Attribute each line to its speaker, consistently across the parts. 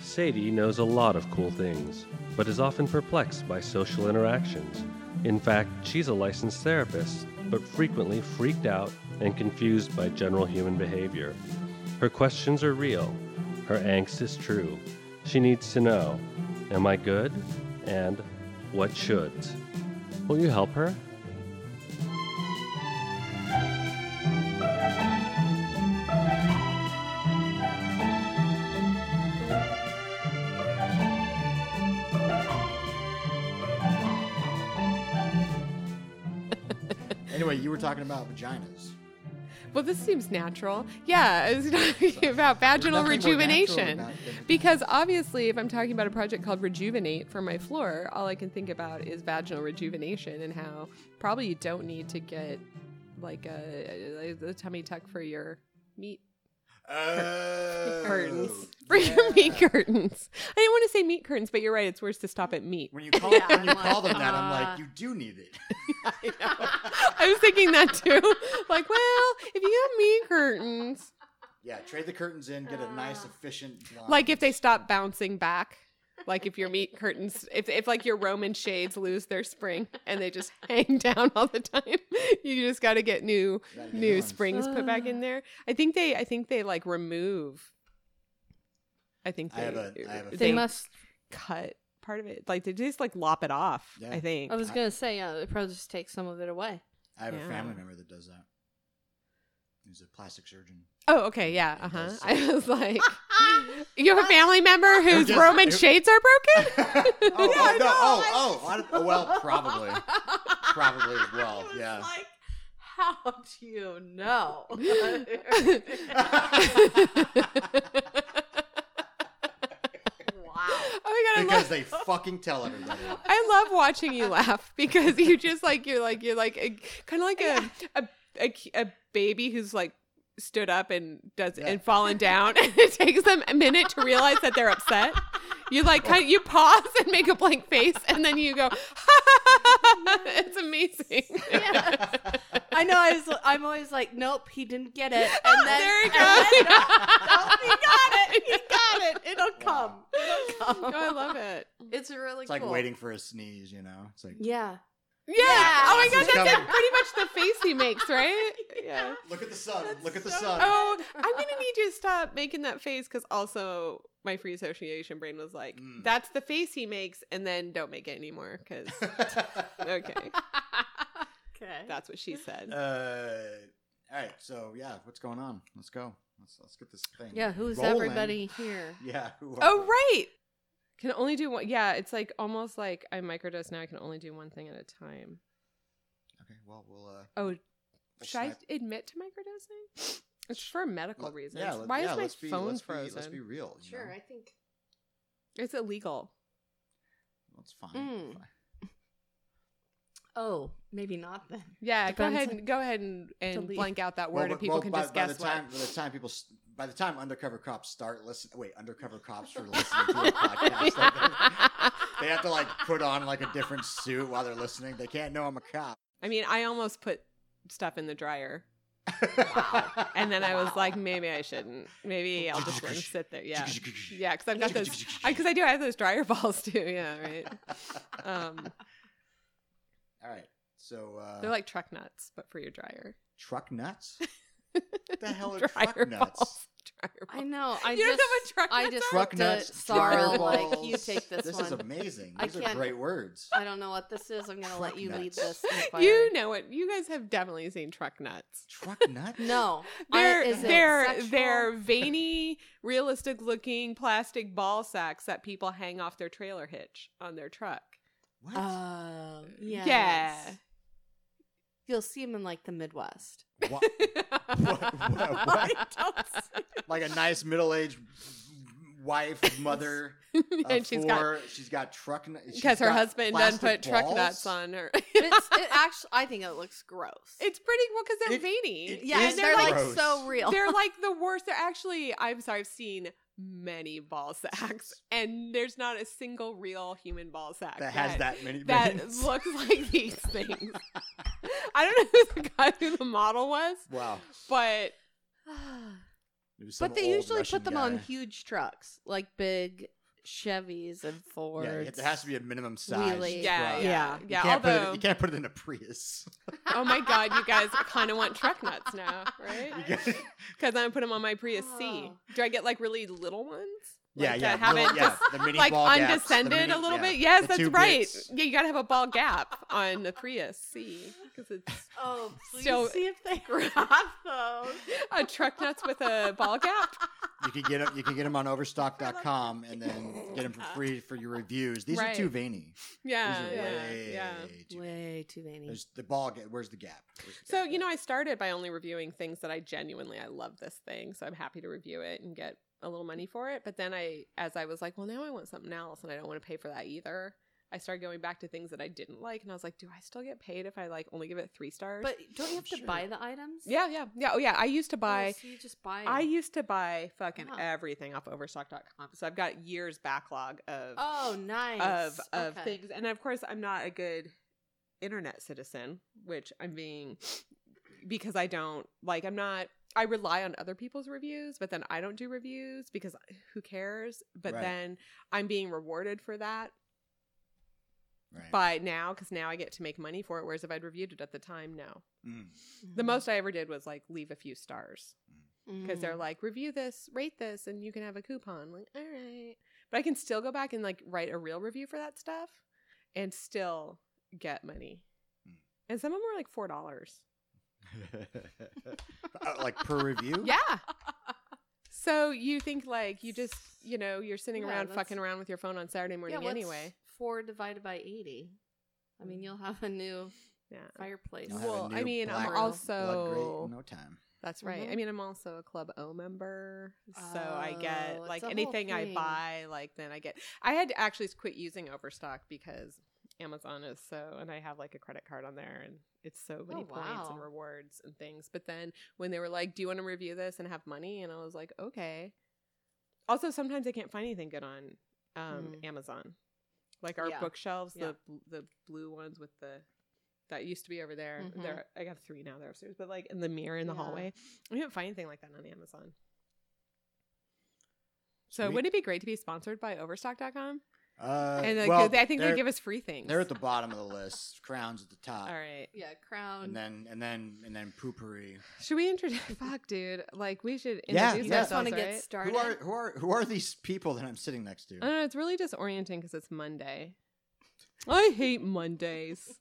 Speaker 1: Sadie knows a lot of cool things, but is often perplexed by social interactions. In fact, she's a licensed therapist, but frequently freaked out and confused by general human behavior. Her questions are real, her angst is true. She needs to know Am I good? And what should? Will you help her?
Speaker 2: Anyway, you were talking about vaginas.
Speaker 3: Well, this seems natural. Yeah, I was talking about vaginal
Speaker 2: Nothing more natural
Speaker 3: rejuvenation.
Speaker 2: about it.
Speaker 3: Because obviously, if I'm talking about a project called Rejuvenate for my floor, all I can think about is vaginal rejuvenation and how probably you don't need to get like a, a, a tummy tuck for your meat
Speaker 2: Oh.
Speaker 4: Curtains.
Speaker 3: for your meat
Speaker 2: Yeah.
Speaker 3: curtains. I didn't want to say meat curtains, but you're right. It's worse to stop at meat.
Speaker 2: When you call
Speaker 4: Yeah,
Speaker 2: when you
Speaker 4: I'm like,
Speaker 2: call them that, I'm
Speaker 4: uh,
Speaker 2: like, you do need it.
Speaker 3: I was thinking that too. Like, well, if you have meat curtains,
Speaker 2: Yeah, trade the curtains in, get a nice
Speaker 4: Uh.
Speaker 2: efficient. line.
Speaker 3: like if they stop bouncing back like if your meat curtains if, if like your roman shades lose their spring and they just hang down all the time you just got to get new
Speaker 2: Gotta get new
Speaker 3: new
Speaker 2: ones.
Speaker 3: springs put back in there i think they i think they like remove i think
Speaker 2: I
Speaker 3: they
Speaker 2: have a- I have a
Speaker 3: they,
Speaker 4: They must.
Speaker 3: cut part of it like they just like lop it off
Speaker 2: Yeah.
Speaker 3: i think
Speaker 4: I was gonna say, yeah, they probably just take some of it away.
Speaker 2: I have
Speaker 3: Yeah.
Speaker 2: a family member that does that. He's a plastic surgeon.
Speaker 3: oh okay yeah
Speaker 2: It
Speaker 3: uh-huh
Speaker 2: does
Speaker 3: i was like you have a family member whose
Speaker 2: just-
Speaker 3: roman
Speaker 2: it-
Speaker 3: shades are broken
Speaker 2: oh,
Speaker 3: I
Speaker 2: oh, no!
Speaker 3: know, I-
Speaker 2: Oh, oh, I don't- oh, well, probably. Probably as well,
Speaker 4: I was
Speaker 2: yeah.
Speaker 4: Like, how do you know? wow.
Speaker 3: Oh my god, I love
Speaker 2: Because they fucking tell everybody.
Speaker 3: I love watching you laugh because you just like you're like you're like kind of like a, a a a baby who's like stood up and does
Speaker 2: Yeah.
Speaker 3: and fallen down and it takes them a minute to realize that they're upset. You like kind you pause and make a blank face and then you go it's amazing.
Speaker 4: Yeah. I know. I was, I'm always like, nope, he didn't get it. And then,
Speaker 3: There it
Speaker 4: and then-
Speaker 3: goes.
Speaker 4: nope, he got it. He got it. It'll come. It'll
Speaker 3: Oh,
Speaker 4: come.
Speaker 3: I love it.
Speaker 4: It's really
Speaker 2: It's like
Speaker 4: cool.
Speaker 2: waiting for a sneeze, you know? It's like,
Speaker 4: Yeah.
Speaker 3: Yeah.
Speaker 4: Yeah.
Speaker 3: Oh my god,
Speaker 2: It's
Speaker 3: that's
Speaker 2: coming.
Speaker 3: pretty much the face he makes, right? yeah.
Speaker 2: look at the sun, look at the
Speaker 4: so-
Speaker 2: sun.
Speaker 3: Oh, I'm gonna need you to stop making that face because also my free association brain was like,
Speaker 2: Mm.
Speaker 3: that's the face he makes, and then don't make it anymore because okay,
Speaker 4: okay.
Speaker 3: that's what she said.
Speaker 2: uh, all right, so yeah, what's going on? Let's go. Let's let's get this thing.
Speaker 4: yeah. Who's
Speaker 2: rolling.
Speaker 4: everybody here?
Speaker 2: Yeah. Who are
Speaker 3: oh
Speaker 2: we?
Speaker 3: right, can only do one. Yeah, it's like almost like I microdose now. I can only do one thing at a time.
Speaker 2: Okay. Well, we'll. Uh,
Speaker 3: Oh,
Speaker 2: we'll
Speaker 3: should I
Speaker 2: snipe-
Speaker 3: admit to microdosing? It's for medical
Speaker 2: let-
Speaker 3: reasons.
Speaker 2: yeah, let-
Speaker 3: Why
Speaker 2: yeah,
Speaker 3: is my
Speaker 2: let's be,
Speaker 3: phone
Speaker 2: let's
Speaker 3: frozen?
Speaker 2: Be, let's be real. you know?
Speaker 4: think.
Speaker 3: it's illegal.
Speaker 2: That's fine.
Speaker 3: Hmm.
Speaker 4: Mm.
Speaker 2: fine.
Speaker 4: Oh, maybe not then.
Speaker 3: Yeah,
Speaker 4: Depends
Speaker 3: go ahead.
Speaker 4: on-
Speaker 3: And, go ahead and, and
Speaker 4: Delete.
Speaker 3: blank out that
Speaker 2: Well,
Speaker 3: word,
Speaker 2: but-
Speaker 3: and people
Speaker 2: well,
Speaker 3: can
Speaker 2: by,
Speaker 3: just
Speaker 2: by
Speaker 3: guess
Speaker 2: the
Speaker 3: what.
Speaker 2: time, By the time people, s- by the time undercover cops start listening, wait, undercover cops are listening to a podcast. like, they have to like put on like a different suit while they're listening. They can't know I'm a cop.
Speaker 3: I mean, I almost put stuff in the dryer. And then I was like, maybe I shouldn't. Maybe I'll just let 'em sit there. Yeah. Yeah, because I've got those. Because I, do. I have those dryer balls too. Yeah, right. Um,
Speaker 2: All right. So uh,
Speaker 3: they're like truck nuts, but for your dryer.
Speaker 2: truck nuts. the hell are truck nuts?
Speaker 3: Dryer
Speaker 4: I
Speaker 3: balls.
Speaker 4: know. I
Speaker 3: You don't know
Speaker 4: just,
Speaker 3: what truck
Speaker 4: I
Speaker 3: nuts
Speaker 4: just
Speaker 3: are?
Speaker 2: Truck
Speaker 4: looked
Speaker 2: nuts.
Speaker 4: At Sarah,
Speaker 2: dryer
Speaker 4: like you
Speaker 2: balls.
Speaker 4: take this,
Speaker 2: This
Speaker 4: one.
Speaker 2: is amazing.
Speaker 4: I
Speaker 2: These are
Speaker 4: can't-
Speaker 2: great words.
Speaker 4: I don't know what this is. I'm gonna let
Speaker 2: Truck
Speaker 4: you lead
Speaker 2: nuts.
Speaker 4: this. inquiry.
Speaker 3: You know it. You guys have definitely seen truck nuts.
Speaker 2: Truck nuts.
Speaker 4: No, I-
Speaker 3: They're
Speaker 4: is it
Speaker 3: they're
Speaker 4: sexual?
Speaker 3: they're veiny, realistic looking plastic ball sacks that people hang off their trailer hitch on their truck.
Speaker 2: What?
Speaker 4: Oh, yeah.
Speaker 3: Yeah.
Speaker 4: You'll see them in like the Midwest.
Speaker 2: Wha- What- what- what? like a nice middle-aged wife, mother. of
Speaker 3: and she's got
Speaker 2: four. she's got truck nuts
Speaker 3: because her husband doesn't put truck nuts on her.
Speaker 4: It's, it actually, I think it looks gross.
Speaker 3: It's pretty well because they're
Speaker 2: It-
Speaker 3: veiny.
Speaker 2: it
Speaker 4: yeah,
Speaker 2: is
Speaker 4: and they're like
Speaker 2: gross.
Speaker 4: so real.
Speaker 3: they're like the worst. They're actually. I'm sorry. I've seen many ball sacks, and there's not a single real human ball sack
Speaker 2: that has that many.
Speaker 3: that
Speaker 2: veins.
Speaker 3: looks like these things. I don't know who the guy who the model was,
Speaker 2: wow.
Speaker 3: but
Speaker 2: It was some
Speaker 4: but they
Speaker 2: old
Speaker 4: usually
Speaker 2: Russian
Speaker 4: put them
Speaker 2: guy.
Speaker 4: on huge trucks, like big Chevys and Fords.
Speaker 2: Yeah, it- there has to be a minimum size.
Speaker 4: Wheelie.
Speaker 3: Yeah,
Speaker 2: truck.
Speaker 3: yeah,
Speaker 4: Yeah.
Speaker 2: You
Speaker 3: yeah.
Speaker 2: can't put it-
Speaker 3: Although,
Speaker 2: you can't put it in a Prius.
Speaker 3: oh my god, you guys kind of want truck nuts now, right?
Speaker 2: You can't-
Speaker 3: Because I put them on my Prius C.
Speaker 4: Oh.
Speaker 3: Do I get like really little ones?
Speaker 2: yeah,
Speaker 3: Like,
Speaker 2: yeah,
Speaker 3: that have
Speaker 2: little-
Speaker 3: it
Speaker 2: yeah. The mini
Speaker 3: like
Speaker 2: ball gaps, the
Speaker 3: undescended
Speaker 2: mini-
Speaker 3: a little
Speaker 2: yeah.
Speaker 3: bit. Yes,
Speaker 2: The
Speaker 3: that's
Speaker 2: two
Speaker 3: right.
Speaker 2: bits.
Speaker 3: Yeah, you gotta have a ball gap on the Prius C because it's
Speaker 4: Oh, please
Speaker 3: So-
Speaker 4: see if they have those.
Speaker 3: a truck nuts with a ball gap.
Speaker 2: You can get them. You can get 'em on Overstock.com and then get them for free for your reviews. These are
Speaker 3: Right.
Speaker 2: too veiny. These
Speaker 3: Yeah,
Speaker 2: are
Speaker 3: yeah,
Speaker 2: way
Speaker 3: yeah.
Speaker 2: too-
Speaker 4: Way too many.
Speaker 2: There's the ball. Get, where's the gap? Where's the
Speaker 3: So
Speaker 2: gap?
Speaker 3: you know, I started by only reviewing things that I genuinely I love this thing, so I'm happy to review it and get a little money for it. But then I, as I was like, well, now I want something else, and I don't want to pay for that either. I started going back to things that I didn't like, and I was like, do I still get paid if I like only give it three stars?
Speaker 4: But don't you have to
Speaker 2: Sure.
Speaker 4: buy the items?
Speaker 3: yeah, yeah, yeah. Oh yeah, I used to
Speaker 4: Oh,
Speaker 3: buy.
Speaker 4: so you just buy.
Speaker 3: I
Speaker 4: them.
Speaker 3: used to buy fucking
Speaker 4: Huh.
Speaker 3: everything off overstock.com. So I've got years backlog of
Speaker 4: Oh, nice.
Speaker 3: of of
Speaker 4: Okay.
Speaker 3: things. And of course, I'm not a good internet citizen, which I'm being because I don't like I'm not I rely on other people's reviews, but then I don't do reviews because who cares? But
Speaker 2: Right.
Speaker 3: then I'm being rewarded for that
Speaker 2: Right.
Speaker 3: by now cuz now I get to make money for it whereas if I'd reviewed it at the time, no.
Speaker 2: Mm.
Speaker 4: Mm-hmm.
Speaker 3: The most I ever did was like leave a few stars because
Speaker 4: Mm.
Speaker 3: they're like review this rate this and you can have a coupon like all right but i can still go back and like write a real review for that stuff and still get money
Speaker 2: Mm.
Speaker 3: and some of them were like four dollars
Speaker 2: Uh, like per review.
Speaker 3: yeah so you think like you just you know you're sitting
Speaker 4: Yeah,
Speaker 3: around
Speaker 4: that's-
Speaker 3: fucking around with your phone on saturday
Speaker 4: Yeah,
Speaker 3: morning
Speaker 4: what's
Speaker 3: anyway
Speaker 4: Four divided by eighty. I mean, you'll have a new
Speaker 3: yeah
Speaker 4: fireplace.
Speaker 2: You'll have a
Speaker 3: Well, I
Speaker 2: new
Speaker 3: mean, I'm
Speaker 2: black
Speaker 4: Blood
Speaker 3: also-
Speaker 2: Blood grate in no time.
Speaker 3: that's right i
Speaker 4: Mhm.
Speaker 3: mean i'm also a club o member so i
Speaker 4: Oh,
Speaker 3: get
Speaker 4: it's
Speaker 3: like
Speaker 4: a whole
Speaker 3: anything i
Speaker 4: thing.
Speaker 3: buy like then i get i had to actually quit using overstock because Amazon is so, and I have like a credit card on there, and it's so many
Speaker 4: Oh,
Speaker 3: points and
Speaker 4: wow.
Speaker 3: rewards and things. But then when they were like, "Do you want to review this and have money?" and I was like, "Okay." Also, sometimes I can't find anything good on um,
Speaker 4: Mm.
Speaker 3: Amazon, like our
Speaker 4: Yeah.
Speaker 3: bookshelves,
Speaker 4: Yeah.
Speaker 3: the bl- the blue ones with the that used to be over there.
Speaker 4: Mhm.
Speaker 3: There, I got three now. They're upstairs, but like in the mirror in the
Speaker 4: Yeah.
Speaker 3: hallway, I can't find anything like that on Amazon. So
Speaker 2: Sweet.
Speaker 3: wouldn't it be great to be sponsored by Overstock.com?
Speaker 2: Uh,
Speaker 3: And like,
Speaker 2: well,
Speaker 3: they- I think they
Speaker 2: they're-
Speaker 3: give us free things.
Speaker 2: They're at the bottom of the list. Crowns at the top.
Speaker 3: All right.
Speaker 4: Yeah, crown.
Speaker 2: And then and then and then poopery.
Speaker 3: Should we introduce? Fuck, dude. Like we should
Speaker 2: Yeah,
Speaker 3: introduce
Speaker 4: you
Speaker 2: yeah.
Speaker 4: just
Speaker 3: ourselves.
Speaker 4: want to get
Speaker 3: right?
Speaker 4: started.
Speaker 2: Who are who are who are these people that I'm sitting next to?
Speaker 3: I don't know. It's really disorienting because it's Monday. I hate Mondays.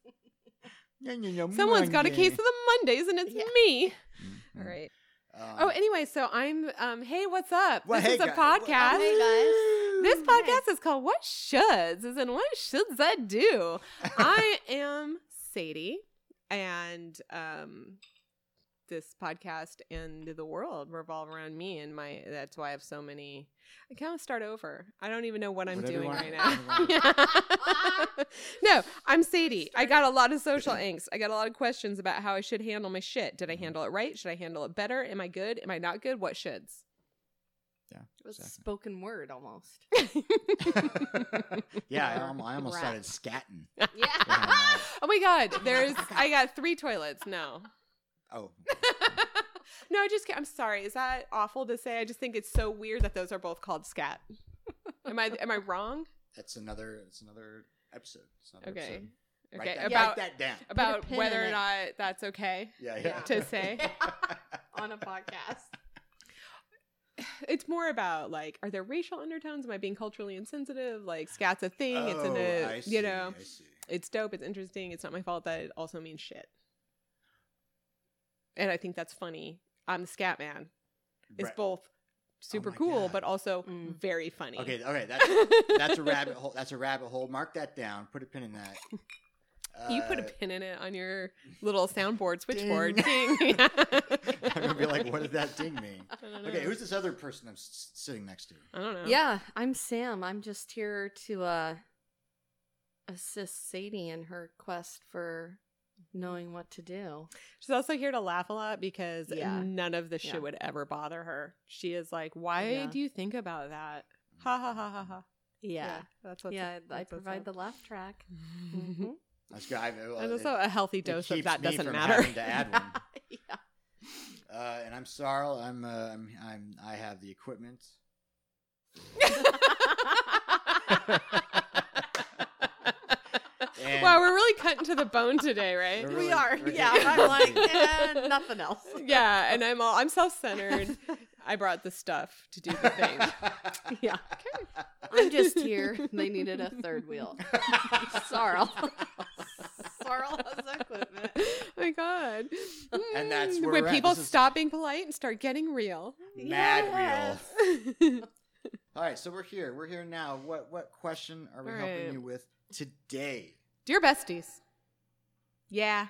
Speaker 3: Someone's
Speaker 2: Someone's
Speaker 3: got a case of the Mondays, and it's
Speaker 4: Yeah.
Speaker 3: me.
Speaker 2: Mm-hmm.
Speaker 3: All right.
Speaker 2: Uh,
Speaker 3: Oh, anyway, so I'm. Um, hey, what's up?
Speaker 2: Well,
Speaker 3: this
Speaker 2: hey,
Speaker 3: is a
Speaker 2: guy-
Speaker 3: podcast.
Speaker 4: Hey, guys.
Speaker 3: This podcast is called "What Shoulds," as in "What Shoulds I Do." I am Sadie, and um, this podcast and the world revolve around me and my. That's why I have so many. I kind of start over. I don't even know what I'm
Speaker 2: Whatever you
Speaker 3: doing
Speaker 2: want.
Speaker 3: right now. no, I'm Sadie. I got a lot of social angst. I got a lot of questions about how I should handle my shit. Did I handle it right? Should I handle it better? Am I good? Am I not good? What shoulds?
Speaker 4: It was
Speaker 2: Exactly.
Speaker 4: spoken word almost.
Speaker 2: yeah, I almost, I almost started
Speaker 4: Rat.
Speaker 2: scatting.
Speaker 4: yeah.
Speaker 2: Yeah.
Speaker 3: Oh my god, there's I got three toilets. No.
Speaker 2: Oh,
Speaker 3: no, I just can't. I'm sorry. Is that awful to say? I just think it's so weird that those are both called scat. Am I am I wrong?
Speaker 2: that's another. That's another episode. It's another
Speaker 3: Okay.
Speaker 2: episode. Write
Speaker 3: Okay.
Speaker 2: that, write
Speaker 3: about
Speaker 2: that down.
Speaker 4: Put a
Speaker 3: about
Speaker 4: pin
Speaker 3: whether
Speaker 4: in
Speaker 3: or
Speaker 4: it.
Speaker 3: not that's okay.
Speaker 2: Yeah, yeah.
Speaker 4: Yeah.
Speaker 3: to say.
Speaker 4: On a podcast.
Speaker 3: It's more about like are there racial undertones? Am I being culturally insensitive? Like scat's a thing. it's in
Speaker 2: Oh,
Speaker 3: a
Speaker 2: I
Speaker 3: you
Speaker 2: see,
Speaker 3: know,
Speaker 2: I see.
Speaker 3: it's dope, it's interesting, it's not my fault that it also means shit. And I think that's funny. I'm the scat man. It's
Speaker 2: Right.
Speaker 3: both super
Speaker 2: oh my
Speaker 3: cool
Speaker 2: God.
Speaker 3: but also
Speaker 4: Mm.
Speaker 3: very funny.
Speaker 2: Okay, okay, that's that's a rabbit hole. That's a rabbit hole. Mark that down. Put a pin in that.
Speaker 3: You put a
Speaker 2: Uh,
Speaker 3: pin in it on your little soundboard switchboard.
Speaker 2: Ding.
Speaker 3: Ding. Yeah.
Speaker 2: Uh, I'm gonna be like, what did that ding mean?
Speaker 3: I don't know.
Speaker 2: Okay, who's this other person I'm s- sitting next to?
Speaker 3: I don't know.
Speaker 4: Yeah, I'm Sam. I'm just here to uh assist Sadie in her quest for knowing what to do.
Speaker 3: She's also here to laugh a lot because
Speaker 4: Yeah.
Speaker 3: none of this
Speaker 4: Yeah.
Speaker 3: shit would ever bother her. She is like, why
Speaker 4: Yeah.
Speaker 3: do you think about that? Ha ha ha ha ha.
Speaker 4: Yeah.
Speaker 3: that's
Speaker 4: Yeah,
Speaker 3: what's
Speaker 4: I
Speaker 3: that's what's
Speaker 4: provide the
Speaker 3: up.
Speaker 4: laugh track.
Speaker 3: Mhm.
Speaker 2: That's good. I, well,
Speaker 3: There's
Speaker 2: it-
Speaker 3: also a healthy
Speaker 2: it
Speaker 3: dose of
Speaker 2: keeps
Speaker 3: that
Speaker 2: me
Speaker 3: doesn't
Speaker 2: from
Speaker 3: matter.
Speaker 2: having To add one.
Speaker 4: yeah.
Speaker 2: Uh, and I'm Sarl. I'm, uh, I'm I'm I have the equipment. And
Speaker 3: wow, we're really cutting to the bone today, right?
Speaker 2: We're
Speaker 4: we
Speaker 2: really-
Speaker 4: are.
Speaker 2: we're
Speaker 4: Yeah.
Speaker 2: getting-
Speaker 4: I'm like, eh, nothing else.
Speaker 3: yeah, and I'm all I'm self-centered. I brought the stuff to do the thing.
Speaker 4: Yeah. I'm just here. They needed a third wheel. Sorrel. Sorrel has equipment.
Speaker 3: oh my god!
Speaker 2: And that's
Speaker 3: Mm,
Speaker 2: where
Speaker 3: when
Speaker 2: we're at.
Speaker 3: people
Speaker 2: This is-
Speaker 3: stop being polite and start getting real.
Speaker 2: Mad
Speaker 4: Yes.
Speaker 2: wheel. All right, so we're here. We're here now. What what question are we
Speaker 3: All
Speaker 2: helping
Speaker 3: right.
Speaker 2: you with today?
Speaker 3: Dear besties. Yeah.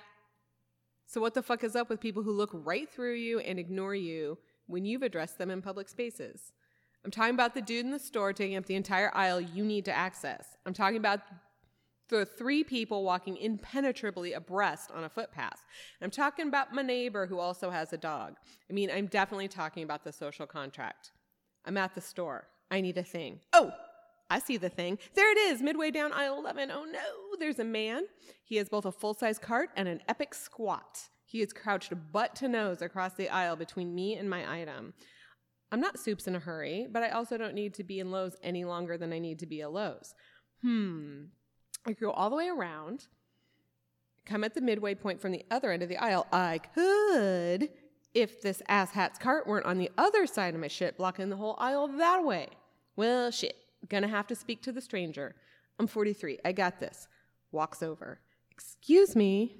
Speaker 3: So what the fuck is up with people who look right through you and ignore you when you've addressed them in public spaces? I'm talking about the dude in the store taking up the entire aisle you need to access. I'm talking about the three people walking impenetrably abreast on a footpath. I'm talking about my neighbor who also has a dog. I mean, I'm definitely talking about the social contract. I'm at the store. I need a thing. Oh, I see the thing. There it is, midway down aisle 11. Oh no, there's a man. He has both a full size cart and an epic squat. He is crouched butt to nose across the aisle between me and my item. I'm not soups in a hurry, but I also don't need to be in Lowe's any longer than I need to be at Lowe's. Hmm. I could go all the way around, come at the midway point from the other end of the aisle. I could if this asshat's cart weren't on the other side of my shit, blocking the whole aisle that way. Well, shit. Gonna have to speak to the stranger. I'm 43. I got this. Walks over. Excuse me.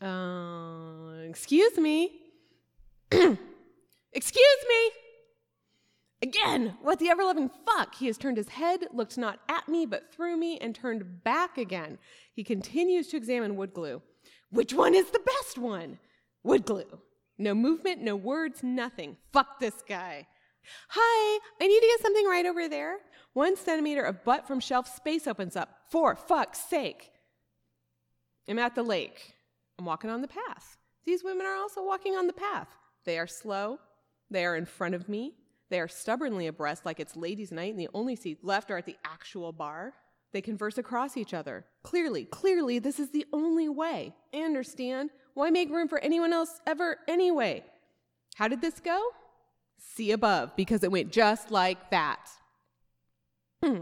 Speaker 3: Uh, excuse me. excuse me. Again, what the ever loving fuck? He has turned his head, looked not at me, but through me, and turned back again. He continues to examine wood glue. Which one is the best one? Wood glue. No movement, no words, nothing. Fuck this guy. Hi, I need to get something right over there. One centimeter of butt from shelf space opens up. For fuck's sake. I'm at the lake. I'm walking on the path. These women are also walking on the path. They are slow. They are in front of me. They are stubbornly abreast like it's ladies' night and the only seats left are at the actual bar. They converse across each other. Clearly, clearly, this is the only way. I understand. Why make room for anyone else ever anyway? How did this go? See above, because it went just like that. I'm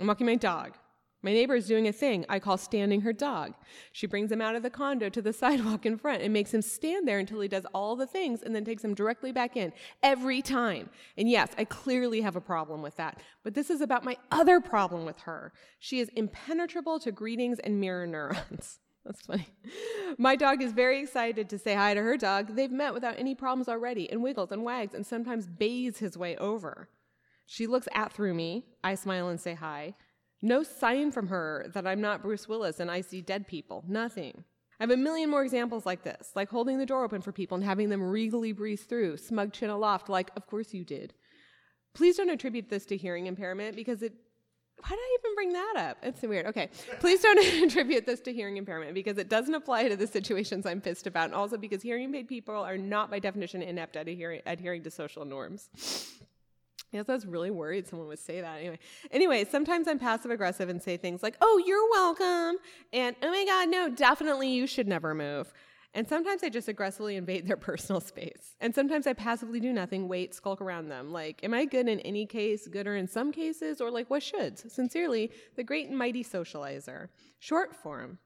Speaker 3: walking my dog. My neighbor is doing a thing I call standing her dog. She brings him out of the condo to the sidewalk in front and makes him stand there until he does all the things and then takes him directly back in every time. And yes, I clearly have a problem with that. But this is about my other problem with her. She is impenetrable to greetings and mirror neurons. That's funny. My dog is very excited to say hi to her dog. They've met without any problems already and wiggles and wags and sometimes bays his way over. She looks at through me. I smile and say hi. No sign from her that I'm not Bruce Willis and I see dead people. Nothing. I have a million more examples like this, like holding the door open for people and having them regally breeze through, smug chin aloft, like, of course you did. Please don't attribute this to hearing impairment because it. Why did I even bring that up? It's weird. Okay. Please don't attribute this to hearing impairment because it doesn't apply to the situations I'm pissed about, and also because hearing impaired people are not, by definition, inept at adhering, adhering to social norms. Yes, I was really worried someone would say that. Anyway, anyway, sometimes I'm passive aggressive and say things like, "Oh, you're welcome," and "Oh my God, no, definitely you should never move." And sometimes I just aggressively invade their personal space. And sometimes I passively do nothing, wait, skulk around them. Like, am I good in any case, gooder in some cases, or like what should? Sincerely, the great and mighty socializer. Short form.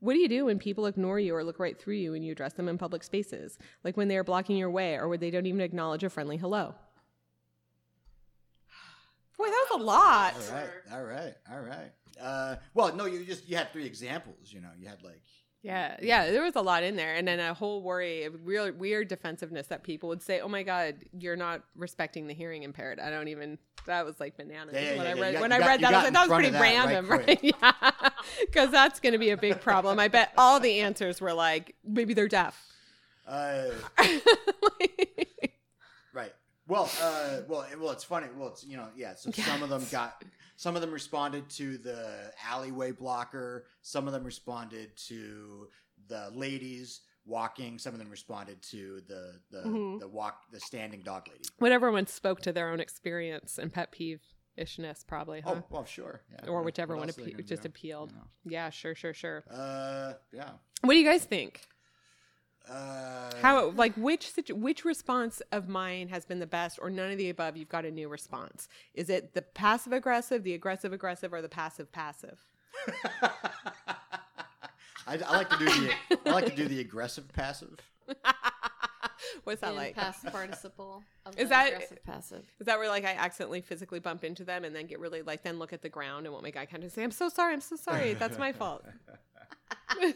Speaker 3: What do you do when people ignore you or look right through you when you address them in public spaces? Like when they are blocking your way or when they don't even acknowledge a friendly hello? Boy, that was a lot.
Speaker 2: All right, all right, all right. Uh, well, no, you just you had three examples. You know, you had like
Speaker 3: Yeah, yeah, there was a lot in there, and then a whole worry, a real weird defensiveness that people would say, "Oh my God, you're not respecting the hearing impaired." I don't even. That was like bananas.
Speaker 2: Yeah, yeah,
Speaker 3: when
Speaker 2: yeah,
Speaker 3: I
Speaker 2: yeah, you
Speaker 3: read
Speaker 2: got-
Speaker 3: when
Speaker 2: you
Speaker 3: I
Speaker 2: got-
Speaker 3: read
Speaker 2: you
Speaker 3: that,
Speaker 2: got
Speaker 3: I was like,
Speaker 2: in
Speaker 3: that was
Speaker 2: front
Speaker 3: pretty
Speaker 2: of that right
Speaker 3: random, right? Yeah, because that's going to be a big problem. I bet all the answers were like, maybe they're deaf.
Speaker 2: uh, right. Well, uh, well, it- well. It's funny. Well, it's you know, yeah. So some of them
Speaker 3: Yes.
Speaker 2: got some of them responded to the alleyway blocker. Some of them responded to the ladies walking. Some of them responded to the the,
Speaker 3: Mhm.
Speaker 2: the walk the standing dog lady.
Speaker 3: when everyone spoke to their own experience and pet peeve ishness, probably, huh?
Speaker 2: Oh, well, sure. Yeah,
Speaker 3: Uh-huh. or
Speaker 2: what-
Speaker 3: whichever
Speaker 2: what
Speaker 3: one
Speaker 2: else are they
Speaker 3: appe-
Speaker 2: gonna
Speaker 3: just
Speaker 2: do,
Speaker 3: appealed.
Speaker 2: you know?
Speaker 3: Yeah, sure, sure, sure.
Speaker 2: Uh, yeah.
Speaker 3: What do you guys think?
Speaker 2: Uh,
Speaker 3: How like which situ- which response of mine has been the best or none of the above? You've got a new response. Is it the passive aggressive, the aggressive aggressive, or the passive passive?
Speaker 2: I, I like to do the I like to do the aggressive passive.
Speaker 3: What's that
Speaker 4: In
Speaker 3: like?
Speaker 4: past participle of
Speaker 3: Is
Speaker 4: the
Speaker 3: that-
Speaker 4: aggressive passive.
Speaker 3: Is that where like I accidentally physically bump into them and then get really like then look at the ground and won't make eye contact and say I'm so sorry, I'm so sorry, that's my fault.
Speaker 4: I'd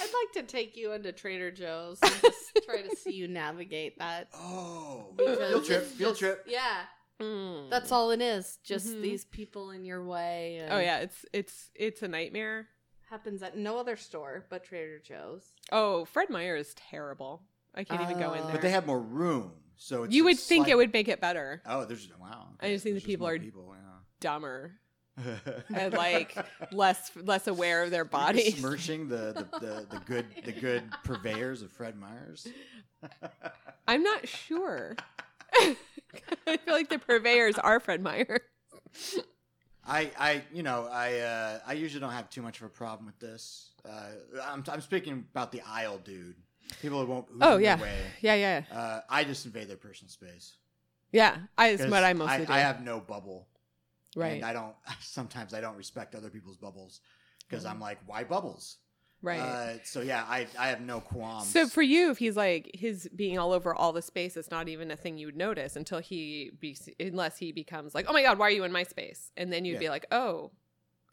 Speaker 4: like to take you into Trader Joe's and just try to see you navigate that.
Speaker 2: Oh,
Speaker 4: Because
Speaker 2: field trip,
Speaker 4: it's
Speaker 2: field
Speaker 4: just-
Speaker 2: trip.
Speaker 4: Yeah,
Speaker 3: Mm.
Speaker 4: that's all it is. Just
Speaker 3: Mhm.
Speaker 4: these people in your way. And
Speaker 3: Oh yeah, it's it's it's a nightmare.
Speaker 4: happens at no other store but Trader Joe's.
Speaker 3: Oh, Fred Meyer is terrible. I can't even go in
Speaker 4: Oh.
Speaker 3: there.
Speaker 2: But they have more room, so it's a
Speaker 3: you would think
Speaker 2: slight-
Speaker 3: it would make it better.
Speaker 2: Oh, there's wow.
Speaker 3: I just think
Speaker 2: there's
Speaker 3: the people
Speaker 2: more
Speaker 3: are-
Speaker 2: people.
Speaker 3: Dumber,
Speaker 2: Yeah.
Speaker 3: And, like, less less aware of their bodies.
Speaker 2: smirching the, the, the, the good the good purveyors of Fred Meyer's.
Speaker 3: I'm not sure. I feel like the purveyors are Fred Meyer.
Speaker 2: I, I, you know, I, uh, I usually don't have too much of a problem with this. Uh, I'm, I'm speaking about the aisle dude. People who won't. Who's
Speaker 3: Oh,
Speaker 2: in
Speaker 3: yeah.
Speaker 2: Their way.
Speaker 3: Yeah, yeah,
Speaker 2: Uh, I just invade their personal space.
Speaker 3: yeah. I is
Speaker 2: 'Cause
Speaker 3: what I mostly do.
Speaker 2: I have no bubble.
Speaker 3: right,
Speaker 2: And I don't. Sometimes I don't respect other people's bubbles because
Speaker 3: Mm-hmm.
Speaker 2: I'm like, why bubbles?
Speaker 3: right.
Speaker 2: Uh, um, so yeah, I, I have no qualms.
Speaker 3: so for you, if he's like his being all over all the space, it's not even a thing you would notice until he be unless he becomes like, oh my god, why are you in my space? And then you'd
Speaker 2: Yeah.
Speaker 3: be like, oh,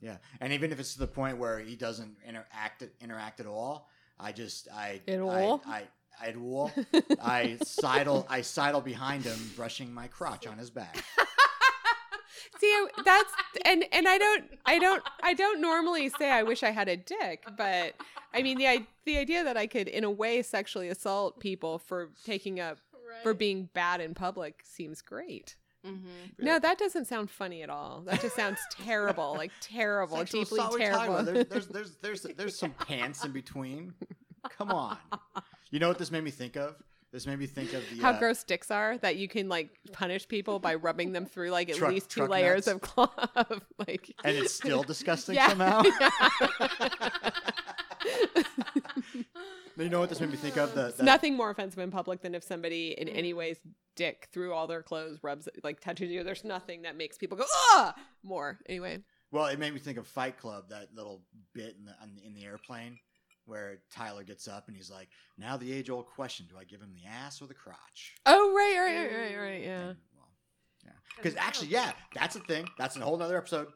Speaker 2: yeah, and even if it's to the point where he doesn't interact interact at all, I just I
Speaker 3: At
Speaker 2: I-
Speaker 3: all?
Speaker 2: I I, I'd wall. I sidle I sidle behind him, brushing my crotch on his back.
Speaker 3: See, that's and and I don't I don't I don't normally say I wish I had a dick, but I mean the i- the idea that I could in a way sexually assault people for taking up
Speaker 4: Right.
Speaker 3: for being bad in public seems great.
Speaker 4: hmm
Speaker 3: No, that doesn't sound funny at all. That just sounds terrible, like terrible,
Speaker 2: Sexual
Speaker 3: deeply
Speaker 2: assault we're talking about.
Speaker 3: terrible.
Speaker 2: There's, there's there's there's there's some pants in between. Come on. You know what this made me think of? This made me think of the
Speaker 3: How
Speaker 2: uh,
Speaker 3: gross dicks are that you can like punish people by rubbing them through like at
Speaker 2: Truck-
Speaker 3: least two
Speaker 2: truck
Speaker 3: layers
Speaker 2: nuts.
Speaker 3: of cloth. of, like
Speaker 2: and it's still disgusting
Speaker 3: Yeah.
Speaker 2: somehow.
Speaker 4: It's
Speaker 2: you know what this made me think of? The,
Speaker 3: It's
Speaker 2: the-
Speaker 3: nothing more offensive in public than if somebody
Speaker 2: Mm-hmm.
Speaker 3: in any ways dick through all their clothes rubs like touches you. There's nothing that makes people go ah more. Anyway,
Speaker 2: Well, it made me think of Fight Club, that little bit in the on- in the airplane where Tyler gets up and he's like, "Now the age old question: Do I give him the ass or the crotch?"
Speaker 3: oh right, right, right,
Speaker 2: Mm.
Speaker 3: right, right, yeah.
Speaker 2: And, well, yeah. Because actually, yeah, that's a thing. That's a whole nother episode.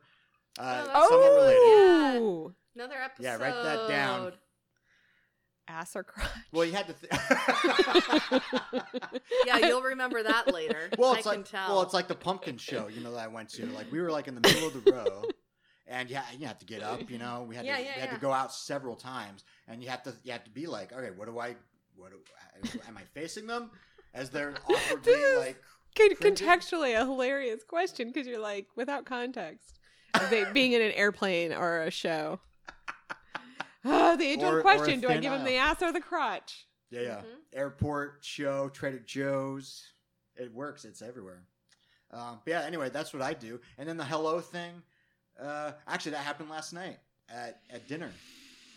Speaker 2: Uh,
Speaker 4: Oh,
Speaker 2: somewhat
Speaker 4: that's
Speaker 2: related.
Speaker 4: related.
Speaker 3: Oh,
Speaker 4: Another episode.
Speaker 2: Yeah, write that down.
Speaker 3: ass or crotch.
Speaker 2: Well, you had to. Th-
Speaker 4: Yeah, you'll remember that later.
Speaker 2: well,
Speaker 4: I
Speaker 2: it's
Speaker 4: can
Speaker 2: like
Speaker 4: tell.
Speaker 2: well, it's like the pumpkin show, you know, that I went to. Like we were like in the middle of the row, and yeah, you have to get up. You know, we had
Speaker 4: Yeah,
Speaker 2: to,
Speaker 4: yeah,
Speaker 2: we had
Speaker 4: yeah.
Speaker 2: to go out several times, and you have to you have to be like, okay, what do I, what do, am I facing them as they're awkwardly
Speaker 3: is-
Speaker 2: like.
Speaker 3: Con-
Speaker 2: Cringing?
Speaker 3: contextually, a hilarious question because you're like without context, Of they, being in an airplane or a show. Oh, the age
Speaker 2: Or- or
Speaker 3: old
Speaker 2: a
Speaker 3: question: Do I
Speaker 2: thin
Speaker 3: give him the ass or the crotch?
Speaker 2: Yeah, yeah.
Speaker 4: Mhm.
Speaker 2: Airport show, Trader Joe's, it works. It's everywhere. Um, but yeah, anyway, that's what I do. And then the hello thing. Uh, actually, that happened last night at at dinner.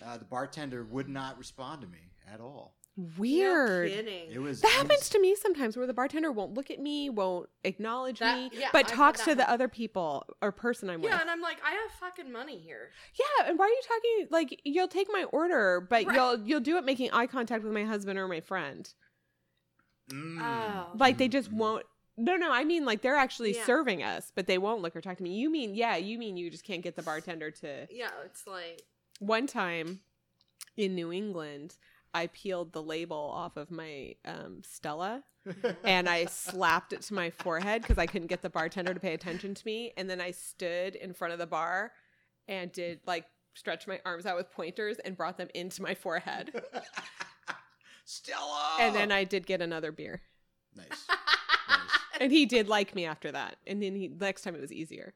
Speaker 2: Uh, the bartender would not respond to me at all.
Speaker 3: Weird.
Speaker 4: No kidding.
Speaker 2: It was
Speaker 3: That
Speaker 2: it
Speaker 3: happens
Speaker 2: was-
Speaker 3: to me sometimes where the bartender won't look at me, won't acknowledge
Speaker 4: That-
Speaker 3: me,
Speaker 4: yeah,
Speaker 3: but
Speaker 4: I've had
Speaker 3: talks
Speaker 4: that
Speaker 3: to the
Speaker 4: happen.
Speaker 3: other people or person I'm
Speaker 4: yeah,
Speaker 3: with.
Speaker 4: and I'm like, I have fucking money here.
Speaker 3: yeah, and why are you talking like you'll take my order, but
Speaker 4: Right.
Speaker 3: you'll you'll do it making eye contact with my husband or my friend.
Speaker 2: Mm.
Speaker 4: Oh.
Speaker 3: Like they
Speaker 2: Mhm,
Speaker 3: just
Speaker 2: mhm.
Speaker 3: won't no, no, I mean like they're actually
Speaker 4: Yeah.
Speaker 3: serving us, but they won't look or talk to me. You mean yeah, you mean you just can't get the bartender to
Speaker 4: Yeah, it's like
Speaker 3: one time in New England, I peeled the label off of my um, Stella and I slapped it to my forehead because I couldn't get the bartender to pay attention to me. And then I stood in front of the bar and did like stretch my arms out with pointers and brought them into my forehead.
Speaker 4: Oh.
Speaker 2: Stella.
Speaker 3: And then I did get another beer.
Speaker 2: nice.
Speaker 3: And he did like me after that. And then he next time it was easier.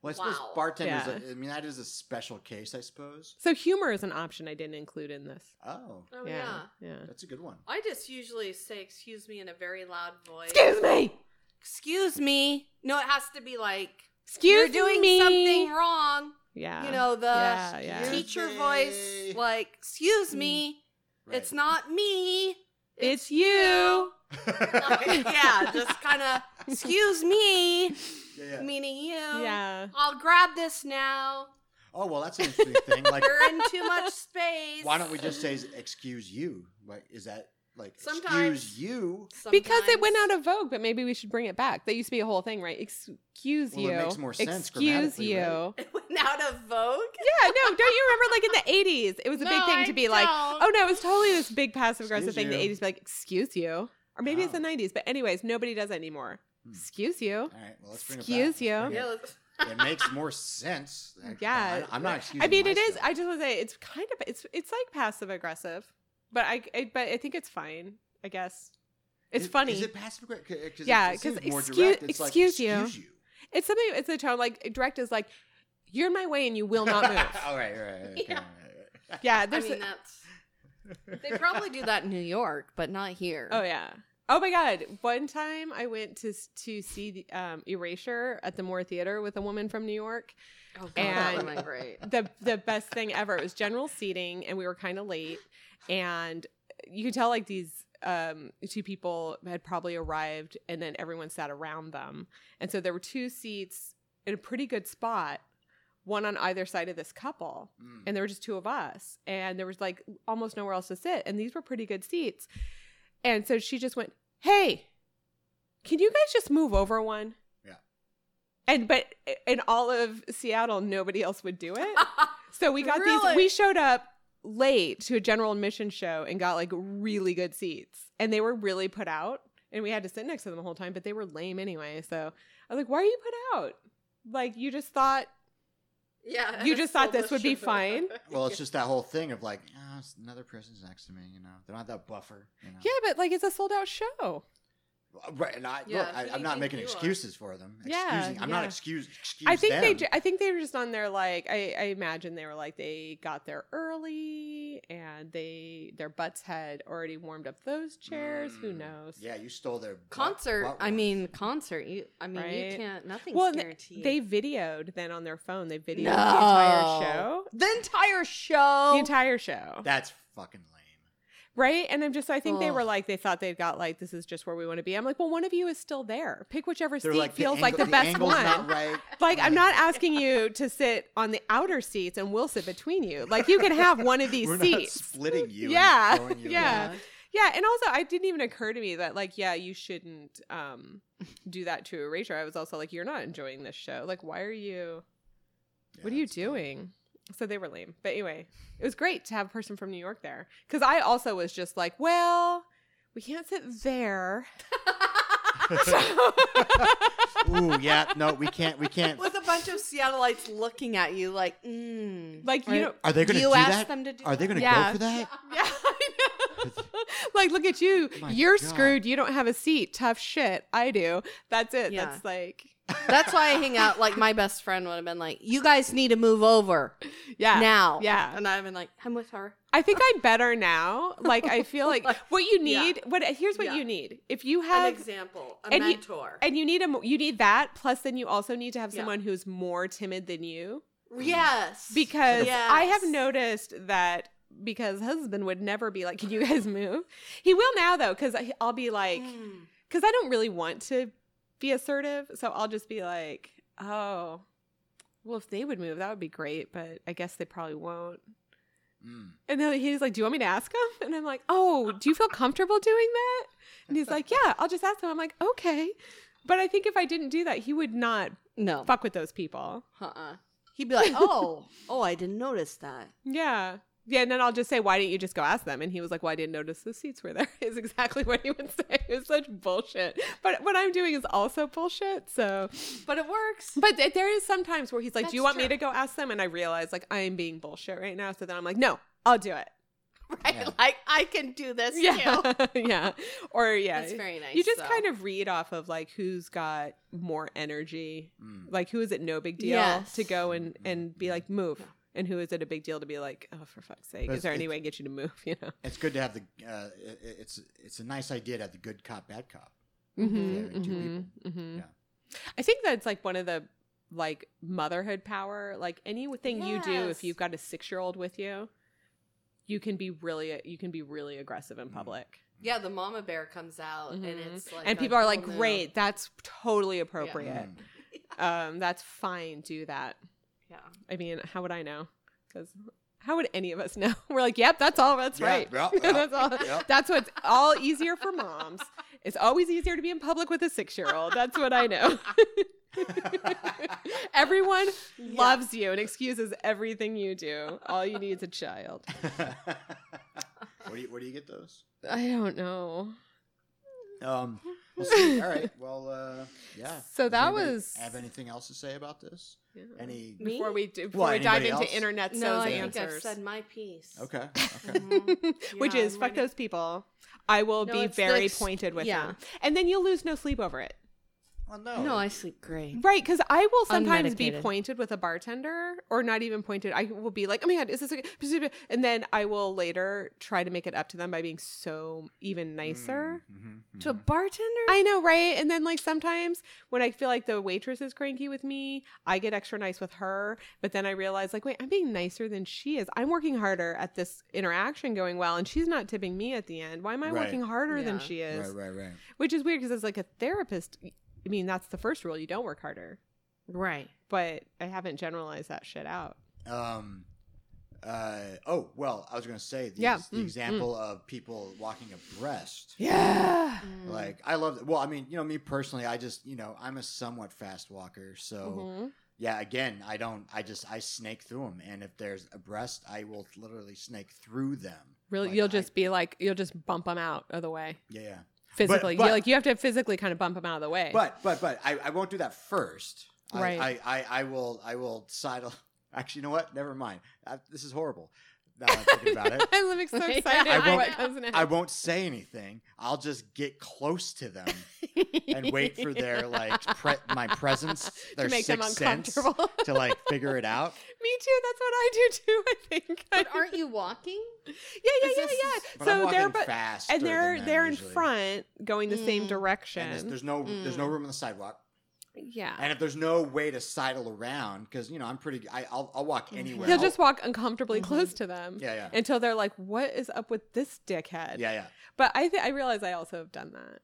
Speaker 2: Well, I suppose
Speaker 4: Wow.
Speaker 2: bartenders.
Speaker 3: Yeah.
Speaker 2: I mean, that is a special case, I suppose.
Speaker 3: So humor is an option I didn't include in this.
Speaker 2: Oh,
Speaker 4: oh yeah.
Speaker 3: Yeah.
Speaker 2: that's a good one.
Speaker 4: I just usually say excuse me in a very loud voice.
Speaker 3: Excuse me.
Speaker 4: Excuse me. No, it has to be like
Speaker 3: Excuse
Speaker 4: you're doing
Speaker 3: me.
Speaker 4: something wrong.
Speaker 3: Yeah.
Speaker 4: You know the
Speaker 3: Yeah, yeah.
Speaker 4: teacher
Speaker 2: Excuse me.
Speaker 4: voice, like excuse me.
Speaker 2: Right.
Speaker 4: It's not me.
Speaker 3: It's you.
Speaker 4: yeah, just kind of, excuse me,
Speaker 2: yeah, yeah.
Speaker 4: meaning you.
Speaker 3: Yeah.
Speaker 4: I'll grab this now.
Speaker 2: Oh well, that's an interesting thing. Like,
Speaker 4: You're in too much space.
Speaker 2: why don't we just say "excuse you"? Like, is that like
Speaker 4: Sometimes.
Speaker 2: "excuse you"?
Speaker 3: Because it went
Speaker 4: Sometimes.
Speaker 3: out of vogue, but maybe we should bring it back. That used to be a whole thing, right? Excuse
Speaker 2: Well, it
Speaker 3: you.
Speaker 2: makes more sense
Speaker 3: Excuse
Speaker 2: grammatically,
Speaker 3: you.
Speaker 2: right?
Speaker 4: It went out of vogue.
Speaker 3: Yeah, no, don't you remember like in the eighties? It was a big
Speaker 4: No,
Speaker 3: thing
Speaker 4: I
Speaker 3: to be like,
Speaker 4: don't.
Speaker 3: oh no, it was totally this big passive aggressive
Speaker 2: Excuse
Speaker 3: thing. in The
Speaker 2: you.
Speaker 3: eighties, be like, excuse you, or maybe it's the
Speaker 2: Wow.
Speaker 3: nineties. But anyways, nobody does that anymore.
Speaker 2: Hmm.
Speaker 3: Excuse you.
Speaker 2: All right, well, let's bring
Speaker 3: Excuse
Speaker 2: it back.
Speaker 3: you.
Speaker 2: Let's
Speaker 4: Yeah,
Speaker 2: bring
Speaker 4: let's-
Speaker 2: It. it makes more sense. I-
Speaker 3: Yeah.
Speaker 2: I, am not excusing.
Speaker 3: I mean, it is.
Speaker 2: myself.
Speaker 3: I just want to say it's kind of it's it's like passive aggressive, but I, I but I think it's fine. I guess it's
Speaker 2: Is-
Speaker 3: funny.
Speaker 2: Is it passive aggressive?
Speaker 3: Yeah,
Speaker 2: it, seems
Speaker 3: 'cause
Speaker 2: more
Speaker 3: excu-
Speaker 2: direct. It's like,
Speaker 3: excuse you.
Speaker 2: Excuse you.
Speaker 3: it's something. It's a tone like direct is like you're in my way and you will not move.
Speaker 2: all right, all right, all right, okay,
Speaker 4: Yeah.
Speaker 2: all right, all right.
Speaker 3: yeah,
Speaker 4: I
Speaker 3: there's.
Speaker 4: mean, that's. They probably do that in New York, but not here.
Speaker 3: Oh yeah. Oh my god! One time I went to s- to see the, um, Erasure at the Moore Theater with a woman from New York.
Speaker 4: Oh, God, that
Speaker 3: And-
Speaker 4: would have been great.
Speaker 3: the The best thing ever. It was general seating, and we were kind of late, and you could tell like these um, two people had probably arrived, and then everyone sat around them, and so there were two seats in a pretty good spot, one on either side of this couple
Speaker 2: Mm.
Speaker 3: and there were just two of us and there was like almost nowhere else to sit and these were pretty good seats and so she just went hey can you guys just move over one
Speaker 2: Yeah.
Speaker 3: and but in all of seattle nobody else would do it so we got
Speaker 4: Really?
Speaker 3: these we showed up late to a general admission show and got like really good seats and they were really put out and we had to sit next to them the whole time but they were lame anyway so i was like why are you put out like you just thought
Speaker 4: yeah.
Speaker 3: You just thought this would be
Speaker 4: Solution.
Speaker 2: Well, it's just that whole thing of like, oh, it's another person's next to me, you know. They don't have that buffer, you know.
Speaker 3: yeah but like it's a sold out show
Speaker 2: Well, Right, and I,
Speaker 4: Yeah,
Speaker 2: look, I,
Speaker 4: who do
Speaker 2: I'm
Speaker 4: you
Speaker 2: not
Speaker 4: think
Speaker 2: making
Speaker 4: you are?
Speaker 2: excuses for them.
Speaker 3: Yeah,
Speaker 2: Excusing, I'm not
Speaker 3: yeah.
Speaker 2: excuse. excuse
Speaker 3: I think they.
Speaker 2: them.
Speaker 3: ju- I think they were just on their like. I, I imagine they were like they got there early and they their butts had already warmed up those chairs. Who
Speaker 2: Mm.
Speaker 3: knows?
Speaker 2: Yeah, you stole their butt-
Speaker 4: concert.
Speaker 2: butt
Speaker 4: I
Speaker 2: one.
Speaker 4: mean, concert. You. I mean,
Speaker 3: Right?
Speaker 4: you can't. Nothing's
Speaker 3: Well, and they-
Speaker 4: guaranteed.
Speaker 3: They videoed then on their phone. They videoed
Speaker 4: No.
Speaker 3: the entire show.
Speaker 4: The entire show.
Speaker 3: The entire show.
Speaker 2: that's fucking lame.
Speaker 3: right? And I'm just. I think they were
Speaker 4: Ugh.
Speaker 3: like they thought they got like this is just where we want to be. I'm like, well, one of you is still there. Pick whichever
Speaker 2: They're
Speaker 3: seat
Speaker 2: like
Speaker 3: feels
Speaker 2: the
Speaker 3: like
Speaker 2: angle,
Speaker 3: the best
Speaker 2: angle's
Speaker 3: one.
Speaker 2: Not right.
Speaker 3: Like I'm
Speaker 2: Yeah.
Speaker 3: not asking you to sit on the outer seats and we'll sit between you. Like you can have one of these
Speaker 2: We're not
Speaker 3: seats.
Speaker 2: splitting you. and
Speaker 3: Yeah,
Speaker 2: throwing you
Speaker 3: yeah.
Speaker 2: in.
Speaker 3: Yeah, and also I didn't even occur to me that like yeah, you shouldn't um do that to Erasure. I was also like, you're not enjoying this show. Like, why are you?
Speaker 2: Yeah,
Speaker 3: what are you
Speaker 2: that's dumb.
Speaker 3: doing? So they were lame. But anyway, it was great to have a person from New York there because I also was just like, well, we can't sit there. So-
Speaker 2: Ooh, yeah. No, we can't. We can't.
Speaker 4: With a bunch of Seattleites looking at you like, mm.
Speaker 3: like you
Speaker 4: Right.
Speaker 3: know,
Speaker 2: Are they going to
Speaker 4: you
Speaker 2: do
Speaker 4: asked
Speaker 2: that?
Speaker 4: them to do
Speaker 2: Are they going to
Speaker 3: Yeah.
Speaker 2: go for that?
Speaker 3: yeah, I know. like look at you.
Speaker 2: My
Speaker 3: You're
Speaker 2: God.
Speaker 3: screwed. You don't have a seat. Tough shit. I do. That's it.
Speaker 4: Yeah.
Speaker 3: That's like
Speaker 4: That's why I hang out. Like my best friend would have been like, "You guys need to move over
Speaker 3: yeah.
Speaker 4: now."
Speaker 3: Yeah.
Speaker 4: and I've been like, "I'm with her."
Speaker 3: I think I'm better now. Like I feel like
Speaker 4: Like,
Speaker 3: what you
Speaker 4: yeah.
Speaker 3: need. What here's what
Speaker 4: Yeah.
Speaker 3: you need. If you have
Speaker 4: example, a
Speaker 3: and you-
Speaker 4: mentor.
Speaker 3: and you need a mo- you need that plus then you also need to have
Speaker 4: Yeah.
Speaker 3: someone who's more timid than you
Speaker 4: yes,
Speaker 3: because I have
Speaker 4: Yes.
Speaker 3: noticed that because husband would never be like, "Can you guys move?" He will now though cuz I'll be like
Speaker 4: Mm.
Speaker 3: cuz I don't really want to be assertive, so I'll just be like, "Oh, well, if they would move, that would be great, but I guess they probably won't."
Speaker 2: Mm.
Speaker 3: And then he's like, Do you want me to ask him? And I'm like, Oh, do you feel comfortable doing that? And he's like, Yeah, I'll just ask him. I'm like, Okay. But I think if I didn't do that, he would not
Speaker 4: no,
Speaker 3: fuck with those people.
Speaker 4: uh-uh. He'd be like, "Oh, oh, I didn't notice that."
Speaker 3: Yeah. Yeah. And then I'll just say, Why didn't you just go ask them? And he was like, Well, I didn't notice the seats were there, is exactly what he would say. It was such bullshit. But what I'm doing is also bullshit. So,
Speaker 4: But it works.
Speaker 3: but th- there is sometimes where he's like, Do you
Speaker 4: That's
Speaker 3: want me
Speaker 4: true.
Speaker 3: to go ask them? And I realize, like, I am being bullshit right now. So then I'm like, No, I'll do it.
Speaker 4: Right?
Speaker 2: Yeah.
Speaker 4: Like I can do this
Speaker 3: Yeah.
Speaker 4: too.
Speaker 3: yeah. Or, yeah.
Speaker 4: That's very nice.
Speaker 3: you just kind of read off of like who's got more energy
Speaker 2: Mm.
Speaker 3: like who is it no big deal
Speaker 4: Yes.
Speaker 3: to go and
Speaker 2: Mm-hmm.
Speaker 3: and be like move
Speaker 4: Yeah.
Speaker 3: and who is it a big deal to be like oh for fuck's sake
Speaker 2: But
Speaker 3: is there
Speaker 2: it's-
Speaker 3: any way to get you to move you know
Speaker 2: It's good to have the. Uh, it, it's it's a nice idea to have the good cop, bad cop.
Speaker 4: Mm-hmm,
Speaker 3: Mhm,
Speaker 2: Yeah, two
Speaker 3: mhm, mhm.
Speaker 2: Yeah.
Speaker 3: i think that's like one of the like motherhood power like anything you do if
Speaker 4: Yes.
Speaker 3: you've got a six year old with you you can be really you can be really aggressive in
Speaker 2: Mhm.
Speaker 3: public.
Speaker 4: Yeah, the mama bear comes out and
Speaker 3: Mhm.
Speaker 4: it's like
Speaker 3: and
Speaker 4: a
Speaker 3: people are like,
Speaker 4: whole new-
Speaker 3: "Great, that's totally appropriate.
Speaker 2: Mm.
Speaker 3: Um that's fine, do that."
Speaker 4: Yeah.
Speaker 3: I mean, how would I know? Cuz how would any of us know? We're like, "Yep, that's all. That's
Speaker 2: Yeah,
Speaker 3: right."
Speaker 2: yeah, yeah.
Speaker 3: that's all.
Speaker 2: Yep.
Speaker 3: That's what's all easier for moms. It's always easier to be in public with a 6-year-old. That's what I know. Everyone loves you and excuses everything you do. All you need is a child.
Speaker 2: where do you where do you get those?
Speaker 3: I don't know.
Speaker 2: Um, we'll see. All right. Well, uh, yeah.
Speaker 3: So
Speaker 2: Does
Speaker 3: that
Speaker 2: anybody
Speaker 3: was-
Speaker 2: Have anything else to say about this?
Speaker 3: Yeah.
Speaker 2: Any?
Speaker 4: Me?
Speaker 3: Before we do, before
Speaker 2: Well,
Speaker 3: we dive
Speaker 2: anybody
Speaker 3: into
Speaker 2: else?
Speaker 3: internet
Speaker 4: No,
Speaker 3: so's
Speaker 4: I think I've
Speaker 3: answers.
Speaker 4: said my piece.
Speaker 2: Okay. Okay.
Speaker 4: Mhm.
Speaker 3: Which
Speaker 4: Yeah,
Speaker 3: is
Speaker 4: I'm
Speaker 3: fuck
Speaker 4: ready.
Speaker 3: those people. I will
Speaker 4: No,
Speaker 3: be
Speaker 4: it's the
Speaker 3: very
Speaker 4: ex-
Speaker 3: pointed with
Speaker 4: yeah.
Speaker 3: them. And then you'll lose no sleep over it.
Speaker 2: Well, no.
Speaker 4: No, I sleep great.
Speaker 3: Right, because I will sometimes be
Speaker 4: Unmedicated.
Speaker 3: pointed with a bartender, or not even pointed. I will be like, "Oh my god, is this?" Okay? And then I will later try to make it up to them by being so even nicer.
Speaker 2: Mhm, mhm,
Speaker 4: To a
Speaker 3: Mm.
Speaker 2: mhm.
Speaker 4: bartender?
Speaker 3: I know, right? And then like sometimes when I feel like the waitress is cranky with me, I get extra nice with her. But then I realize like, wait, I'm being nicer than she is. I'm working harder at this interaction going well, and she's not tipping me at the end. Why am I
Speaker 2: Right.
Speaker 3: working harder than
Speaker 4: Yeah.
Speaker 3: she is?
Speaker 2: Right, right, right.
Speaker 3: Which is weird because as like a therapist, I mean that's the first rule: you don't work harder.
Speaker 4: Right.
Speaker 3: But I haven't generalized that shit out.
Speaker 2: Um, uh, oh well, I was gonna say the,
Speaker 3: Yeah,
Speaker 2: ex- the
Speaker 3: mm,
Speaker 2: example of people walking abreast.
Speaker 3: Yeah.
Speaker 4: Mm.
Speaker 2: Like I love. Well, I mean, you know, me personally, I just you know I'm a somewhat fast walker, so
Speaker 3: Mm-hmm.
Speaker 2: yeah. Again, I don't. I just I snake through them, and if there's abreast, I will literally snake through them.
Speaker 3: Really,
Speaker 2: Like,
Speaker 3: you'll
Speaker 2: I-
Speaker 3: just be like, you'll just bump them out of the way
Speaker 2: yeah. yeah.
Speaker 3: physically.
Speaker 2: but-
Speaker 3: you like you have to physically kind of bump them out of the way.
Speaker 2: But but but I, I won't do that first. I,
Speaker 3: Right.
Speaker 2: I, I, I will I will sidle. Actually, you know what? Never mind. I, this is horrible. Now that I'm thinking about it.
Speaker 3: I'm so
Speaker 4: Yeah,
Speaker 3: excited
Speaker 2: I
Speaker 3: for
Speaker 2: won't-
Speaker 3: what comes next.
Speaker 2: I won't say anything. I'll just get close to them and wait for their like pre- my presence, their
Speaker 3: to make them
Speaker 2: sixth sense
Speaker 3: uncomfortable.
Speaker 2: to like figure it out.
Speaker 3: Me too. That's what I do too. I think.
Speaker 4: But aren't you walking?
Speaker 3: yeah, yeah,
Speaker 4: is
Speaker 3: yeah,
Speaker 4: this-
Speaker 3: yeah.
Speaker 2: But I'm
Speaker 3: So
Speaker 2: walking
Speaker 3: they're but
Speaker 2: fast,
Speaker 3: and they're
Speaker 2: them
Speaker 3: they're
Speaker 2: usually.
Speaker 3: in front going the same
Speaker 4: Mm.
Speaker 3: direction.
Speaker 2: And there's, there's no there's no
Speaker 4: Mm.
Speaker 2: room on the sidewalk.
Speaker 3: yeah.
Speaker 2: And if there's no way to sidle around, because you know I'm pretty, I, I'll, I'll walk
Speaker 4: Mhm.
Speaker 2: anywhere.
Speaker 3: He'll
Speaker 2: I'll-
Speaker 3: Mm-hmm. just walk uncomfortably
Speaker 4: Mhm.
Speaker 3: close to them
Speaker 2: yeah, yeah,
Speaker 3: until they're like, "What is up with this dickhead?"
Speaker 2: yeah, yeah.
Speaker 3: But I th- I realize I also have done that.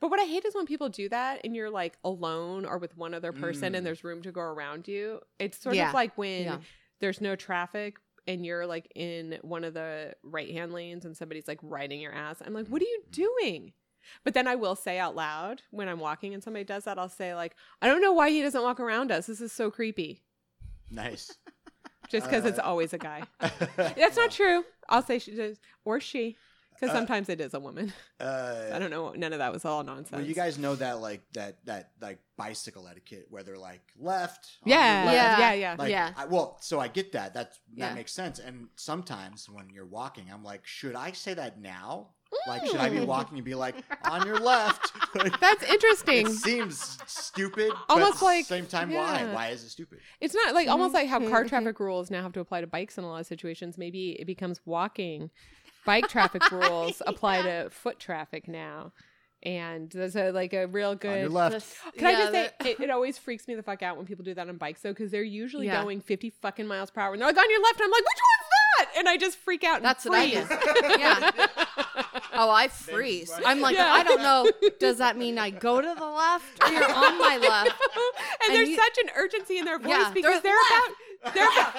Speaker 3: But what I hate is when people do that and you're like alone or with one other person
Speaker 2: Mm.
Speaker 3: and there's room to go around you. It's sort
Speaker 4: Yeah.
Speaker 3: of like when
Speaker 4: Yeah.
Speaker 3: there's no traffic and you're like in one of the right hand lanes and somebody's like riding your ass. I'm like, what are you
Speaker 2: Mm-hmm.
Speaker 3: doing? But then I will say out loud when I'm walking and somebody does that, I'll say like, I don't know why he doesn't walk around us. This is so creepy.
Speaker 2: Nice.
Speaker 3: Just because it's
Speaker 2: Uh,
Speaker 3: always a guy.
Speaker 2: That's
Speaker 3: That's not true. I'll say she does or she. Because
Speaker 2: Uh,
Speaker 3: sometimes it is a woman. I
Speaker 2: Uh,
Speaker 3: don't know. None of that was all nonsense.
Speaker 2: well, you guys know that like that that like bicycle etiquette where they're like left. on your
Speaker 3: Yeah,
Speaker 2: left,
Speaker 3: yeah,
Speaker 4: Yeah.
Speaker 3: yeah, yeah.
Speaker 2: Like,
Speaker 4: Yeah.
Speaker 2: I, well, so I get that. That's, that
Speaker 4: Yeah.
Speaker 2: makes sense. And sometimes when you're walking, I'm like, should I say that now? Like, should I
Speaker 4: Mm.
Speaker 2: be walking and be like, on your left? Like,
Speaker 3: That's interesting.
Speaker 2: it seems stupid.
Speaker 3: Almost
Speaker 2: but
Speaker 3: like-
Speaker 2: Same time, why?
Speaker 3: yeah.
Speaker 2: Why is it stupid?
Speaker 3: It's not like almost like how car
Speaker 4: Mhm.
Speaker 3: traffic rules now have to apply to bikes in a lot of situations. Maybe it becomes walking. Bike traffic rules apply to foot traffic now, and there's a like a real
Speaker 2: On your
Speaker 3: good.
Speaker 2: left.
Speaker 4: Just-
Speaker 3: Can I
Speaker 4: yeah,
Speaker 3: just say
Speaker 4: that-
Speaker 3: it, it always freaks me the fuck out when people do that on bikes though, because they're usually
Speaker 4: Yeah.
Speaker 3: going 50 fucking miles per hour, and they're like on your left, and I'm like, which one's that? And I just freak out. And
Speaker 4: That's what I
Speaker 3: freeze.
Speaker 4: do. Yeah. Oh, I freeze.
Speaker 2: right.
Speaker 4: I'm like,
Speaker 3: Yeah.
Speaker 4: I don't know. Does that mean I go to the left or you're on my left?
Speaker 3: and,
Speaker 4: And
Speaker 3: there's
Speaker 4: you-
Speaker 3: such an urgency in their voice
Speaker 4: Yeah,
Speaker 3: because
Speaker 4: they're
Speaker 3: they're about they're about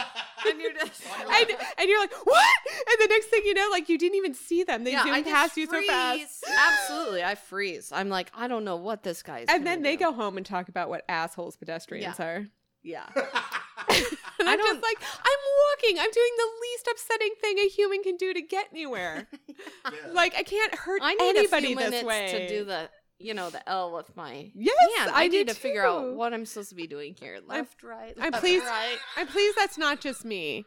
Speaker 4: And you're just
Speaker 3: and, and you're like, what? And the next thing you know, like you didn't even see them. They
Speaker 4: yeah, I
Speaker 3: zoomed
Speaker 4: just
Speaker 3: past you so fast.
Speaker 4: freeze. Absolutely, I freeze. I'm like, I don't know what this guy's.
Speaker 3: And then
Speaker 4: gonna
Speaker 3: they
Speaker 4: do.
Speaker 3: go home and talk about what assholes pedestrians are.
Speaker 4: yeah.
Speaker 3: And
Speaker 4: I
Speaker 3: I'm just
Speaker 4: don't-
Speaker 3: like, I'm walking. I'm doing the least upsetting thing a human can do to get anywhere. like I can't hurt
Speaker 4: I need
Speaker 3: anybody
Speaker 4: a few
Speaker 3: this
Speaker 4: minutes
Speaker 3: way.
Speaker 4: to do the, you know, the L with my.
Speaker 3: Yes,
Speaker 4: hand.
Speaker 3: I,
Speaker 4: I, need
Speaker 3: do
Speaker 4: to figure out
Speaker 3: too.
Speaker 4: what I'm supposed to be doing here. Left, right.
Speaker 3: I'm
Speaker 4: left,
Speaker 3: pleased-
Speaker 4: Right.
Speaker 3: I'm pleased that's not just me.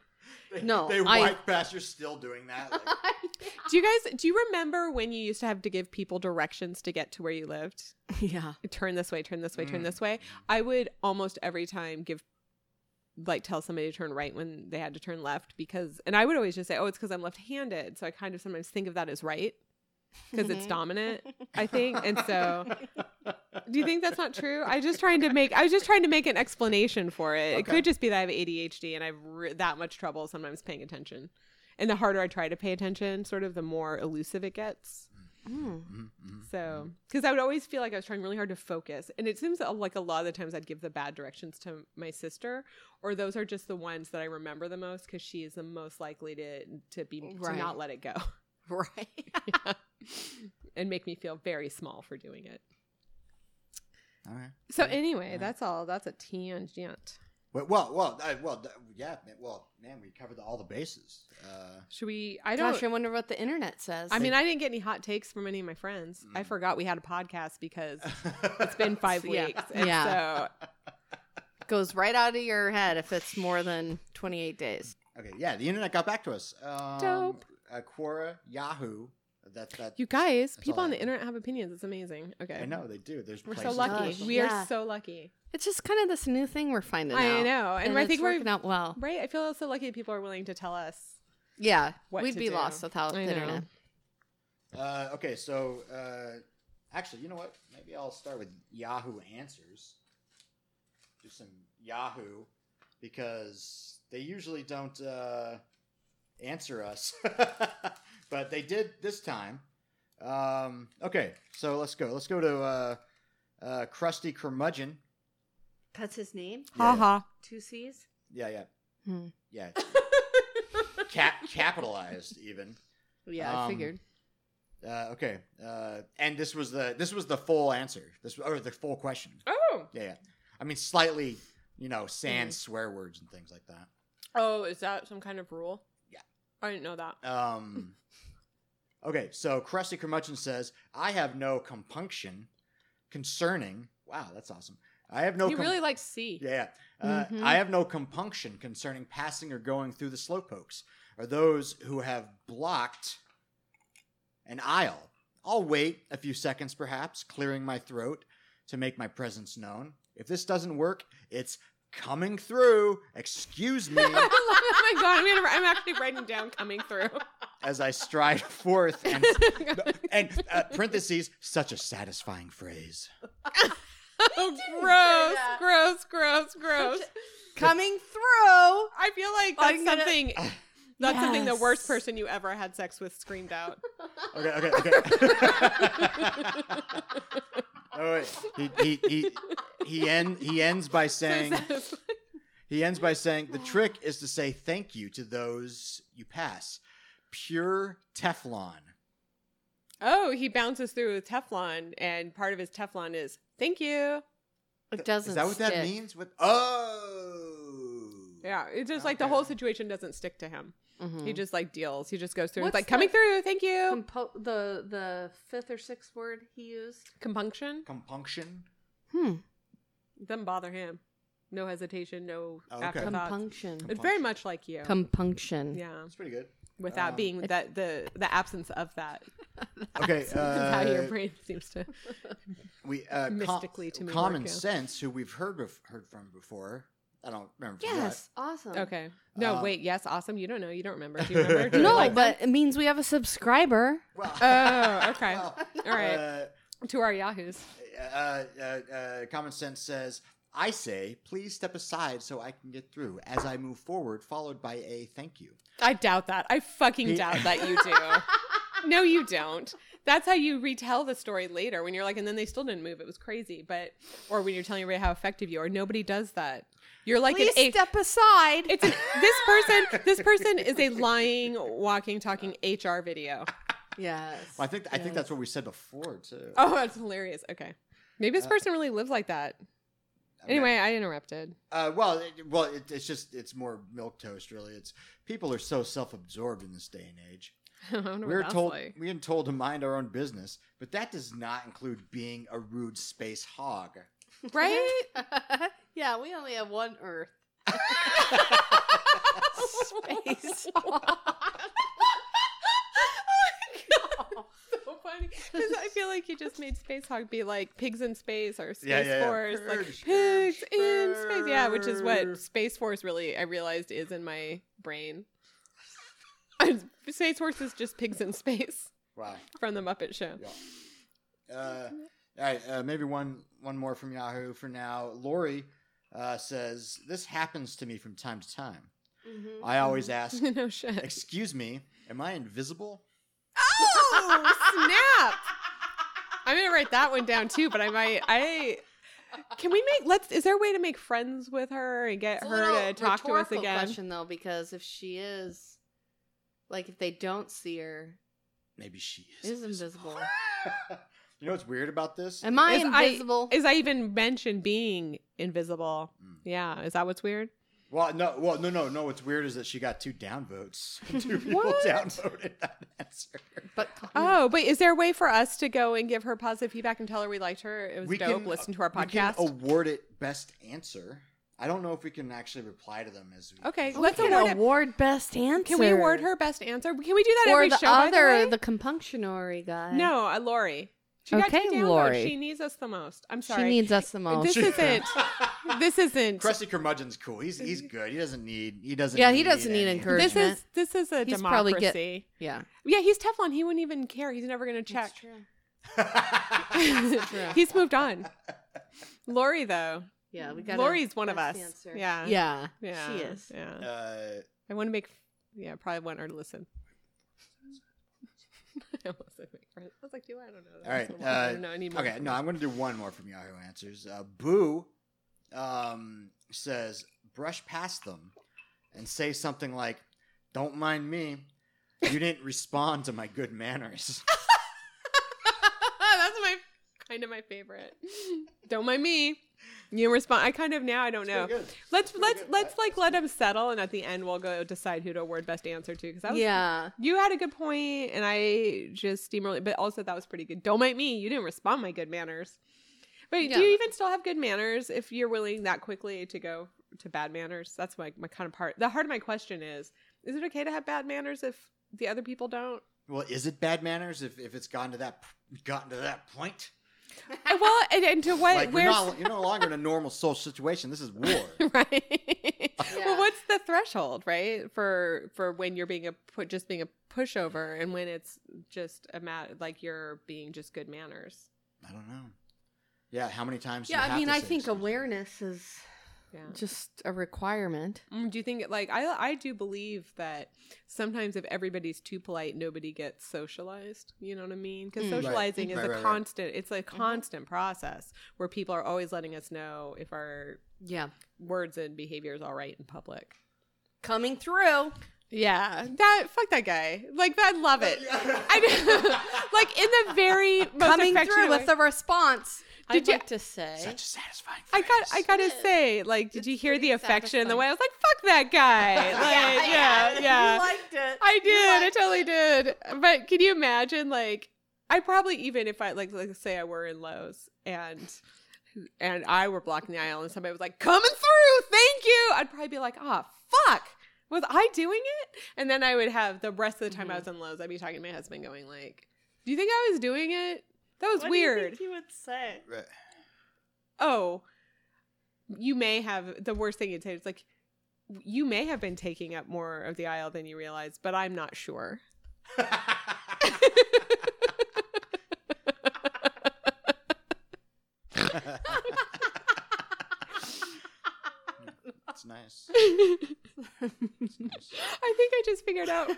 Speaker 4: No,
Speaker 2: They
Speaker 4: I-
Speaker 2: wipe past. You're still doing that. Like,
Speaker 3: Do you guys do you remember when you used to have to give people directions to get to where you lived?
Speaker 4: yeah.
Speaker 3: turn this way, turn this way, turn
Speaker 2: Mm.
Speaker 3: this way. I would almost every time give like tell somebody to turn right when they had to turn left because and I would always just say, "Oh, it's cuz I'm left-handed." So I kind of sometimes think of that as right because it's
Speaker 4: Mhm.
Speaker 3: dominant, I think. And so do you think that's not true? I just trying to make I was just trying to make an explanation for it. It
Speaker 2: Okay.
Speaker 3: could just be that I have ADHD and I've re- that much trouble sometimes paying attention. and the harder I try to pay attention, sort of the more elusive it gets.
Speaker 4: Mm.
Speaker 2: Mhm, mhm,
Speaker 3: So, because I would always feel like I was trying really hard to focus, and it seems like a lot of the times I'd give the bad directions to my sister, or those are just the ones that I remember the most because she is the most likely to to be
Speaker 4: Right.
Speaker 3: to not let it go,
Speaker 4: Right.
Speaker 3: and make me feel very small for doing it.
Speaker 2: mhm. All right.
Speaker 3: So
Speaker 2: Yeah,
Speaker 3: anyway,
Speaker 2: yeah.
Speaker 3: that's all. That's a tangent.
Speaker 2: Well, well, well, I, well, th- yeah, man, well, man, we covered all the bases. Uh,
Speaker 3: Should we? I don't.
Speaker 4: Gosh, I wonder what the internet says.
Speaker 3: I mean, I didn't get any hot takes from any of my friends. I
Speaker 2: Mm.
Speaker 3: forgot we had a podcast because it's been five
Speaker 4: Yeah.
Speaker 3: weeks. And
Speaker 4: Yeah.
Speaker 3: yeah.
Speaker 4: goes right out of your head if it's more than 28 days.
Speaker 2: Okay, yeah, the internet got back to us. Um,
Speaker 3: Dope.
Speaker 2: Uh, Quora, Yahoo. That that
Speaker 3: So you guys,
Speaker 2: That's
Speaker 3: people
Speaker 2: all I
Speaker 3: on the
Speaker 2: have.
Speaker 3: internet have opinions. It's amazing. Okay.
Speaker 2: I know they do. There's
Speaker 3: We're so
Speaker 2: places-
Speaker 3: lucky.
Speaker 4: Gosh,
Speaker 3: we
Speaker 4: yeah.
Speaker 3: are so lucky.
Speaker 4: It's just kind of this new thing we're finding out.
Speaker 3: I know. And,
Speaker 4: And,
Speaker 3: I think
Speaker 4: it's
Speaker 3: we're
Speaker 4: working out well.
Speaker 3: right. I feel so lucky that people are willing to tell us.
Speaker 4: Yeah.
Speaker 3: What
Speaker 4: we'd
Speaker 3: to
Speaker 4: be
Speaker 3: do.
Speaker 4: lost without the
Speaker 3: I know.
Speaker 4: internet.
Speaker 2: Uh, okay, so uh, actually, you know what? Maybe I'll start with Yahoo Answers. Do some Yahoo because they usually don't uh, answer us, but they did this time. Um, okay, so let's go. Let's go to uh, uh, Krusty Curmudgeon.
Speaker 4: That's his name?
Speaker 2: Yeah,
Speaker 3: ha.
Speaker 4: Two C's?
Speaker 2: Yeah, yeah,
Speaker 4: Hmm.
Speaker 2: yeah. Cap- capitalized even.
Speaker 4: Yeah, I
Speaker 2: Um,
Speaker 4: figured.
Speaker 2: Uh, okay, uh, and this was the this was the full answer. This or the full question.
Speaker 3: Oh.
Speaker 2: Yeah, yeah. I mean, slightly, you know,
Speaker 3: Mm-hmm.
Speaker 2: sans swear words and things like that.
Speaker 3: Oh, is that some kind of rule?
Speaker 2: Yeah.
Speaker 3: I didn't know that.
Speaker 2: Um, okay, so Krusty Curmudgeon says, I have no compunction concerning. Wow, that's awesome. I have no.
Speaker 3: he
Speaker 2: com-
Speaker 3: really likes C.
Speaker 2: Yeah. yeah. Uh,
Speaker 4: Mhm.
Speaker 2: I have no compunction concerning passing or going through the slowpokes, or those who have blocked an aisle. I'll wait a few seconds, perhaps, clearing my throat to make my presence known. If this doesn't work, it's coming through. Excuse me
Speaker 3: oh my god, I'm, gonna, I'm actually writing down coming through.
Speaker 2: as I stride forth and. And uh, parentheses, such a satisfying phrase.
Speaker 3: gross, gross, gross, gross.
Speaker 4: Coming through.
Speaker 3: I feel like
Speaker 4: I'm
Speaker 3: that's
Speaker 4: gonna-
Speaker 3: something. That's something the worst
Speaker 4: Yes.
Speaker 3: person you ever had sex with screamed out.
Speaker 2: Okay, okay, okay. oh, wait. He, he, he, he, end, he ends by saying he ends by saying the trick is to say thank you to those you pass. Pure Teflon.
Speaker 3: oh, he bounces through with Teflon, and part of his Teflon is thank you.
Speaker 4: It doesn't
Speaker 2: Is that what that
Speaker 4: stick.
Speaker 2: means? With oh,
Speaker 3: Yeah, it's just like the whole
Speaker 2: Okay.
Speaker 3: situation doesn't stick to him.
Speaker 4: Mhm.
Speaker 3: He just like deals. He just goes through.
Speaker 4: What's
Speaker 3: It's like coming
Speaker 4: the-
Speaker 3: through. Thank you.
Speaker 4: Compo- the the fifth or sixth word he used.
Speaker 3: Compunction
Speaker 2: Compunction.
Speaker 4: Hmm.
Speaker 3: doesn't bother him. No hesitation. No
Speaker 2: Oh, okay.
Speaker 3: afterthoughts.
Speaker 4: Compunction.
Speaker 3: It's very much like you.
Speaker 4: Compunction.
Speaker 3: yeah,
Speaker 2: That's pretty good.
Speaker 3: without
Speaker 2: Um,
Speaker 3: being that the the absence of that.
Speaker 2: Okay,
Speaker 3: That's how your
Speaker 2: uh,
Speaker 3: brain seems to.
Speaker 2: we uh, com-
Speaker 3: mystically to me
Speaker 2: common
Speaker 3: work, yeah.
Speaker 2: sense, who we've heard bef- heard from before. I don't remember. from what.
Speaker 4: Yes. Awesome.
Speaker 3: Okay. No,
Speaker 2: Um,
Speaker 3: wait. Yes, awesome. You don't know. You don't remember. Do you remember? Do you
Speaker 4: No,
Speaker 3: like-
Speaker 4: but it means we have a subscriber.
Speaker 2: Well,
Speaker 3: Oh, okay.
Speaker 2: well,
Speaker 3: All right.
Speaker 2: uh,
Speaker 3: to our yahoos.
Speaker 2: uh, uh, uh, common sense says, I say, please step aside so I can get through as I move forward, followed by a thank you.
Speaker 3: I doubt that. I fucking
Speaker 2: He-
Speaker 3: doubt that you do. no, you don't. That's how you retell the story later when you're like, and then they still didn't move. It was crazy. But, or when you're telling everybody how effective you are, nobody does that. You're like, an a-
Speaker 4: aside.
Speaker 3: it's an, this person, this person is a lying, walking, talking HR video.
Speaker 4: yes.
Speaker 2: Well, I think I think that's what we said before too.
Speaker 3: Oh, that's hilarious. Okay. Maybe this
Speaker 2: Uh,
Speaker 3: person really lives like that.
Speaker 2: I mean,
Speaker 3: Anyway, I interrupted.
Speaker 2: uh, well, it, well, it, it's just it's more milk toast, really. It's people are so self-absorbed in this day and age.
Speaker 3: I don't know what
Speaker 2: We're
Speaker 3: that's
Speaker 2: told
Speaker 3: like.
Speaker 2: we're told to mind our own business, but that does not include being a rude space hog.
Speaker 3: right?
Speaker 4: yeah, we only have one Earth. Space. Oh
Speaker 3: so funny. 'Cause I feel like you just made Space Hog be like pigs in space or Space
Speaker 2: Yeah, yeah, yeah.
Speaker 3: Force, like
Speaker 2: Purge,
Speaker 3: pigs
Speaker 2: purge,
Speaker 3: in space. Yeah, which is
Speaker 2: purge.
Speaker 3: what Space Force really I realized is in my brain. space Force is just pigs in space
Speaker 2: Wow.
Speaker 3: from the Muppet Show.
Speaker 2: Uh, all right, uh, maybe one one more from Yahoo for now. Lori uh, says this happens to me from time to time.
Speaker 4: Mhm.
Speaker 3: Mm-hmm.
Speaker 2: I always ask,
Speaker 3: no shit.
Speaker 2: "Excuse me, am I invisible?"
Speaker 3: Oh snap! I'm gonna write that one down too, but I might. I can we make? Let's. Is there a way to make friends with her and get
Speaker 4: It's a
Speaker 3: her to
Speaker 4: little
Speaker 3: talk to us
Speaker 4: rhetorical
Speaker 3: again?
Speaker 4: Question though, because if she is, like, if they don't see her,
Speaker 2: Maybe she is,
Speaker 4: is invisible.
Speaker 2: you know what's weird about this?
Speaker 4: Am I
Speaker 3: Is I-
Speaker 4: invisible?
Speaker 3: Is I even mentioned being invisible?
Speaker 2: Mm.
Speaker 3: Yeah, is that what's weerd
Speaker 2: Well, no, well, no, no, no. What's weird is that she got two downvotes. two people
Speaker 3: What?
Speaker 2: downvoted that answer.
Speaker 4: but
Speaker 3: Oh, but is there a way for us to go and give her positive feedback and tell her we liked her? It was dope. Listen to our
Speaker 2: we can
Speaker 3: podcast.
Speaker 2: award it best answer. I don't know if we can actually reply to them as we.
Speaker 3: Okay,
Speaker 2: as
Speaker 3: let's
Speaker 2: we-
Speaker 4: can
Speaker 3: award it-
Speaker 4: award best answer.
Speaker 3: can we award her best answer? Can we do that
Speaker 4: or
Speaker 3: every
Speaker 4: the
Speaker 3: show? by the
Speaker 4: other,
Speaker 3: way?
Speaker 4: the, compunctionary guy?
Speaker 3: No, uh, Lori. She got
Speaker 4: Okay,
Speaker 3: two downloads.
Speaker 4: Lori.
Speaker 3: She needs us the most. I'm
Speaker 4: she
Speaker 3: sorry.
Speaker 4: needs us the most.
Speaker 3: This isn't. This isn't.
Speaker 2: Crusty curmudgeon's cool. He's he's good. He doesn't need he doesn't.
Speaker 4: Yeah, he doesn't need
Speaker 2: any-
Speaker 4: encouragement.
Speaker 3: This is this is a
Speaker 4: He's probably
Speaker 3: democracy.
Speaker 4: get- yeah,
Speaker 3: yeah, he's Teflon. He wouldn't even care. He's never going to check.
Speaker 4: That's true. true.
Speaker 3: he's moved on. Lori though,
Speaker 4: Yeah, we got
Speaker 3: Lori's one of us.
Speaker 4: best answer.
Speaker 3: Yeah.
Speaker 4: Mm-hmm. Yeah,
Speaker 3: yeah,
Speaker 4: she is.
Speaker 3: Yeah,
Speaker 2: uh,
Speaker 3: I want to make. Yeah, probably want her to listen. I almost said make friends. I was like, do I? I don't know.
Speaker 2: All right,
Speaker 3: I
Speaker 2: uh,
Speaker 3: don't know anymore.
Speaker 2: okay, no, I'm gonna do one more from Yahoo Answers. Uh, Boo um, says brush past them and say something like, "Don't mind me. You didn't respond to my good manners."
Speaker 3: That's my kind of my favorite. Don't mind me. You respond. I kind of now I don't know.
Speaker 2: Pretty good.
Speaker 3: Let's
Speaker 2: pretty
Speaker 3: let's
Speaker 2: good.
Speaker 3: let's like let them settle, and at the end we'll go decide who to award best answer to. Because that was
Speaker 4: yeah.
Speaker 3: you had a good point, and I just steamrolled. it, But also that was pretty good. Don't mind me. You didn't respond my good manners. Wait, do
Speaker 4: Yeah.
Speaker 3: you even still have good manners if you're willing that quickly to go to bad manners? That's my my kind of part. The heart of my question is: Is it okay to have bad manners if the other people don't?
Speaker 2: Well, is it bad manners if, if it's gotten to that p- gotten to that point?
Speaker 3: And Uh, well, and, and to what?
Speaker 2: like you're,
Speaker 3: where's
Speaker 2: not, you're no longer in a normal social situation. This is war.
Speaker 3: right?
Speaker 4: Yeah.
Speaker 3: Well, what's the threshold, right, for for when you're being a put just being a pushover, and when it's just a mat like you're being just good manners?
Speaker 2: I don't know. Yeah, how many times? do you
Speaker 4: Yeah, I
Speaker 2: have
Speaker 4: mean,
Speaker 2: to
Speaker 4: I
Speaker 2: say
Speaker 4: think
Speaker 2: something?
Speaker 4: awareness is
Speaker 3: Yeah.
Speaker 4: just a requirement.
Speaker 3: Mm, Do you think like I I do believe that sometimes if everybody's too polite, nobody gets socialized. You know what I mean? Because
Speaker 4: Mm. Right.
Speaker 3: socializing is
Speaker 2: Right,
Speaker 3: a
Speaker 2: right, right.
Speaker 3: constant. It's a constant process where people are always letting us know if our
Speaker 4: Yeah,
Speaker 3: words and behavior is all right in public.
Speaker 4: coming through.
Speaker 3: Yeah, that fuck that guy. Like I love it. I, like in the very most
Speaker 4: coming
Speaker 3: affectionate
Speaker 4: through
Speaker 3: way.
Speaker 4: with a response.
Speaker 3: Did
Speaker 4: I'd
Speaker 3: you-
Speaker 4: like to say.
Speaker 2: Such a satisfying.
Speaker 3: I got I
Speaker 2: phrase.
Speaker 3: gotta
Speaker 4: Yes.
Speaker 3: say, like, did
Speaker 4: It's
Speaker 3: you hear the
Speaker 4: pretty
Speaker 3: affection in the way? I
Speaker 4: satisfying.
Speaker 3: was like, fuck that guy. Like, yeah, yeah.
Speaker 4: You liked it.
Speaker 3: I
Speaker 4: You
Speaker 3: did. I
Speaker 4: liked
Speaker 3: totally
Speaker 4: it.
Speaker 3: did. But can you imagine? Like, I probably even if I like, like say I were in Lowe's and and I were blocking the aisle and somebody was like, "Coming through, thank you," I'd probably be like, "Ah, fuck." Was I doing it? And then I would have the rest of the
Speaker 4: Mm-hmm.
Speaker 3: time I was in Lowe's, I'd be talking to my husband, going like, "Do you think I was doing it? That was
Speaker 4: What do you
Speaker 3: weird."
Speaker 4: think you would say.
Speaker 2: Right.
Speaker 3: oh, you may have the worst thing you'd say is like, you may have been taking up more of the aisle than you realize, but I'm not sure.
Speaker 2: That's nice.
Speaker 3: I
Speaker 2: It's nice.
Speaker 3: think I just figured out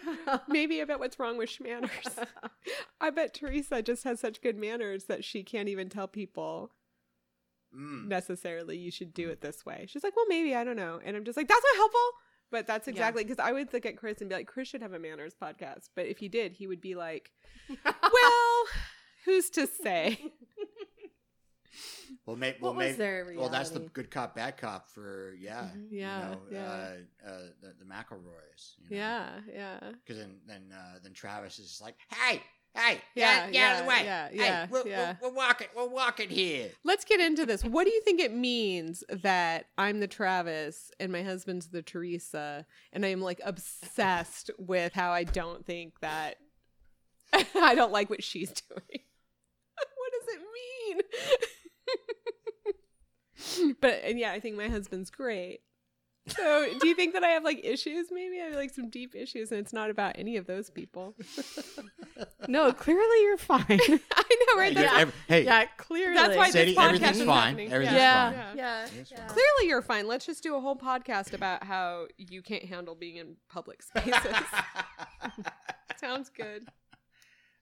Speaker 3: maybe about what's wrong with manners. I bet Teresa just has such good manners that she can't even tell people
Speaker 2: Mm.
Speaker 3: necessarily you should do it this way. She's like, well, maybe I don't know, and I'm just like, that's not helpful. But that's
Speaker 4: Yeah.
Speaker 3: exactly because I would look at Chris and be like, Chris should have a manners podcast. But if he did, he would be like, well, who's to say?
Speaker 2: Well, may, well,
Speaker 4: what was
Speaker 2: maybe.
Speaker 4: their reality?
Speaker 2: Well, that's the good cop, bad cop for yeah,
Speaker 4: Mhm.
Speaker 3: Mm-hmm. Yeah,
Speaker 2: you know,
Speaker 3: yeah.
Speaker 2: uh, uh, the, the McElroys, you know?
Speaker 3: Yeah, yeah.
Speaker 2: Because then, then, uh, then Travis is just like, "Hey, hey,
Speaker 3: Yeah,
Speaker 2: yeah, get out
Speaker 3: yeah,
Speaker 2: of the way.
Speaker 3: yeah,
Speaker 2: hey,
Speaker 3: yeah,
Speaker 2: we're,
Speaker 3: yeah.
Speaker 2: We're, we're walking, we're walking here."
Speaker 3: Let's get into this. What do you think it means that I'm the Travis and my husband's the Teresa, and I'm like obsessed with how I don't think that I don't like what she's doing? what does it mean? but and yeah, I think my husband's great. So, do you think that I have like issues? Maybe I have like some deep issues, and it's not about any of those people.
Speaker 4: No, clearly you're fine.
Speaker 3: I know,
Speaker 2: Hey,
Speaker 3: right? That's,
Speaker 2: you're ev- hey,
Speaker 4: yeah, clearly.
Speaker 3: that's why
Speaker 2: Sadie,
Speaker 3: this podcast
Speaker 2: everything's
Speaker 3: is
Speaker 2: fine.
Speaker 3: happening.
Speaker 4: Yeah.
Speaker 2: Everything's
Speaker 4: Yeah.
Speaker 2: fine.
Speaker 4: Yeah.
Speaker 2: It's fine.
Speaker 3: Clearly, you're fine. Let's just do a whole podcast about how you can't handle being in public spaces. sounds good.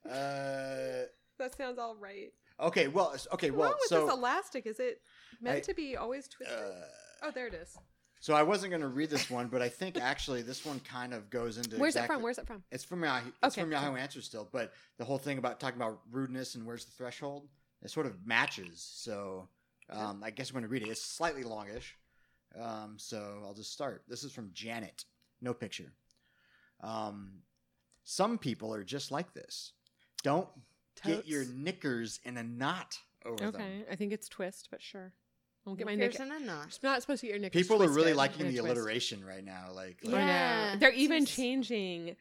Speaker 2: uh,
Speaker 3: That sounds all right.
Speaker 2: okay, well, s- okay,
Speaker 3: What's
Speaker 2: well,
Speaker 3: wrong with
Speaker 2: so
Speaker 3: this elastic? Is it meant
Speaker 2: I-
Speaker 3: to be always twisted?
Speaker 2: uh,
Speaker 3: oh, there it is.
Speaker 2: so I wasn't going to read this one, but I think actually this one kind of goes into
Speaker 3: Where's
Speaker 2: exactly,
Speaker 3: it from? Where's it from?
Speaker 2: It's from Yahoo. It's
Speaker 3: Okay.
Speaker 2: from Yahoo Answers still, but the whole thing about talking about rudeness and where's the threshold, it sort of matches. So um, I guess I'm going to read it. It's slightly longish, um, so I'll just start. This is from Janet. No picture. Um, some people are just like this. Don't get your knickers in a knot over them.
Speaker 3: I think it's twist, but sure. I'll get my
Speaker 4: Knickers
Speaker 3: knick-
Speaker 4: in a knot.
Speaker 3: It's not supposed to get your knickers.
Speaker 2: People are really
Speaker 3: twisted
Speaker 2: liking
Speaker 3: in a
Speaker 2: the
Speaker 3: twist.
Speaker 2: alliteration right now. Like,
Speaker 3: I
Speaker 2: like
Speaker 3: know.
Speaker 4: Yeah.
Speaker 3: They're even
Speaker 4: Jeez.
Speaker 3: changing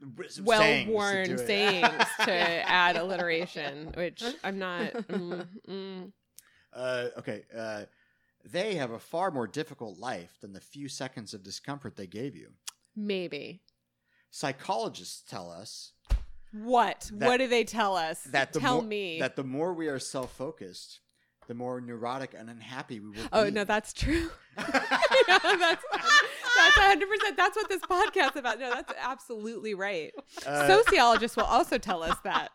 Speaker 2: w- some sayings to do
Speaker 3: well-worn
Speaker 2: it.
Speaker 3: sayings to add alliteration, which I'm not. Mm, mm.
Speaker 2: Uh, okay. Uh, they have a far more difficult life than the few seconds of discomfort they gave you.
Speaker 3: Maybe.
Speaker 2: Psychologists tell us
Speaker 3: What?
Speaker 2: That-
Speaker 3: what do they tell us?
Speaker 2: that the
Speaker 3: tell
Speaker 2: more,
Speaker 3: me.
Speaker 2: that the more we are self-focused, the more neurotic and unhappy we will be.
Speaker 3: oh no, that's true. no, that's that's 100. percent That's what this podcast is about. No, that's absolutely right.
Speaker 2: Uh,
Speaker 3: Sociologists will also tell us that.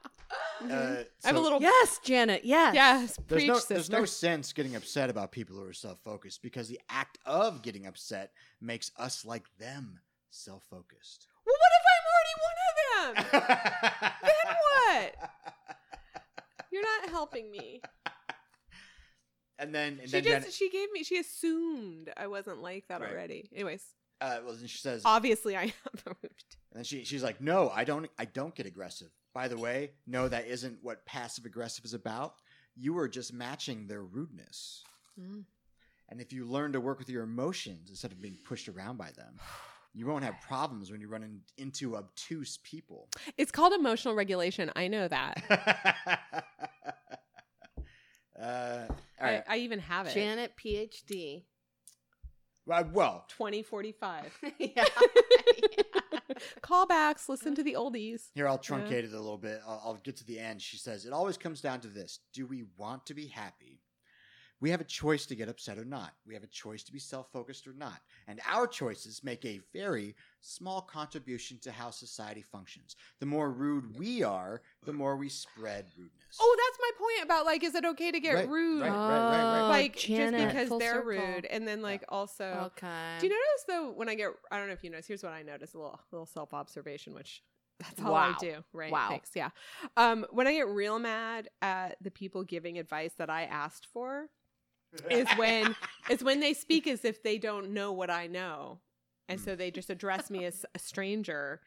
Speaker 2: uh,
Speaker 3: I have a
Speaker 2: so
Speaker 3: little.
Speaker 4: Yes, Janet. Yes.
Speaker 3: Yes,
Speaker 2: There's
Speaker 3: preach,
Speaker 2: no,
Speaker 3: sister.
Speaker 2: there's no sense getting upset about people who are self-focused because the act of getting upset makes us like them self-focused.
Speaker 3: Well, what if I'm already one of them? Then what? You're not helping me.
Speaker 2: and then, and
Speaker 3: She
Speaker 2: then
Speaker 3: just
Speaker 2: Janet-
Speaker 3: she gave me she assumed I wasn't like that
Speaker 2: Right.
Speaker 3: already. Anyways,
Speaker 2: uh, well, then she says,
Speaker 3: obviously I am.
Speaker 2: And then she she's like, "No, I don't. I don't get aggressive. By the way, no, that isn't what passive aggressive is about. You are just matching their rudeness.
Speaker 3: Mm.
Speaker 2: And if you learn to work with your emotions instead of being pushed around by them, you won't have problems when you run in, into obtuse people."
Speaker 3: it's called emotional regulation. I know that.
Speaker 2: uh, all right.
Speaker 3: I, I even have it.
Speaker 4: Janet, PhD.
Speaker 2: Well, well,
Speaker 3: 2045.
Speaker 4: yeah.
Speaker 3: Callbacks, listen to the oldies.
Speaker 2: here I'll truncate it a little bit. I'll, I'll get to the end. She says, "It always comes down to this: Do we want to be happy?" We have a choice to get upset or not. We have a choice to be self focused or not. And our choices make a very small contribution to how society functions. The more rude we are, the more we spread rudeness.
Speaker 3: Oh, that's my point about like is it okay to get
Speaker 2: Right,
Speaker 3: rude?
Speaker 2: right, right, right.
Speaker 4: Oh,
Speaker 3: Like
Speaker 4: Janet,
Speaker 3: just because
Speaker 4: full
Speaker 3: they're
Speaker 4: circle.
Speaker 3: rude and then like also
Speaker 4: Okay.
Speaker 3: Do you notice though when I get I don't know if you notice, here's what I notice, a little little self observation, which that's all I
Speaker 4: Wow.
Speaker 3: do. Right.
Speaker 4: Wow.
Speaker 3: Thanks. Yeah. Um, when I get real mad at the people giving advice that I asked for is when is when they speak as if they don't know what I know. And so they just address me as a stranger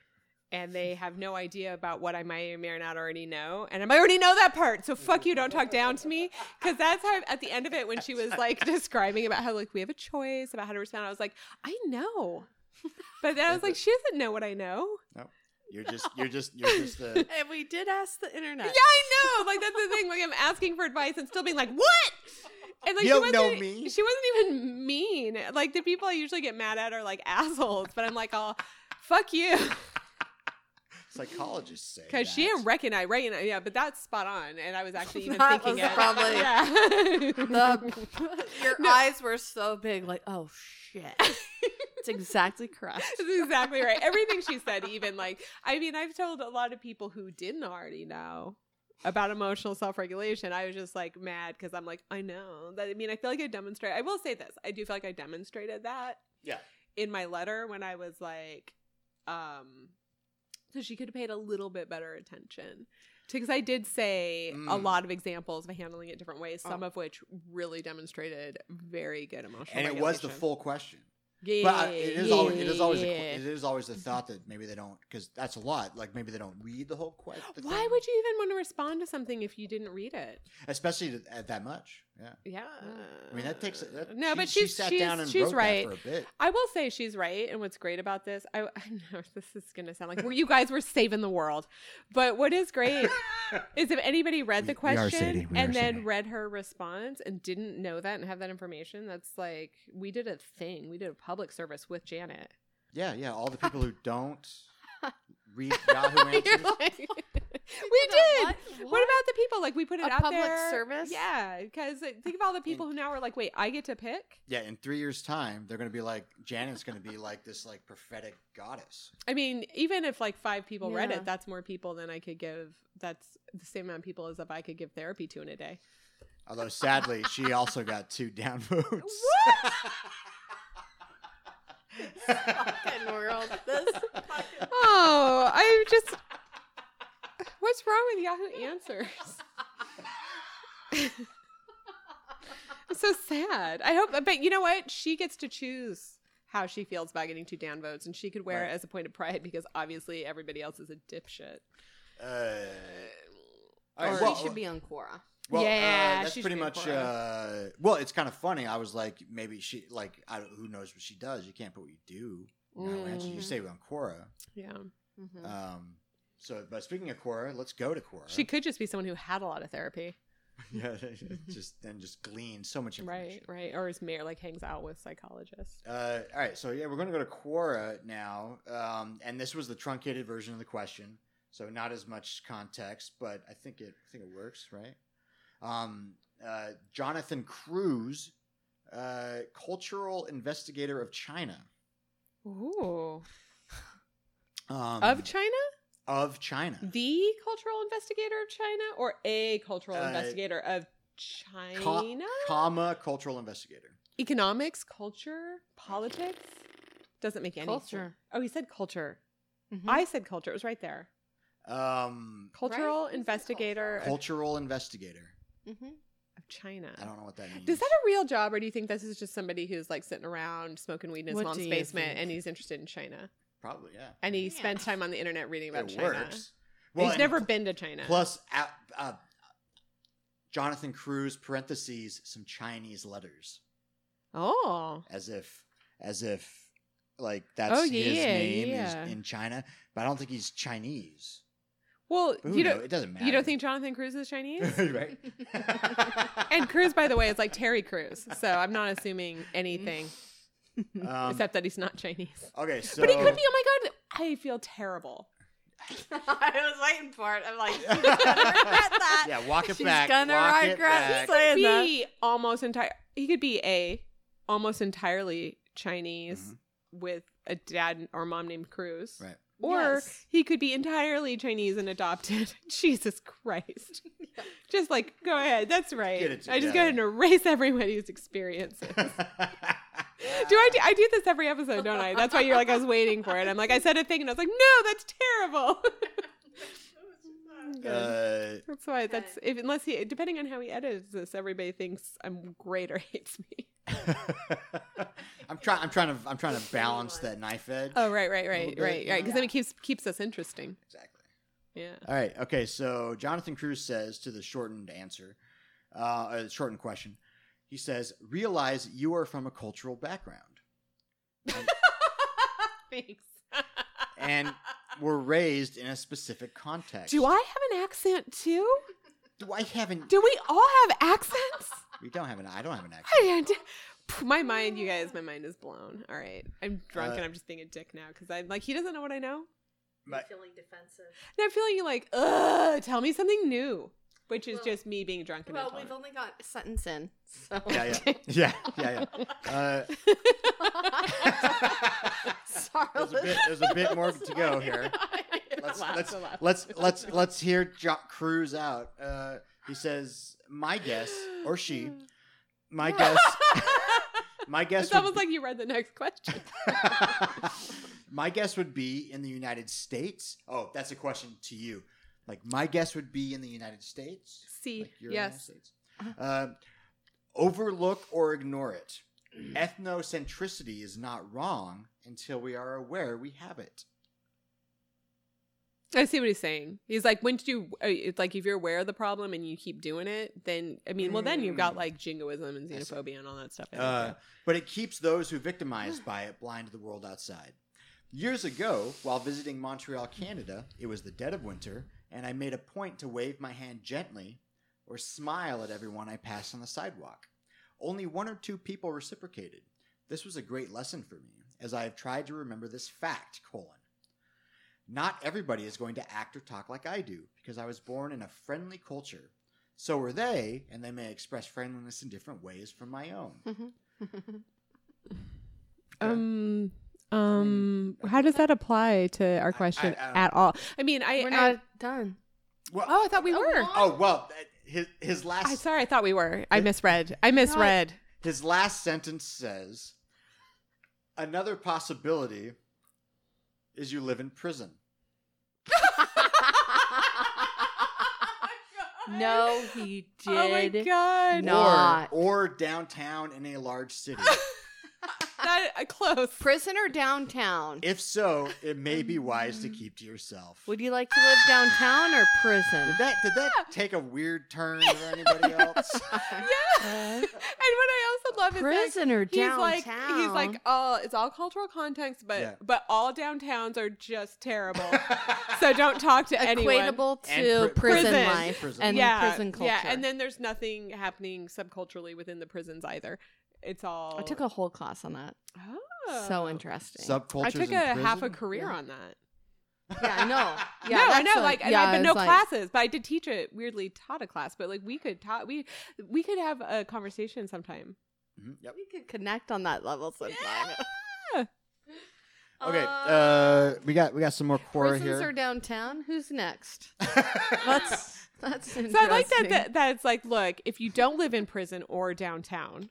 Speaker 3: and they have no idea about what I may or may not already know. And I'm, I already know that part. So fuck you. Don't talk down to me. Cause that's how, at the end of it, when she was like describing about how, like, we have a choice about how to respond, I was like, I know. But then I was like, she doesn't know what I know.
Speaker 2: You're just, you're just, you're just the.
Speaker 4: And we did ask the internet.
Speaker 3: Yeah, I know. Like, that's the thing. Like, I'm asking for advice and still being like, what? And like,
Speaker 2: You
Speaker 3: she
Speaker 2: don't know
Speaker 3: wasn't- e-,
Speaker 2: me.
Speaker 3: She wasn't even mean. Like, the people I usually get mad at are like assholes, but I'm like, oh, fuck you.
Speaker 2: Psychologists say.
Speaker 3: Because she
Speaker 2: that.
Speaker 3: didn't recognize, right? Yeah, but that's spot on. And I was actually even
Speaker 4: That
Speaker 3: thinking
Speaker 4: was
Speaker 3: it.
Speaker 4: probably
Speaker 3: yeah.
Speaker 4: The- your
Speaker 3: No.
Speaker 4: eyes were so big, like, oh shit. it's exactly correct.
Speaker 3: That's exactly right. Everything she said, even like, I mean, I've told a lot of people who didn't already know about emotional self-regulation. I was just like mad because I'm like, I know that. I mean, I feel like I demonstrated. I will say this: I do feel like I demonstrated that.
Speaker 2: Yeah.
Speaker 3: In my letter, when I was like, um, so she could have paid a little bit better attention. Because I did say a
Speaker 2: Mm.
Speaker 3: lot of examples of handling it different ways, some
Speaker 4: Oh.
Speaker 3: of which really demonstrated very good emotional.
Speaker 2: and it was the
Speaker 3: regulation.
Speaker 2: full question.
Speaker 3: Yeah,
Speaker 2: But I- it is always it is always a,
Speaker 4: yeah.
Speaker 2: it is always the
Speaker 3: Mm-hmm.
Speaker 2: thought that maybe they don't because that's a lot. Like maybe they don't read the whole question.
Speaker 3: Why would you even want to respond to something if you didn't read it?
Speaker 2: Especially to, at that much. Yeah.
Speaker 3: Yeah.
Speaker 2: I mean, that takes that,
Speaker 3: Uh, no,
Speaker 2: she-
Speaker 3: but
Speaker 2: she
Speaker 3: she's
Speaker 2: sat
Speaker 3: she's,
Speaker 2: down and
Speaker 3: she's
Speaker 2: wrote that
Speaker 3: right.
Speaker 2: for a bit.
Speaker 3: I will say she's right, and what's great about this, I, I know this is gonna sound like well, you guys were saving the world, but what is great is if anybody read
Speaker 2: We-
Speaker 3: the
Speaker 2: we are Sadie,
Speaker 3: question
Speaker 2: we are
Speaker 3: and then
Speaker 2: Sadie.
Speaker 3: read her response and didn't know that and have that information, that's like we did a thing, we did a public service with Janet.
Speaker 2: Yeah, yeah. All the people who don't read Yahoo
Speaker 3: You're
Speaker 2: Answers.
Speaker 3: like- we
Speaker 4: did a
Speaker 3: did.
Speaker 4: what?
Speaker 3: What?
Speaker 4: What?
Speaker 3: about the people? Like we put it
Speaker 4: A
Speaker 3: out
Speaker 4: public
Speaker 3: there.
Speaker 4: service?
Speaker 3: Yeah, because think of all the people who now are like, wait, I get to pick.
Speaker 2: Yeah, in three years' time, they're going to be like Janet's going to be like this like prophetic goddess.
Speaker 3: I mean, even if like five people read
Speaker 4: Yeah.
Speaker 3: it, that's more people than I could give. That's the same amount of people as if I could give therapy to in a day.
Speaker 2: Although sadly, she also got two downvotes.
Speaker 3: What?
Speaker 4: Fucking world. This fucking-
Speaker 3: Oh, I just. What's wrong with Yahoo Answers? I'm so sad. I hope, but you know what? She gets to choose how she feels about getting two downvotes, and she could wear
Speaker 2: Right.
Speaker 3: it as a point of pride because obviously everybody else is a dipshit.
Speaker 2: Uh, all
Speaker 4: Or
Speaker 2: right,
Speaker 4: she
Speaker 2: well,
Speaker 4: should be on Quora.
Speaker 2: well, uh,
Speaker 3: Yeah,
Speaker 2: that's
Speaker 3: she
Speaker 2: pretty
Speaker 3: should be
Speaker 2: much.
Speaker 3: for
Speaker 2: Uh, well, it's kind of funny. I was like, maybe she like, I don't, who knows what she does? You can't put what you do. You, know, and she- you
Speaker 4: Mm.
Speaker 2: say on Quora.
Speaker 3: Yeah.
Speaker 4: Mhm.
Speaker 2: Um, so, but speaking of Quora, let's go to Quora.
Speaker 3: She could just be someone who had a lot of therapy.
Speaker 2: yeah, just then just glean so much information.
Speaker 3: Right, right. Or is mayor like hangs out with psychologists.
Speaker 2: Uh, all right, so yeah, we're going to go to Quora now, um, and this was the truncated version of the question, so not as much context, but I think it I think it works, right? Um, uh, Jonathan Cruz, uh, cultural investigator of China,
Speaker 4: Mm-hmm.
Speaker 2: uh,
Speaker 3: Ooh.
Speaker 2: um,
Speaker 3: of China?
Speaker 2: of China,
Speaker 3: The cultural investigator of China or a cultural
Speaker 2: Uh,
Speaker 3: investigator of
Speaker 2: co-
Speaker 3: China?
Speaker 2: comma cultural investigator.
Speaker 3: Economics, culture, politics? Doesn't make any sense.
Speaker 4: Culture.
Speaker 3: Oh, he said culture.
Speaker 4: Mhm.
Speaker 3: I said culture. It was right there.
Speaker 2: Um,
Speaker 3: Cultural
Speaker 4: He said
Speaker 3: investigator of-
Speaker 2: cultural investigator.
Speaker 4: Mhm.
Speaker 3: of China.
Speaker 2: I don't know what that means.
Speaker 3: Is that a real job or do you think this is just somebody who's like sitting around smoking weed in his
Speaker 4: What do
Speaker 3: mom's
Speaker 4: you
Speaker 3: basement
Speaker 4: think?
Speaker 3: and he's interested in China?
Speaker 2: probably? Yeah,
Speaker 3: And he
Speaker 4: Yeah.
Speaker 3: spent time on the internet reading about
Speaker 2: it
Speaker 3: China.
Speaker 2: works. Well,
Speaker 3: he's
Speaker 2: and
Speaker 3: never been to China.
Speaker 2: Plus, uh, uh, Jonathan Cruz parentheses some Chinese letters,
Speaker 3: oh,
Speaker 2: as if, as if, like that's
Speaker 3: Oh,
Speaker 2: his
Speaker 3: yeah,
Speaker 2: name
Speaker 3: yeah.
Speaker 2: is in China. But I don't think he's Chinese.
Speaker 3: well,
Speaker 2: But who
Speaker 3: you
Speaker 2: know,
Speaker 3: don't
Speaker 2: it doesn't matter.
Speaker 3: you don't think Jonathan Cruz is Chinese?
Speaker 2: right?
Speaker 3: and Cruz, by the way, is like Terry Cruz, so I'm not assuming anything
Speaker 2: Um,
Speaker 3: except that he's not Chinese.
Speaker 2: okay, so
Speaker 3: But he could be. Oh my god, I feel terrible.
Speaker 4: I was waiting for it. I'm like, she's gonna regret that.
Speaker 2: yeah, walk it
Speaker 4: She's
Speaker 2: back.
Speaker 4: gonna
Speaker 2: walk it
Speaker 4: regret
Speaker 2: back.
Speaker 4: saying that.
Speaker 3: Be almost entire. He could be a almost entirely Chinese
Speaker 2: Mhm.
Speaker 3: with a dad or mom named Cruz.
Speaker 2: Right.
Speaker 3: Or
Speaker 4: Yes.
Speaker 3: he could be entirely Chinese and adopted. Jesus Christ. Just like, go ahead. That's right.
Speaker 2: Get it
Speaker 3: I just
Speaker 2: together.
Speaker 3: go ahead and erase everybody's experiences. Do I, do I do this every episode, don't I? That's why you're like, I was waiting for it. I'm like, I said a thing and I was like, no, that's terrible. Good.
Speaker 2: Uh,
Speaker 3: that's why that's, if, unless he, depending on how he edits this, everybody thinks I'm great or hates me.
Speaker 2: I'm trying. I'm trying to. I'm trying to balance that knife edge.
Speaker 3: Oh, right, right,
Speaker 2: little
Speaker 3: right,
Speaker 2: bit,
Speaker 3: right, right. Because
Speaker 2: yeah.
Speaker 3: then it keeps, keeps us interesting.
Speaker 2: Exactly.
Speaker 3: Yeah.
Speaker 2: All right. Okay. So Jonathan Cruz says to the shortened answer, uh, uh, shortened question, he says, realize you are from a cultural background
Speaker 3: Thanks.
Speaker 2: and were raised in a specific context.
Speaker 3: Do I have an accent too?
Speaker 2: Do I have an?
Speaker 3: Do we all have accents?
Speaker 2: We don't have an. I don't have an
Speaker 3: I
Speaker 2: accent.
Speaker 3: don't- Pff, my mind, you guys, my mind is blown. All right. I'm drunk
Speaker 2: Uh,
Speaker 3: and I'm just being a dick now because I'm like, he doesn't know what I know.
Speaker 2: My-
Speaker 4: feeling defensive.
Speaker 3: And I'm feeling like, ugh, tell me something new, which is
Speaker 4: Well-
Speaker 3: just me being drunk and
Speaker 4: Well, we've
Speaker 3: intolerant.
Speaker 4: only got a sentence in, so
Speaker 2: Yeah. Yeah. Yeah. Yeah. yeah. Uh,
Speaker 4: Sorry.
Speaker 2: there's, a bit, there's a bit more to go here. Let's let's let's let's let's hear jo- Cruz out. Uh, he says, "My guess, or she, my guess, my guess."
Speaker 3: It's
Speaker 2: would
Speaker 3: almost
Speaker 2: be-
Speaker 3: like you read the next question.
Speaker 2: my guess would be in the United States. Oh, that's a question to you. Like my guess would be in the United States.
Speaker 3: See,
Speaker 2: Like you're in the United
Speaker 3: yes. Uh-huh.
Speaker 2: States. Uh, overlook or ignore it. Ethnocentricity is not wrong until we are aware we have it.
Speaker 3: I see what he's saying. He's like, once you, uh, it's like if you're aware of the problem and you keep doing it, then I mean, well, then you've got
Speaker 2: Mm.
Speaker 3: like jingoism and
Speaker 2: I see.
Speaker 3: xenophobia and all that stuff. in
Speaker 2: Uh,
Speaker 3: there.
Speaker 2: but it keeps those who victimized by it blind to the world outside. Years ago, while visiting Montreal, Canada, it was the dead of winter, and I made a point to wave my hand gently or smile at everyone I passed on the sidewalk. Only one or two people reciprocated. This was a great lesson for me, as I have tried to remember this fact, colon. Not everybody is going to act or talk like I do, because I was born in a friendly culture. So are they, and they may express friendliness in different ways from my own. okay. um,
Speaker 3: um, um, how does that apply to our
Speaker 2: I-
Speaker 3: question
Speaker 2: I don't-
Speaker 3: at all? I mean, I,
Speaker 4: We're
Speaker 3: I-
Speaker 4: not done.
Speaker 2: Well,
Speaker 3: oh, I thought we
Speaker 4: Oh,
Speaker 3: were.
Speaker 4: what?
Speaker 2: Oh well, that- his his last
Speaker 3: I sorry, I thought we were. I misread. I misread.
Speaker 2: his last sentence says, "Another possibility is you live in prison."
Speaker 3: Oh
Speaker 4: No, he did.
Speaker 3: Oh my god.
Speaker 4: No. Not.
Speaker 2: Or, or downtown in a large city.
Speaker 3: That uh, close.
Speaker 4: Prison or downtown?
Speaker 2: if so, it may be wise to keep to yourself.
Speaker 4: Would you like to live downtown or prison?
Speaker 2: did that did that take a weird turn for anybody else? uh,
Speaker 3: Yeah. and what I also love is that
Speaker 4: prison or
Speaker 3: he's
Speaker 4: downtown?
Speaker 3: like he's like all it's all cultural context, but
Speaker 2: Yeah.
Speaker 3: but all downtowns are just terrible. so don't talk to anyone.
Speaker 4: equatable to
Speaker 2: And pri-
Speaker 4: prison,
Speaker 3: Prison.
Speaker 4: life
Speaker 2: Prison.
Speaker 4: and
Speaker 3: yeah,
Speaker 4: prison culture.
Speaker 3: yeah, and then there's nothing happening subculturally within the prisons either. It's all
Speaker 4: I took a whole class on that.
Speaker 3: oh.
Speaker 4: So interesting.
Speaker 2: Subcultures.
Speaker 3: I took
Speaker 2: in
Speaker 3: a half a
Speaker 2: prison?
Speaker 3: career
Speaker 4: Yeah.
Speaker 3: on that.
Speaker 4: yeah, I know. Yeah,
Speaker 3: no, I
Speaker 4: that's
Speaker 3: know.
Speaker 4: a-
Speaker 3: like, and
Speaker 4: yeah,
Speaker 3: I've been
Speaker 4: it's
Speaker 3: no
Speaker 4: like-
Speaker 3: classes, but I did teach it. Weirdly, taught a class, but like we could taught we we could have a conversation sometime.
Speaker 2: Mhm, yep.
Speaker 4: We could connect on that level sometime.
Speaker 3: Yeah.
Speaker 2: Okay, uh, we got we got some more Quora
Speaker 4: prisons
Speaker 2: here.
Speaker 4: are downtown. Who's next?
Speaker 2: Let's.
Speaker 4: That's
Speaker 3: So I like that, that that it's like, look, if you don't live in prison or downtown,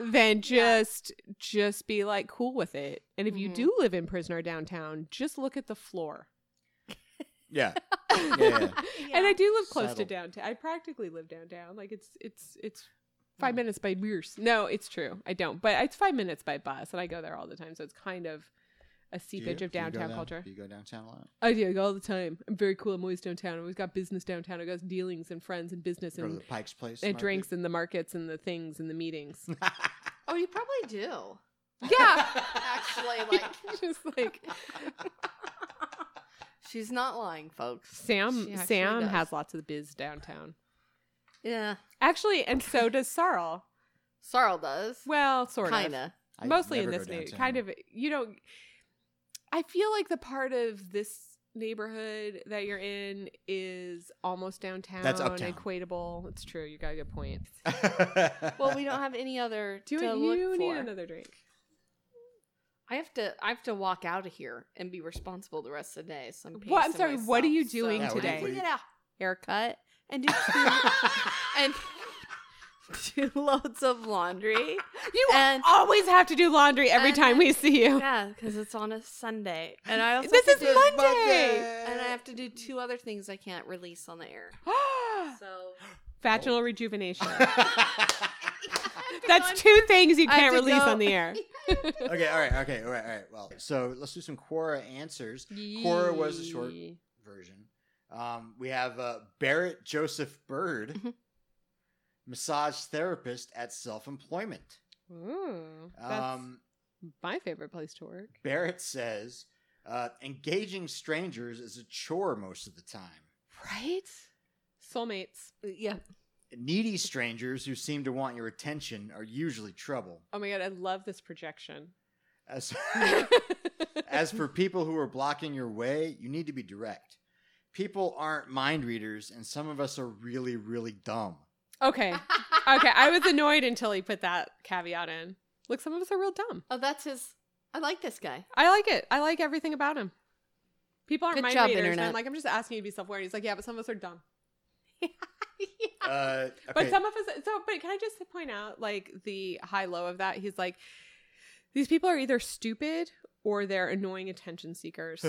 Speaker 3: then just just be like cool with it. And if you
Speaker 4: Mhm.
Speaker 3: do live in prison or downtown, just look at the floor.
Speaker 2: Yeah. yeah, yeah.
Speaker 3: And I do live close to
Speaker 2: Settled.
Speaker 3: downtown. I practically live downtown. Like it's it's it's five
Speaker 2: Hmm.
Speaker 3: minutes by bus. No, it's true. I don't, but it's five minutes by bus, and I go there all the time. So it's kind of a
Speaker 2: Do
Speaker 3: seepage
Speaker 2: you-
Speaker 3: of
Speaker 2: do you go
Speaker 3: downtown
Speaker 2: down-
Speaker 3: culture.
Speaker 2: do you go downtown a lot?
Speaker 3: I do I go all the time. I'm very cool. I'm always downtown. I always got business downtown. I got dealings and friends and business
Speaker 2: Go to
Speaker 3: and
Speaker 2: the Pike's Place.
Speaker 3: and
Speaker 2: market?
Speaker 3: drinks and the markets and the things and the meetings.
Speaker 4: Oh, you probably do.
Speaker 3: yeah.
Speaker 4: Actually, like
Speaker 3: just like
Speaker 4: she's not lying, folks. She
Speaker 3: Sam
Speaker 4: actually
Speaker 3: Sam
Speaker 4: does.
Speaker 3: has lots of the biz downtown.
Speaker 4: Yeah,
Speaker 3: Actually, and so does Sarl.
Speaker 4: Sarl does.
Speaker 3: Well, sort of.
Speaker 4: Kinda.
Speaker 2: I
Speaker 3: mostly in
Speaker 2: never go
Speaker 3: this neighborhood.
Speaker 2: downtown.
Speaker 3: Kind of, you know, I feel like the part of this neighborhood that you're in is almost downtown.
Speaker 2: uptown.
Speaker 3: Equatable. It's true. You got a good point.
Speaker 4: Well, we don't have any other
Speaker 3: Do
Speaker 4: to
Speaker 3: it,
Speaker 4: look
Speaker 3: you need
Speaker 4: for.
Speaker 3: another drink?
Speaker 4: I have to. I have to walk out of here and be responsible the rest of the day. So I'm
Speaker 3: What- I'm
Speaker 4: pacing
Speaker 3: sorry, what are
Speaker 4: myself,
Speaker 3: you doing
Speaker 4: so-
Speaker 2: today?
Speaker 4: I have to get a haircut and do two, and two loads of laundry.
Speaker 3: You
Speaker 4: And-
Speaker 3: always have to do laundry every
Speaker 4: and-
Speaker 3: time we see you.
Speaker 4: Yeah, because it's on a Sunday, and I also
Speaker 3: This
Speaker 4: have
Speaker 3: is
Speaker 4: to do-
Speaker 3: Monday.
Speaker 4: and I have to do two other things I can't release on the air. So
Speaker 2: Oh.
Speaker 3: Vaginal rejuvenation.
Speaker 4: I have to go
Speaker 3: That's two things you
Speaker 4: I have
Speaker 3: can't
Speaker 4: to
Speaker 3: release
Speaker 4: go-
Speaker 3: on the air.
Speaker 2: okay, all right, okay, all right, all right. Well, so let's do some Quora answers Cora was a short-
Speaker 3: Yee.
Speaker 2: version. Um, we have uh, Barrett Joseph Bird,
Speaker 3: Mm-hmm.
Speaker 4: Mhm.
Speaker 2: massage therapist at Self Employment.
Speaker 3: Ooh, that's
Speaker 2: Um,
Speaker 3: my favorite place to work.
Speaker 2: Barrett says, uh, engaging strangers is a chore most of the time.
Speaker 3: Right? Soulmates.
Speaker 4: and- yeah,
Speaker 2: Needy strangers who seem to want your attention are usually trouble.
Speaker 3: Oh my god, I love this projection.
Speaker 2: As, as for people who are blocking your way, you need to be direct. People aren't mind readers, and some of us are really, really dumb.
Speaker 3: okay. Okay, I was annoyed until he put that caveat in. Look, some of us are real dumb.
Speaker 4: Oh, that's his. I like this guy.
Speaker 3: I like it. I like everything about him. People aren't
Speaker 4: Good
Speaker 3: mind
Speaker 4: job,
Speaker 3: readers. And I'm
Speaker 4: Internet.
Speaker 3: like, I'm just asking you to be self aware. He's like, yeah, but some of us are dumb.
Speaker 2: Uh,
Speaker 3: But
Speaker 2: okay,
Speaker 3: some of us, so, but can I just point out like the high low of that? He's like, these people are either stupid or they're annoying attention seekers.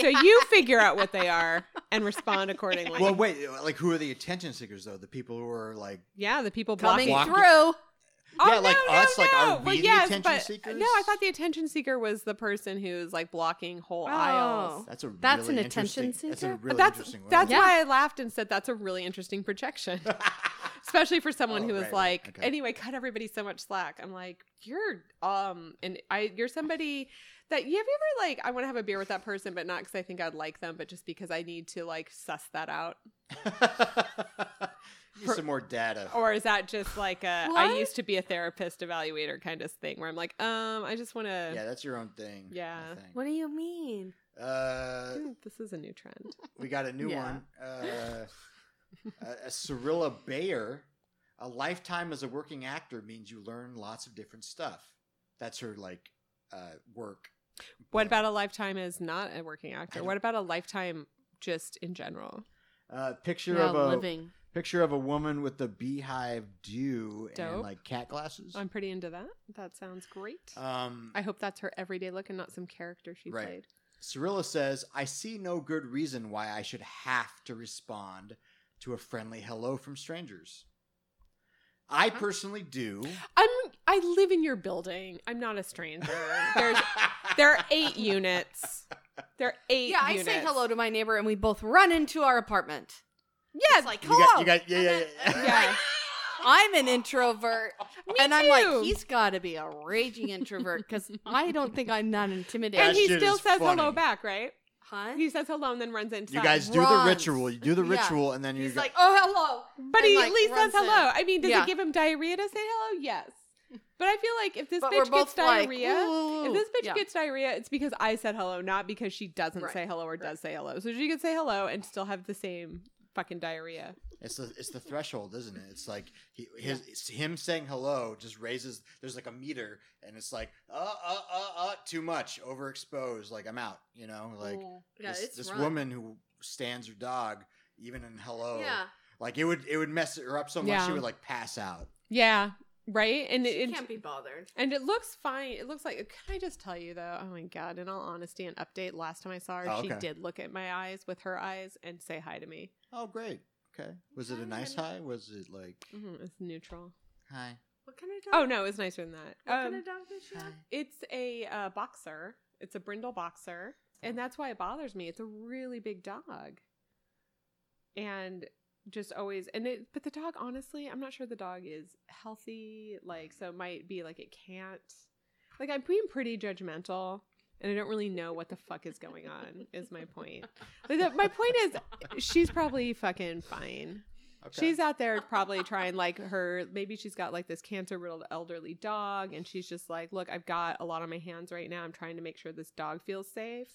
Speaker 3: So you figure out what they are and respond accordingly.
Speaker 2: well, wait. Like, who are the attention seekers though? The people who are like,
Speaker 3: yeah, the people
Speaker 4: coming
Speaker 3: blocking.
Speaker 2: Walk-
Speaker 4: through.
Speaker 3: Oh,
Speaker 2: yeah, like
Speaker 3: no, no,
Speaker 2: us, like
Speaker 3: no.
Speaker 2: are we
Speaker 3: Well,
Speaker 2: the
Speaker 3: yes,
Speaker 2: attention
Speaker 3: but-
Speaker 2: seekers?
Speaker 3: No, I thought the attention seeker was the person who's like blocking whole aisles.
Speaker 4: Oh.
Speaker 2: that's a
Speaker 4: That's
Speaker 2: really
Speaker 4: an
Speaker 2: interesting-
Speaker 4: attention
Speaker 2: That's a
Speaker 4: seeker?
Speaker 2: really
Speaker 3: that's
Speaker 2: interesting word.
Speaker 3: that's
Speaker 4: Yeah.
Speaker 3: why I laughed and said that's a really interesting projection, especially for someone
Speaker 2: Oh,
Speaker 3: who was
Speaker 2: right, right.
Speaker 3: like,
Speaker 2: Okay.
Speaker 3: anyway, cut everybody so much slack. I'm like, you're um, and I you're somebody that you have you ever like I want to have a beer with that person, but not because I think I'd like them, but just because I need to like suss that out.
Speaker 2: Need some more data.
Speaker 3: Or is that just like a I
Speaker 4: What?
Speaker 3: used to be a therapist evaluator kind of thing where I'm like, um, I just want to.
Speaker 2: yeah, that's your own thing. I
Speaker 3: Yeah.
Speaker 2: think.
Speaker 4: What do you mean?
Speaker 2: Uh,
Speaker 3: Hmm, this is a new trend.
Speaker 2: we got a new
Speaker 4: Yeah.
Speaker 2: one. Uh, uh, Cyrilla Bayer. A lifetime as a working actor means you learn lots of different stuff. That's her like uh, work.
Speaker 3: What about a lifetime as not a working
Speaker 2: I
Speaker 3: actor?
Speaker 2: don't-
Speaker 3: What about a lifetime just in general?
Speaker 2: uh, picture
Speaker 4: Yeah,
Speaker 2: of a
Speaker 4: living.
Speaker 2: picture of a woman with the beehive do and
Speaker 3: Dope.
Speaker 2: like cat glasses?
Speaker 3: I'm pretty into that. That sounds great.
Speaker 2: Um,
Speaker 3: I hope that's her everyday look and not some character she
Speaker 2: Right.
Speaker 3: played.
Speaker 2: Cyrilla says, I see no good reason why I should have to respond to a friendly hello from strangers. I personally do.
Speaker 3: I'm I live in your building. I'm not a stranger. There's there are eight units. There are eight.
Speaker 4: Yeah, I
Speaker 3: units.
Speaker 4: say hello to my neighbor and we both run into our apartment.
Speaker 3: Yeah,
Speaker 4: It's like,
Speaker 2: You
Speaker 4: hello.
Speaker 2: got, you got, yeah,
Speaker 4: And
Speaker 2: yeah,
Speaker 4: then-
Speaker 2: yeah.
Speaker 3: yeah.
Speaker 4: I'm an introvert.
Speaker 3: Me
Speaker 4: and I'm like,
Speaker 3: too.
Speaker 4: he's got to be a raging introvert because I don't think I'm not
Speaker 2: That
Speaker 4: intimidated.
Speaker 3: and he
Speaker 2: shit
Speaker 3: still
Speaker 2: is
Speaker 3: says hello
Speaker 2: funny.
Speaker 3: back, right?
Speaker 4: Huh?
Speaker 3: He says hello and then runs inside.
Speaker 2: You guys do the
Speaker 4: Runs.
Speaker 2: ritual. You do the
Speaker 4: Yeah.
Speaker 2: ritual, and then you
Speaker 4: He's
Speaker 2: go,
Speaker 4: like, oh, hello.
Speaker 3: but
Speaker 4: and,
Speaker 3: he
Speaker 4: like,
Speaker 3: at least says
Speaker 4: runs in.
Speaker 3: hello. I mean, does
Speaker 4: Yeah.
Speaker 3: it give him diarrhea to say hello? Yes. But I feel like if this
Speaker 4: but
Speaker 3: bitch
Speaker 4: we're
Speaker 3: gets
Speaker 4: both like,
Speaker 3: diarrhea,
Speaker 4: "Ooh."
Speaker 3: If this bitch
Speaker 4: Yeah.
Speaker 3: gets diarrhea, it's because I said hello, not because she doesn't
Speaker 4: Right.
Speaker 3: say hello or does say hello. So she could say hello and still have the same fucking diarrhea.
Speaker 2: it's the it's the threshold, isn't it? It's like he, his it's him saying hello just raises. There's like a meter, and it's like uh uh uh uh too much, overexposed. Like I'm out, you know. Like
Speaker 4: Yeah,
Speaker 2: this,
Speaker 4: it's
Speaker 2: this
Speaker 4: run.
Speaker 2: woman who stands her dog even in hello.
Speaker 4: Yeah.
Speaker 2: Like it would it would mess her up so much she
Speaker 3: Yeah.
Speaker 2: would like pass out.
Speaker 3: Yeah, right. And
Speaker 4: She
Speaker 3: it,
Speaker 4: can't
Speaker 3: it
Speaker 4: be bothered.
Speaker 3: and it looks fine. It looks like. Can I just tell you though? Oh my god! In all honesty and update, last time I saw her,
Speaker 2: Oh,
Speaker 3: she
Speaker 2: okay.
Speaker 3: did look at my eyes with her eyes and say hi to me.
Speaker 2: Oh great. Okay. Was it a
Speaker 4: Okay,
Speaker 2: nice high?
Speaker 4: I'm-
Speaker 2: Was it like
Speaker 4: Mm. Mm-hmm.
Speaker 3: Mhm, it's neutral.
Speaker 2: hi?
Speaker 4: What kind of dog?
Speaker 3: Oh no, it's nicer than
Speaker 4: What
Speaker 3: that.
Speaker 4: kind
Speaker 3: Um,
Speaker 4: of dog does she have?
Speaker 3: it's a uh, boxer. It's a brindle boxer, and that's why it bothers me. It's a really big dog, and just always and it. But the dog, honestly, I'm not sure the dog is healthy. Like, so it might be like it can't. Like, I'm being pretty judgmental, and I don't really know what the fuck is going on. is my point. But the- my point is, she's probably fucking fine. She's out there probably trying like her maybe she's got like this cancer riddled elderly dog and she's just like, look, I've got a lot on my hands right now. I'm trying to make sure this dog feels safe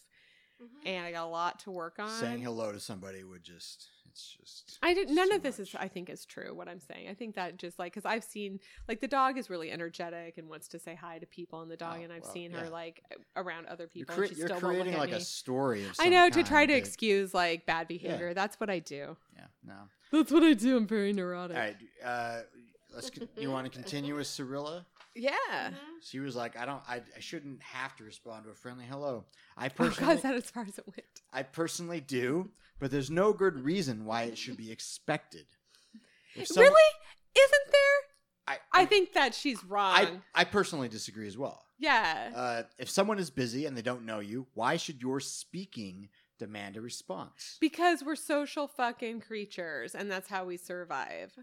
Speaker 4: Mm-hmm.
Speaker 3: and I got a lot to work on.
Speaker 2: saying hello to somebody would just it's just
Speaker 3: I didn't. None
Speaker 2: so
Speaker 3: of this is.
Speaker 2: much.
Speaker 3: I think is true. What I'm saying. I think that just like because I've seen like the dog is really energetic and wants to say hi to people in the dog,
Speaker 2: Oh,
Speaker 3: and I've
Speaker 2: well,
Speaker 3: seen
Speaker 2: yeah.
Speaker 3: her like around other
Speaker 2: You're,
Speaker 3: people.
Speaker 2: crea-
Speaker 3: and she
Speaker 2: you're
Speaker 3: still won't
Speaker 2: creating
Speaker 3: look at
Speaker 2: like
Speaker 3: me.
Speaker 2: a story of some
Speaker 3: I know to
Speaker 2: kind
Speaker 3: try to
Speaker 2: that-
Speaker 3: excuse like bad behavior. That's what I do.
Speaker 2: Yeah, no. All
Speaker 3: That's what I do. I'm very neurotic.
Speaker 2: right. Uh let's con- you want to continue with Cirilla?
Speaker 3: Yeah.
Speaker 4: Mhm.
Speaker 2: She was like, I don't I, I shouldn't have to respond to a friendly hello. I
Speaker 3: Oh God,
Speaker 2: personally
Speaker 3: is that as far as it went?
Speaker 2: I personally do, but there's no good reason why it should be expected. If some-
Speaker 3: really? Isn't there?
Speaker 2: I,
Speaker 3: I think that she's wrong.
Speaker 2: I, I personally disagree as well.
Speaker 3: yeah.
Speaker 2: Uh, if someone is busy and they don't know you, why should your speaking demand a response?
Speaker 3: because we're social fucking creatures and that's how we survive.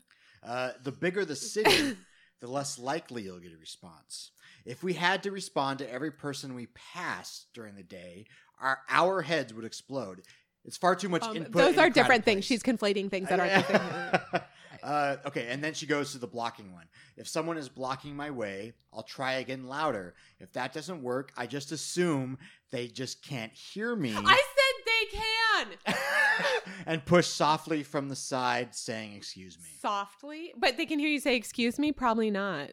Speaker 2: Uh, the bigger the city, the less likely you'll get a response. If we had to respond to every person we passed during the day, our our heads would explode. It's far too much
Speaker 3: Um,
Speaker 2: input.
Speaker 3: those
Speaker 2: in a
Speaker 3: are
Speaker 2: crowded
Speaker 3: different things.
Speaker 2: place.
Speaker 3: She's conflating things that aren't the same.
Speaker 2: uh, okay, and then she goes to the blocking one. If someone is blocking my way, I'll try again louder. If that doesn't work, I just assume they just can't hear me
Speaker 3: I said they can.
Speaker 2: and push softly from the side, saying, Excuse me.
Speaker 3: Softly, but they can hear you say, Excuse me? Probably not.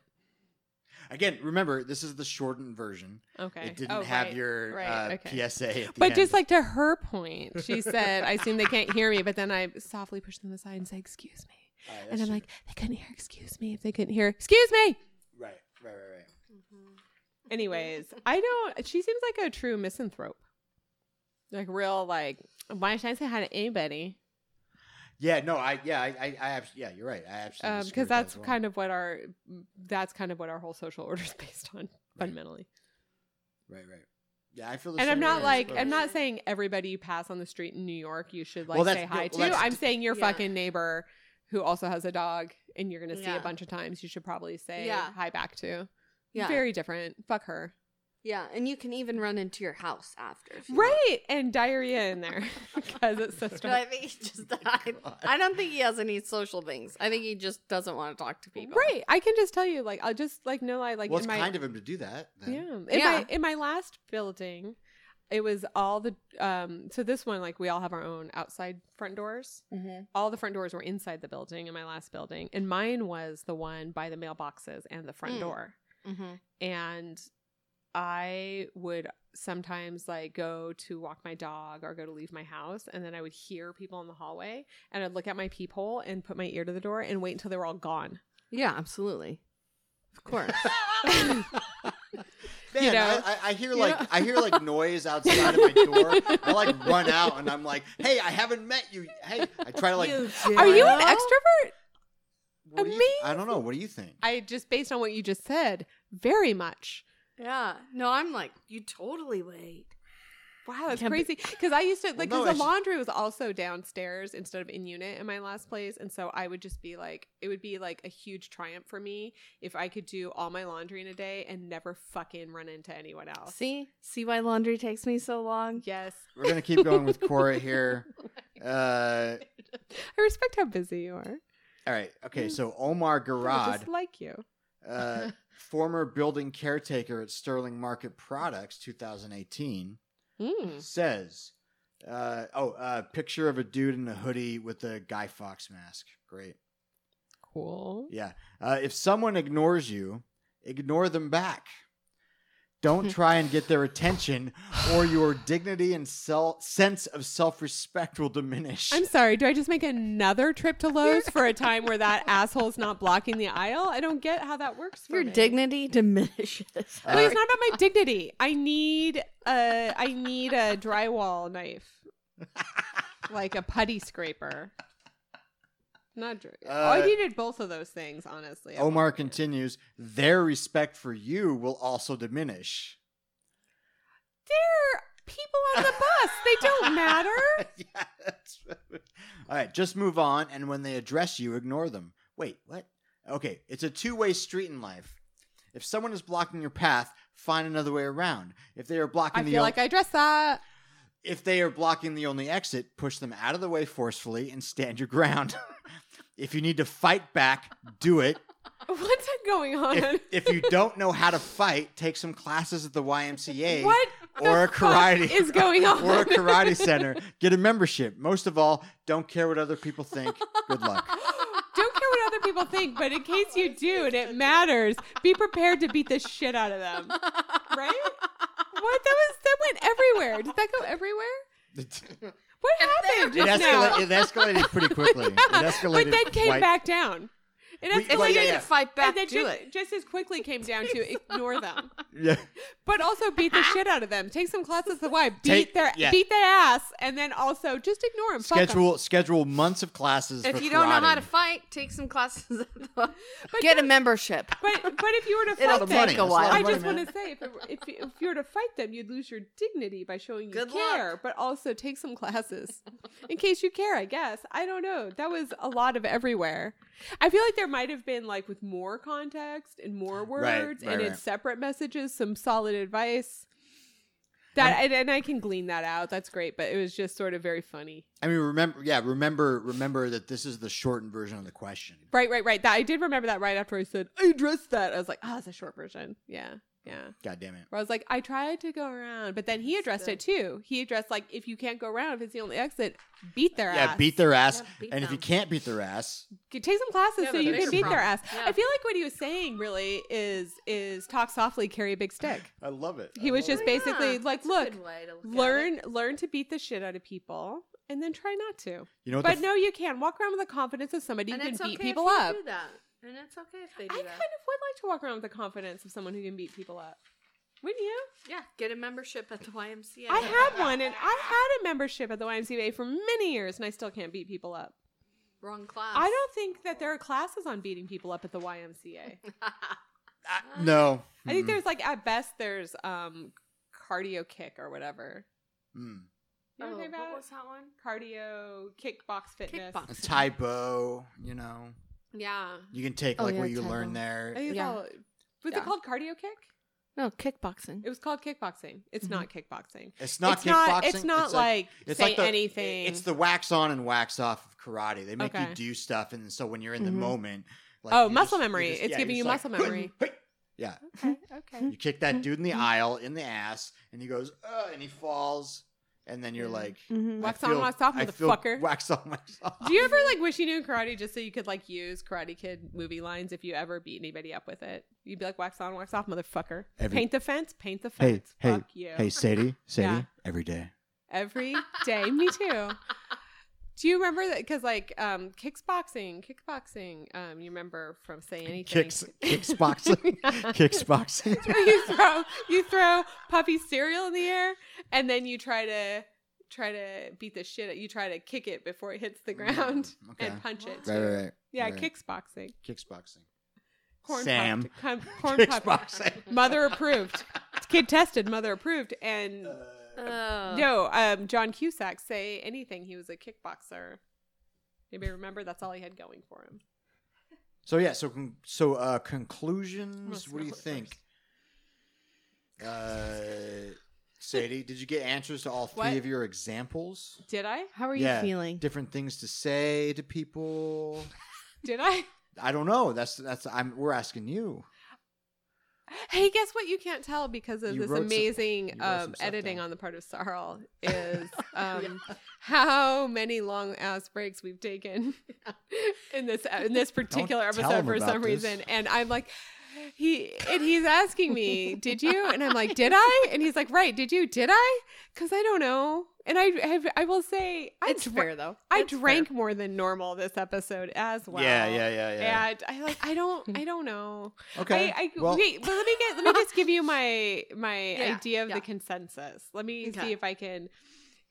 Speaker 2: Again, remember, this is the shortened version.
Speaker 3: Okay.
Speaker 2: It didn't
Speaker 3: Oh,
Speaker 2: have
Speaker 3: right,
Speaker 2: your
Speaker 3: right,
Speaker 2: uh,
Speaker 3: okay.
Speaker 2: PSA. At the
Speaker 3: But
Speaker 2: end.
Speaker 3: just like to her point, she said, I assume they can't hear me, but then I softly push them aside and say, Excuse me.
Speaker 2: All right,
Speaker 3: and
Speaker 2: Oh, that's
Speaker 3: I'm
Speaker 2: true.
Speaker 3: like, They couldn't hear, Excuse me. If they couldn't hear, Excuse me.
Speaker 2: Right, right, right, right.
Speaker 3: Anyways, I don't. She seems like a true misanthrope. Like real, like why should I say hi to anybody?
Speaker 2: Yeah, no, I yeah, I I, I abs- yeah, you're right. I absolutely
Speaker 3: because Um, that's kind of what our that's kind of what our whole social order is based on fundamentally.
Speaker 2: right, right. Yeah, I feel. The
Speaker 3: And I'm
Speaker 2: same
Speaker 3: not
Speaker 2: way, I
Speaker 3: like
Speaker 2: suppose.
Speaker 3: I'm not saying everybody you pass on the street in New York you should like
Speaker 2: Well, that's-
Speaker 3: say hi
Speaker 2: well,
Speaker 3: to.
Speaker 2: that's-
Speaker 3: I'm saying your
Speaker 4: yeah.
Speaker 3: fucking neighbor who also has a dog and you're gonna see
Speaker 4: Yeah.
Speaker 3: a bunch of times you should probably say
Speaker 4: Yeah.
Speaker 3: hi back to.
Speaker 4: Yeah.
Speaker 3: Very different. Fuck her.
Speaker 4: yeah. And you can even run into your house after. if you want.
Speaker 3: Right. And diarrhea in there because it's so
Speaker 4: No,
Speaker 3: strong.
Speaker 4: I think he just died. I don't think he has any social things. I think he just doesn't want to talk to people.
Speaker 3: Right. I can just tell you, like, I'll just like no, I like
Speaker 2: well,
Speaker 3: in
Speaker 2: it's
Speaker 3: my
Speaker 2: kind of him to do that. Then.
Speaker 3: yeah in
Speaker 4: Yeah.
Speaker 3: my in my last building, it was all the um. So this one, like, we all have our own outside front doors.
Speaker 4: Mm-hmm.
Speaker 3: All the front doors were inside the building in my last building, and mine was the one by the mailboxes and the front
Speaker 4: Mm.
Speaker 3: door.
Speaker 4: Mm-hmm.
Speaker 3: and I would sometimes like go to walk my dog or go to leave my house and then I would hear people in the hallway and I'd look at my peephole and put my ear to the door and wait until they were all gone.
Speaker 4: Yeah, absolutely. Of course.
Speaker 2: Man,
Speaker 3: You know?
Speaker 2: I, I, I hear
Speaker 3: You
Speaker 2: like
Speaker 3: know?
Speaker 2: I hear like noise outside of my door. I like run out and I'm like, "Hey, I haven't met you." Hey, I try to like.
Speaker 3: Are you an
Speaker 4: Well-
Speaker 3: extrovert?
Speaker 2: what do you th- I don't know. What do you think?
Speaker 3: I just based on what you just said, very much.
Speaker 4: yeah. No, I'm like, you totally wait.
Speaker 3: Wow, that's
Speaker 4: Yeah, but-
Speaker 3: crazy. Because I used to like
Speaker 2: no,
Speaker 3: because
Speaker 2: I
Speaker 3: the
Speaker 2: just-
Speaker 3: laundry was also downstairs instead of in unit in my last place, and so I would just be like, it would be like a huge triumph for me if I could do all my laundry in a day and never fucking run into anyone else.
Speaker 4: See? See why laundry takes me so long?
Speaker 3: Yes,
Speaker 2: We're gonna keep going with Cora here. Uh,
Speaker 3: I respect how busy you are.
Speaker 2: all right.
Speaker 3: Mm.
Speaker 2: Okay. So Omar
Speaker 3: I
Speaker 2: Garad,
Speaker 3: just like you.
Speaker 2: uh, former building caretaker at Sterling Market Products, 2018,
Speaker 3: Mm.
Speaker 2: says, uh, "Oh, uh, picture of a dude in a hoodie with a Guy Fox mask. Great.
Speaker 3: Cool.
Speaker 2: Yeah. Uh, if someone ignores you, ignore them back." Don't try and get their attention, or your dignity and self- sense of self respect will diminish.
Speaker 3: I'm sorry. Do I just make another trip to Lowe's for a time where that asshole's not blocking the aisle? I don't get how that works. For
Speaker 4: Your
Speaker 3: me.
Speaker 4: dignity diminishes.
Speaker 3: Well,
Speaker 2: Uh,
Speaker 3: it's not about my dignity. I need a I need a drywall knife, like a putty scraper. Not dr- oh,
Speaker 2: Uh,
Speaker 3: I needed both of those things, honestly. at one
Speaker 2: Omar
Speaker 3: point.
Speaker 2: continues, their respect for you will also diminish.
Speaker 3: They're people on the bus. They don't matter.
Speaker 2: yeah, that's All right, just move on, and when they address you, ignore them. Wait, what? Okay, it's a two way street in life. If someone is blocking your path, find another way around. If they are blocking
Speaker 3: I
Speaker 2: the
Speaker 3: feel
Speaker 2: o-
Speaker 3: like I dress up.
Speaker 2: if they are blocking the only exit, push them out of the way forcefully and stand your ground. if you need to fight back, do it.
Speaker 3: What's going on?
Speaker 2: If, if you don't know how to fight, take some classes at the YMCA.
Speaker 3: what
Speaker 2: or a
Speaker 3: the fuck
Speaker 2: karate
Speaker 3: is going on?
Speaker 2: or a karate center. Get a membership. Most of all, don't care what other people think. Good luck.
Speaker 3: Don't care what other people think, but in case you do and it matters, be prepared to beat the shit out of them. Right? What? That was that went everywhere. Did that go everywhere?
Speaker 2: It
Speaker 3: What happened
Speaker 2: escala- it
Speaker 3: just now?
Speaker 2: escalated, pretty quickly. It escalated.
Speaker 3: but then came
Speaker 2: quite-
Speaker 3: back down. It
Speaker 2: We-
Speaker 3: escalated.
Speaker 2: well, yeah, yeah.
Speaker 4: Fight back
Speaker 3: and then
Speaker 4: to
Speaker 3: just,
Speaker 4: it.
Speaker 3: just as quickly came down to ignore them,
Speaker 2: Yeah.
Speaker 3: but also beat the shit out of them. Take some classes of why beat
Speaker 2: Take-
Speaker 3: their
Speaker 2: yeah.
Speaker 3: beat their ass, and then also just ignore them. Fuck 'em.
Speaker 2: Schedule schedule months of classes.
Speaker 4: If
Speaker 2: for
Speaker 4: you don't know how
Speaker 2: karate.
Speaker 4: to fight, take some classes. at the- Get a membership.
Speaker 3: But but if you were to
Speaker 4: It'll
Speaker 2: money.
Speaker 3: fight them,
Speaker 4: take a
Speaker 2: That's a
Speaker 4: while.
Speaker 2: lot of
Speaker 3: I
Speaker 2: money,
Speaker 3: just
Speaker 2: man.
Speaker 3: want to say, if, it, if, you- if you were to fight them, you'd lose your dignity by showing you
Speaker 4: Good
Speaker 3: care,
Speaker 4: luck.
Speaker 3: but also take some classes in case you care, I guess. I don't know. That was a lot of everywhere. I feel like there might have been, like, with more context and more words
Speaker 2: Right, right,
Speaker 3: and in
Speaker 2: right.
Speaker 3: separate messages, some solid advice. That and, and I can glean that out. That's great, but it was just sort of very funny.
Speaker 2: I mean, remember, yeah, remember, remember that this is the shortened version of the question.
Speaker 3: Right, right, right. That I did remember that right after I said I addressed that. I was like, oh, it's a short version. Yeah, yeah.
Speaker 2: God damn it.
Speaker 3: where I was like, I tried to go around, but then he addressed it too. He addressed like, if you can't go around, if it's the only exit, beat their
Speaker 2: Yeah,
Speaker 3: ass.
Speaker 2: beat their ass.
Speaker 4: Yeah, beat
Speaker 2: and if
Speaker 4: them.
Speaker 2: you can't beat their ass,
Speaker 3: G- Take some classes
Speaker 4: Yeah,
Speaker 3: so
Speaker 4: but
Speaker 3: you
Speaker 4: that's
Speaker 3: can
Speaker 4: your
Speaker 3: beat their
Speaker 4: problem.
Speaker 3: ass.
Speaker 4: Yeah.
Speaker 3: I feel like what he was saying really is is talk softly, carry a big stick.
Speaker 2: I love it.
Speaker 3: He
Speaker 2: I
Speaker 3: was
Speaker 2: love
Speaker 3: just
Speaker 2: it.
Speaker 3: basically like,
Speaker 4: That's a
Speaker 3: look,
Speaker 4: good way to look at it.
Speaker 3: learn learn to beat the shit out of people, and then try not to.
Speaker 2: You know what?
Speaker 3: But
Speaker 2: the, f-
Speaker 3: no, you can walk around with the confidence of somebody who
Speaker 4: And
Speaker 3: can
Speaker 4: it's
Speaker 3: beat
Speaker 4: okay
Speaker 3: people
Speaker 4: if they
Speaker 3: up.
Speaker 4: Do that. And it's okay if they
Speaker 3: I
Speaker 4: do
Speaker 3: kind of would
Speaker 4: that.
Speaker 3: like to walk around with the confidence of someone who can beat people up. Wouldn't you?
Speaker 4: Yeah, get a membership at the YMCA.
Speaker 3: I had one, and I had a membership at the YMCA for many years, and I still can't beat people up.
Speaker 4: Wrong class.
Speaker 3: I don't think that there are classes on beating people up at the YMCA.
Speaker 2: Ah, no.
Speaker 3: I think
Speaker 2: Mm-mm.
Speaker 3: there's like at best there's um cardio kick or whatever.
Speaker 2: Mm.
Speaker 3: You know Oh, what I'm talking
Speaker 4: what
Speaker 3: about?
Speaker 4: was that one?
Speaker 3: Cardio, kickbox fitness.
Speaker 4: Kickbox.
Speaker 2: A Tai Bo, you know,
Speaker 3: Yeah.
Speaker 2: you can take
Speaker 4: Oh,
Speaker 2: like
Speaker 4: yeah,
Speaker 2: what you
Speaker 4: Tai
Speaker 2: learn
Speaker 4: Bo.
Speaker 3: I
Speaker 2: there.
Speaker 3: think it's
Speaker 4: Yeah.
Speaker 3: all- was
Speaker 4: Yeah.
Speaker 3: it called cardio kick?
Speaker 4: No, kickboxing.
Speaker 3: It was called kickboxing. It's not kickboxing.
Speaker 2: It's Mm-hmm. not
Speaker 3: it's
Speaker 2: kickboxing.
Speaker 3: not. It's not
Speaker 2: like
Speaker 3: like,
Speaker 2: it's
Speaker 3: say
Speaker 2: like the-
Speaker 3: anything.
Speaker 2: It's the wax on and wax off of karate. They make
Speaker 3: Okay. Mm-hmm.
Speaker 2: you do stuff, and so when you're in the
Speaker 4: Mhm.
Speaker 2: moment, like,
Speaker 3: Oh,
Speaker 2: you're
Speaker 3: muscle
Speaker 2: you're
Speaker 3: memory. It's giving
Speaker 2: you're
Speaker 3: you
Speaker 2: just
Speaker 3: muscle
Speaker 2: "Hey,
Speaker 3: memory." Mm-hmm.
Speaker 2: hey." Yeah,
Speaker 3: okay. Okay.
Speaker 2: you kick that dude in the aisle in the ass, and he goes, "Ugh," and he falls, and then you're
Speaker 3: Yeah.
Speaker 2: like,
Speaker 4: Mm-hmm.
Speaker 2: "I
Speaker 3: Wax on,
Speaker 2: feel-
Speaker 3: wax off,
Speaker 2: I feel
Speaker 3: motherfucker."
Speaker 2: Wax on, wax off.
Speaker 3: Do you ever like wish you knew karate just so you could like use Karate Kid movie lines if you ever beat anybody up with it? You'd be like, wax on, wax off, motherfucker.
Speaker 2: Every-
Speaker 3: paint the fence, paint the
Speaker 2: Hey,
Speaker 3: fence.
Speaker 2: hey,
Speaker 3: Fuck you.
Speaker 2: Hey, Sadie, Sadie,
Speaker 3: Yeah.
Speaker 2: every day.
Speaker 3: Every day. Me too. Do you remember that? Because like um, kickboxing, kickboxing. Um, you remember from say anything.
Speaker 2: Kicks, kicks boxing, kicks boxing.
Speaker 3: you throw you throw puppy cereal in the air and then you try to try to beat the shit out you try to kick it before it hits the ground
Speaker 2: Mm, okay.
Speaker 3: and punch it
Speaker 2: Right,
Speaker 3: too.
Speaker 2: right, right.
Speaker 3: yeah
Speaker 2: right.
Speaker 3: kicks boxing
Speaker 2: Kicks boxing.
Speaker 3: corn
Speaker 2: Sam.
Speaker 3: popped, con- corn
Speaker 2: Kicks
Speaker 3: popped.
Speaker 2: boxing.
Speaker 3: mother approved kid tested mother approved and
Speaker 4: Oh.
Speaker 3: no um john cusack say anything he was a kickboxer anybody remember that's all he had going for him
Speaker 2: So yeah, so con- so uh,
Speaker 3: I'm gonna
Speaker 2: conclusions. What do you
Speaker 3: smell it
Speaker 2: think, uh, Sadie? Did you get answers to all three
Speaker 3: What?
Speaker 2: of your examples?
Speaker 3: first. did i
Speaker 4: How are
Speaker 2: Yeah.
Speaker 4: you feeling?
Speaker 2: Different things to say to people.
Speaker 3: did i
Speaker 2: I don't know. That's that's. I'm. We're asking you.
Speaker 3: Hey, guess what? You can't tell because of
Speaker 2: You
Speaker 3: this
Speaker 2: wrote some-
Speaker 3: amazing
Speaker 2: you wrote some
Speaker 3: um,
Speaker 2: stuff
Speaker 3: editing
Speaker 2: down.
Speaker 3: on the part of Sarl is um, how many long ass breaks we've taken in this in this particular
Speaker 2: Don't tell
Speaker 3: episode
Speaker 2: him
Speaker 3: for
Speaker 2: about
Speaker 3: some
Speaker 2: this.
Speaker 3: reason, and I'm like. He and he's asking me, "Did you?" And I'm like, "Did I?" And he's like, "Right, did you? Did I?" Because I don't know. And I, I, I will say, I
Speaker 4: It's
Speaker 3: dra-
Speaker 4: fair though.
Speaker 3: I
Speaker 4: It's fair.
Speaker 3: drank more than normal this episode as well.
Speaker 2: Yeah, yeah, yeah, yeah.
Speaker 3: And I like, I don't, I don't know.
Speaker 2: okay.
Speaker 3: I, I
Speaker 2: well,
Speaker 3: wait, but let me get let me just give you my my
Speaker 4: Yeah,
Speaker 3: idea of
Speaker 4: yeah.
Speaker 3: the consensus. Let me
Speaker 4: Okay.
Speaker 3: see if I can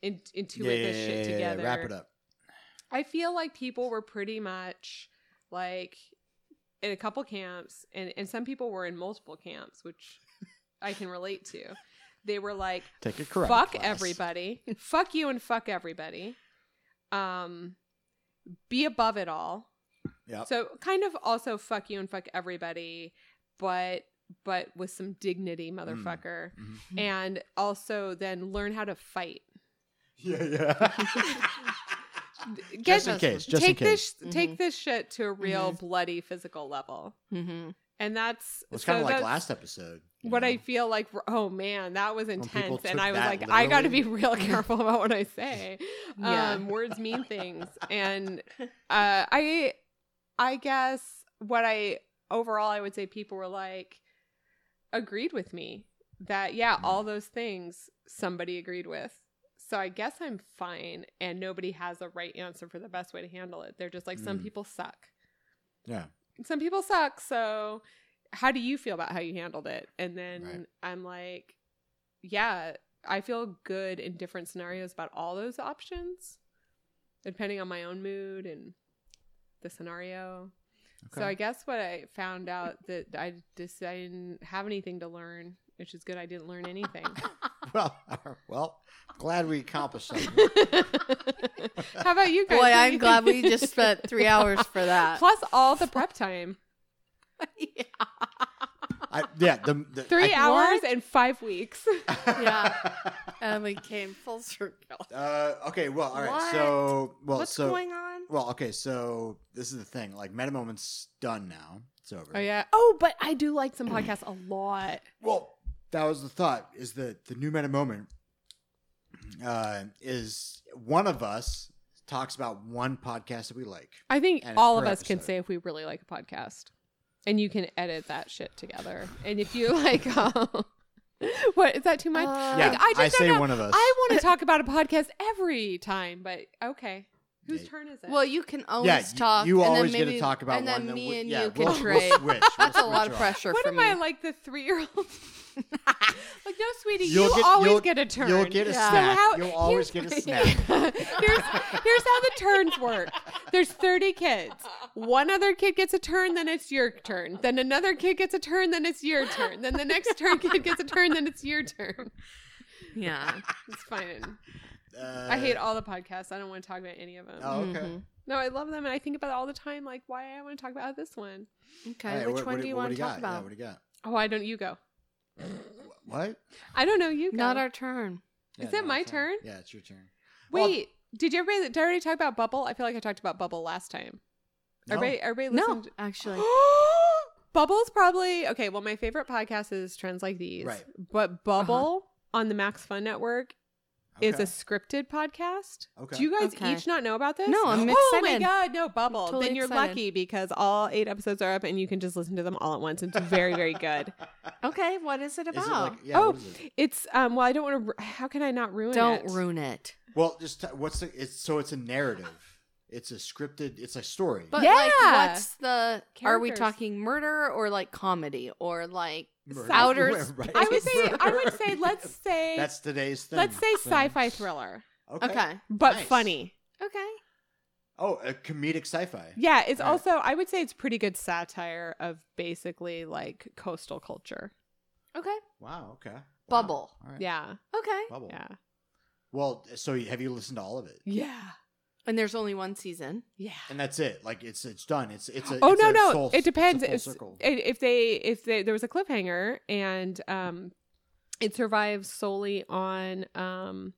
Speaker 3: in, intuit
Speaker 2: yeah, yeah,
Speaker 3: this
Speaker 2: yeah,
Speaker 3: shit
Speaker 2: yeah, yeah,
Speaker 3: together.
Speaker 2: Wrap it up.
Speaker 3: I feel like people were pretty much like in a couple camps, and and some people were in multiple camps, which I can relate to. They were like,
Speaker 2: Take a correct.
Speaker 3: fuck
Speaker 2: class.
Speaker 3: everybody, fuck you, and fuck everybody. Um, be above it all.
Speaker 2: Yep.
Speaker 3: So kind of also fuck you and fuck everybody, but but with some dignity,
Speaker 2: Mm.
Speaker 3: motherfucker.
Speaker 2: Mhm.
Speaker 3: And also then learn how to fight.
Speaker 2: Yeah, yeah.
Speaker 3: Get
Speaker 2: just in case. Just
Speaker 3: take
Speaker 2: in case.
Speaker 3: this Mm-hmm. take this shit to a real bloody physical level.
Speaker 4: Mm-hmm.
Speaker 3: And that's
Speaker 2: Well, it's kind
Speaker 3: so
Speaker 2: of like
Speaker 3: that's
Speaker 2: last episode. you
Speaker 3: what
Speaker 2: know?
Speaker 3: I feel like oh man, that was
Speaker 2: people
Speaker 3: intense.
Speaker 2: took
Speaker 3: And I was
Speaker 2: that
Speaker 3: like, I gotta be
Speaker 2: literally.
Speaker 3: real careful about what I say.
Speaker 4: Yeah.
Speaker 3: Um words mean things. And uh I I guess what I overall I would say people were like agreed with me that yeah, all those things somebody agreed with. So I guess I'm fine and nobody has a right answer for the best way to handle it. They're just like some
Speaker 2: Mm.
Speaker 3: people suck.
Speaker 2: Yeah.
Speaker 3: Some people suck, so how do you feel about how you handled it? And then
Speaker 2: Right.
Speaker 3: I'm like yeah, I feel good in different scenarios about all those options depending on my own mood and the scenario. So I guess what I found out that I just I didn't have anything to learn, which is good. I didn't learn anything.
Speaker 2: well, well, glad we accomplished something.
Speaker 3: How about you guys?
Speaker 4: Boy,
Speaker 3: What do
Speaker 4: I'm
Speaker 3: you
Speaker 4: glad we
Speaker 3: think?
Speaker 4: just spent three hours for that.
Speaker 3: plus all the prep time.
Speaker 4: yeah.
Speaker 2: I, yeah, the, the
Speaker 3: Three
Speaker 2: I-
Speaker 3: hours
Speaker 4: What?
Speaker 3: and five weeks.
Speaker 4: And we came full circle.
Speaker 2: Uh, okay. Well, all right.
Speaker 4: What?
Speaker 2: So, well,
Speaker 4: What's
Speaker 2: so
Speaker 4: going on?
Speaker 2: well, okay. So this is the thing. Like, Meta Moment's done now. It's over.
Speaker 3: Oh yeah. Oh, but I do like some podcasts a lot.
Speaker 2: Well, that was the thought. Is the the new Meta Moment uh, is one of us talks about one podcast that we like.
Speaker 3: I think
Speaker 2: And it's
Speaker 3: all
Speaker 2: per
Speaker 3: of us can
Speaker 2: episode.
Speaker 3: say if we really like a podcast, and you can edit that shit together. And if you like, um, what is that too much?
Speaker 4: Uh,
Speaker 2: Yeah,
Speaker 3: Like, I just
Speaker 2: I
Speaker 3: don't
Speaker 2: say
Speaker 3: know.
Speaker 2: one of us.
Speaker 3: I want to talk about a podcast every time, but okay, whose
Speaker 2: Yeah.
Speaker 3: turn is it?
Speaker 4: Well, you can always
Speaker 2: yeah, you-
Speaker 4: talk.
Speaker 2: You,
Speaker 4: and
Speaker 2: always
Speaker 4: then maybe,
Speaker 2: get to talk about
Speaker 4: and
Speaker 2: one.
Speaker 4: then me
Speaker 2: we-
Speaker 4: and
Speaker 2: yeah,
Speaker 4: you
Speaker 2: we'll,
Speaker 4: can
Speaker 2: we'll
Speaker 4: trade.
Speaker 2: switch. We'll
Speaker 4: That's a
Speaker 2: switch
Speaker 4: lot of
Speaker 2: off.
Speaker 4: pressure
Speaker 3: what
Speaker 4: for
Speaker 3: am
Speaker 4: me.
Speaker 3: I like the three year old? like, no, sweetie, you
Speaker 2: You'll get-
Speaker 3: always
Speaker 2: you'll-
Speaker 3: get a turn.
Speaker 2: You'll get a
Speaker 4: Yeah.
Speaker 2: snack.
Speaker 3: how-
Speaker 2: you'll always get a
Speaker 3: here's-
Speaker 2: snack.
Speaker 3: here's here's how the turns work. There's 30 kids. One other kid gets a turn, then it's your turn. Then another kid gets a turn, then it's your turn. Then the next turn kid gets a turn, then it's your turn.
Speaker 4: Yeah.
Speaker 3: It's fine.
Speaker 2: Uh,
Speaker 3: I hate Mm-hmm. all the podcasts. I don't want to talk about any of them.
Speaker 2: Oh, okay.
Speaker 4: Mhm.
Speaker 3: No, I love them, and I think about it all the time. Like, why I want to talk about this one?
Speaker 4: Okay.
Speaker 2: All right,
Speaker 4: Which
Speaker 2: what-
Speaker 4: one
Speaker 2: what
Speaker 4: do you
Speaker 2: what
Speaker 4: want to
Speaker 2: got?
Speaker 4: talk
Speaker 2: Yeah,
Speaker 4: about?
Speaker 2: what do you got?
Speaker 3: Oh, why don't you go?
Speaker 2: What?
Speaker 3: I don't know. You go.
Speaker 4: Not our turn.
Speaker 2: Yeah,
Speaker 3: Is it
Speaker 2: no,
Speaker 3: my
Speaker 2: it's fine.
Speaker 3: turn?
Speaker 2: Yeah, it's your turn. Well-
Speaker 3: Wait, did you everybody? Did I already talk about Bubble? I feel like I talked about Bubble last time.
Speaker 2: No.
Speaker 3: Everybody, everybody
Speaker 4: No,
Speaker 3: listened.
Speaker 4: actually.
Speaker 3: Bubble's probably okay. Well, my favorite podcast is Trends Like These,
Speaker 2: Right. Uh-huh.
Speaker 3: But Bubble on the Max Fun Network is
Speaker 2: Okay.
Speaker 3: a scripted podcast.
Speaker 2: Okay.
Speaker 3: Do you guys
Speaker 4: Okay.
Speaker 3: each not know about this?
Speaker 4: No, I'm
Speaker 3: Oh my
Speaker 4: excited.
Speaker 3: god, no bubble.
Speaker 4: totally
Speaker 3: then you're
Speaker 4: excited.
Speaker 3: lucky because all eight episodes are up and you can just listen to them all at once. It's very, very good.
Speaker 4: Okay. What is it
Speaker 2: Is it
Speaker 4: about?
Speaker 2: like- yeah,
Speaker 3: Oh.
Speaker 2: what is it?
Speaker 3: It's um. Well, I don't want to. How can I not ruin it?
Speaker 4: Don't ruin it.
Speaker 2: Well, just t- what's the? It's so it's a narrative. It's a scripted. It's a story.
Speaker 4: But like,
Speaker 3: Yeah.
Speaker 4: what's the? Are we
Speaker 3: Characters.
Speaker 4: talking murder or like comedy or like
Speaker 2: Murder.
Speaker 4: outer?
Speaker 2: Right.
Speaker 4: space?
Speaker 3: I would say. I would say. Let's say.
Speaker 2: that's today's thing.
Speaker 3: let's say
Speaker 2: Thing.
Speaker 3: sci-fi thriller,
Speaker 2: Okay.
Speaker 4: Okay.
Speaker 3: but
Speaker 2: Nice.
Speaker 3: funny.
Speaker 4: Okay.
Speaker 2: Oh, a comedic sci-fi.
Speaker 3: Yeah, it's
Speaker 2: Right.
Speaker 3: also. I would say it's pretty good satire of basically like coastal culture.
Speaker 4: Okay.
Speaker 2: Wow. Okay. Wow.
Speaker 4: Bubble.
Speaker 2: All right.
Speaker 3: Yeah.
Speaker 4: Okay.
Speaker 2: Bubble.
Speaker 3: Yeah.
Speaker 2: Well, so you- have you listened to all of it?
Speaker 3: Yeah.
Speaker 4: And there's only one season.
Speaker 3: Yeah.
Speaker 2: And that's it. Like it's it's done. It's it's a.
Speaker 3: oh
Speaker 2: it's
Speaker 3: no
Speaker 2: a
Speaker 3: no
Speaker 2: full-
Speaker 3: it depends
Speaker 2: It's a full circle.
Speaker 3: It's- i- if they if they, there was a cliffhanger and um it survives solely on um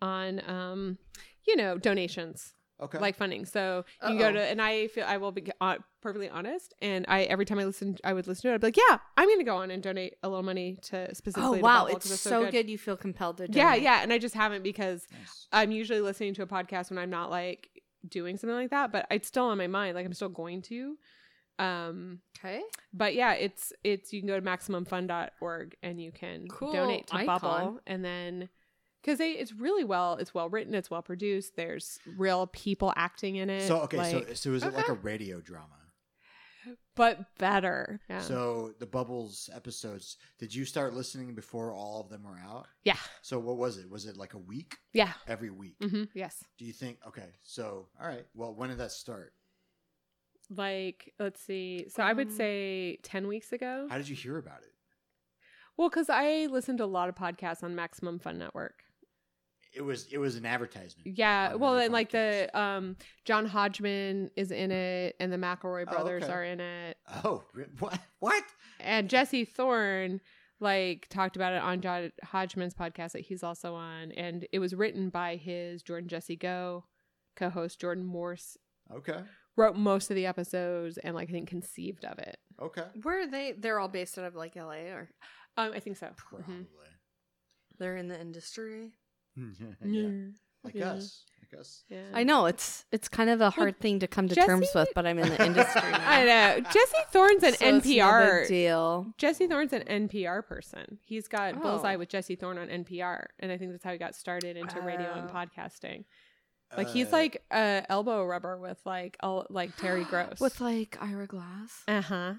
Speaker 3: on um you know donations
Speaker 2: okay.
Speaker 3: like funding so you go
Speaker 4: Uh-oh.
Speaker 3: to and i feel i will be uh, perfectly honest and i every time i listen i would listen to it i'd be like yeah i'm gonna go on and donate a little money to specifically
Speaker 4: Oh
Speaker 3: to
Speaker 4: wow,
Speaker 3: Bubble
Speaker 4: it's
Speaker 3: 'cause
Speaker 4: so, good. you feel compelled to.
Speaker 3: yeah
Speaker 4: donate.
Speaker 3: yeah and i just haven't because
Speaker 2: Nice.
Speaker 3: i'm usually listening to a podcast when i'm not like doing something like that but it's still on my mind like i'm still going to um
Speaker 4: Okay.
Speaker 3: but yeah, it's it's you can go to maximumfun.org and you can
Speaker 4: Cool
Speaker 3: donate to
Speaker 4: icon.
Speaker 3: Bubble and then because they it's really well it's well written it's well produced there's real people acting in it
Speaker 2: So okay.
Speaker 3: like,
Speaker 2: so so is it like
Speaker 4: Okay.
Speaker 2: a radio drama?
Speaker 3: but better yeah
Speaker 2: So the bubbles episodes. Did you start listening before all of them were out?
Speaker 3: yeah
Speaker 2: So what was it? Was it like a week
Speaker 3: yeah
Speaker 2: every week?
Speaker 3: hmm yes
Speaker 2: Do you think? Okay, so all right. Well, when did that start?
Speaker 3: like let's see so I would
Speaker 4: Um,
Speaker 3: say ten weeks ago
Speaker 2: How did you hear about it?
Speaker 3: well because I listened to a lot of podcasts on Maximum Fun Network
Speaker 2: It was it was an advertisement.
Speaker 3: Yeah,
Speaker 2: on
Speaker 3: well,
Speaker 2: another
Speaker 3: and like the um John Hodgman is in it, and the McElroy
Speaker 2: Oh,
Speaker 3: brothers
Speaker 2: okay.
Speaker 3: are in it,
Speaker 2: Oh, re- what? What?
Speaker 3: and Jesse Thorne like talked about it on John Hodgman's podcast that he's also on, and it was written by his Jordan Jesse Go co-host Jordan Morse
Speaker 2: Okay,
Speaker 3: wrote most of the episodes and like I think conceived of it.
Speaker 2: okay,
Speaker 4: Where are they? They're all based out of like LA, or
Speaker 3: Um, I think so.
Speaker 2: probably.
Speaker 4: they're in the industry.
Speaker 2: yeah.
Speaker 3: Mhm.
Speaker 2: like
Speaker 3: Yeah.
Speaker 2: us, like us.
Speaker 3: Yeah.
Speaker 4: I know it's it's kind of a hard thing to come to terms
Speaker 3: Jesse-
Speaker 4: with, but I'm in the industry. now.
Speaker 3: I know Jesse Thorne's an
Speaker 4: So it's no
Speaker 3: NPR
Speaker 4: big deal.
Speaker 3: Jesse Thorne's an NPR person. He's got
Speaker 4: Oh.
Speaker 3: Bullseye with Jesse Thorne on NPR, and I think that's how he got started into radio and
Speaker 4: Oh.
Speaker 3: podcasting. Like
Speaker 2: Uh,
Speaker 3: he's like uh, elbow rubber with like el- like Terry Gross.
Speaker 4: with like Ira Glass.
Speaker 3: uh huh.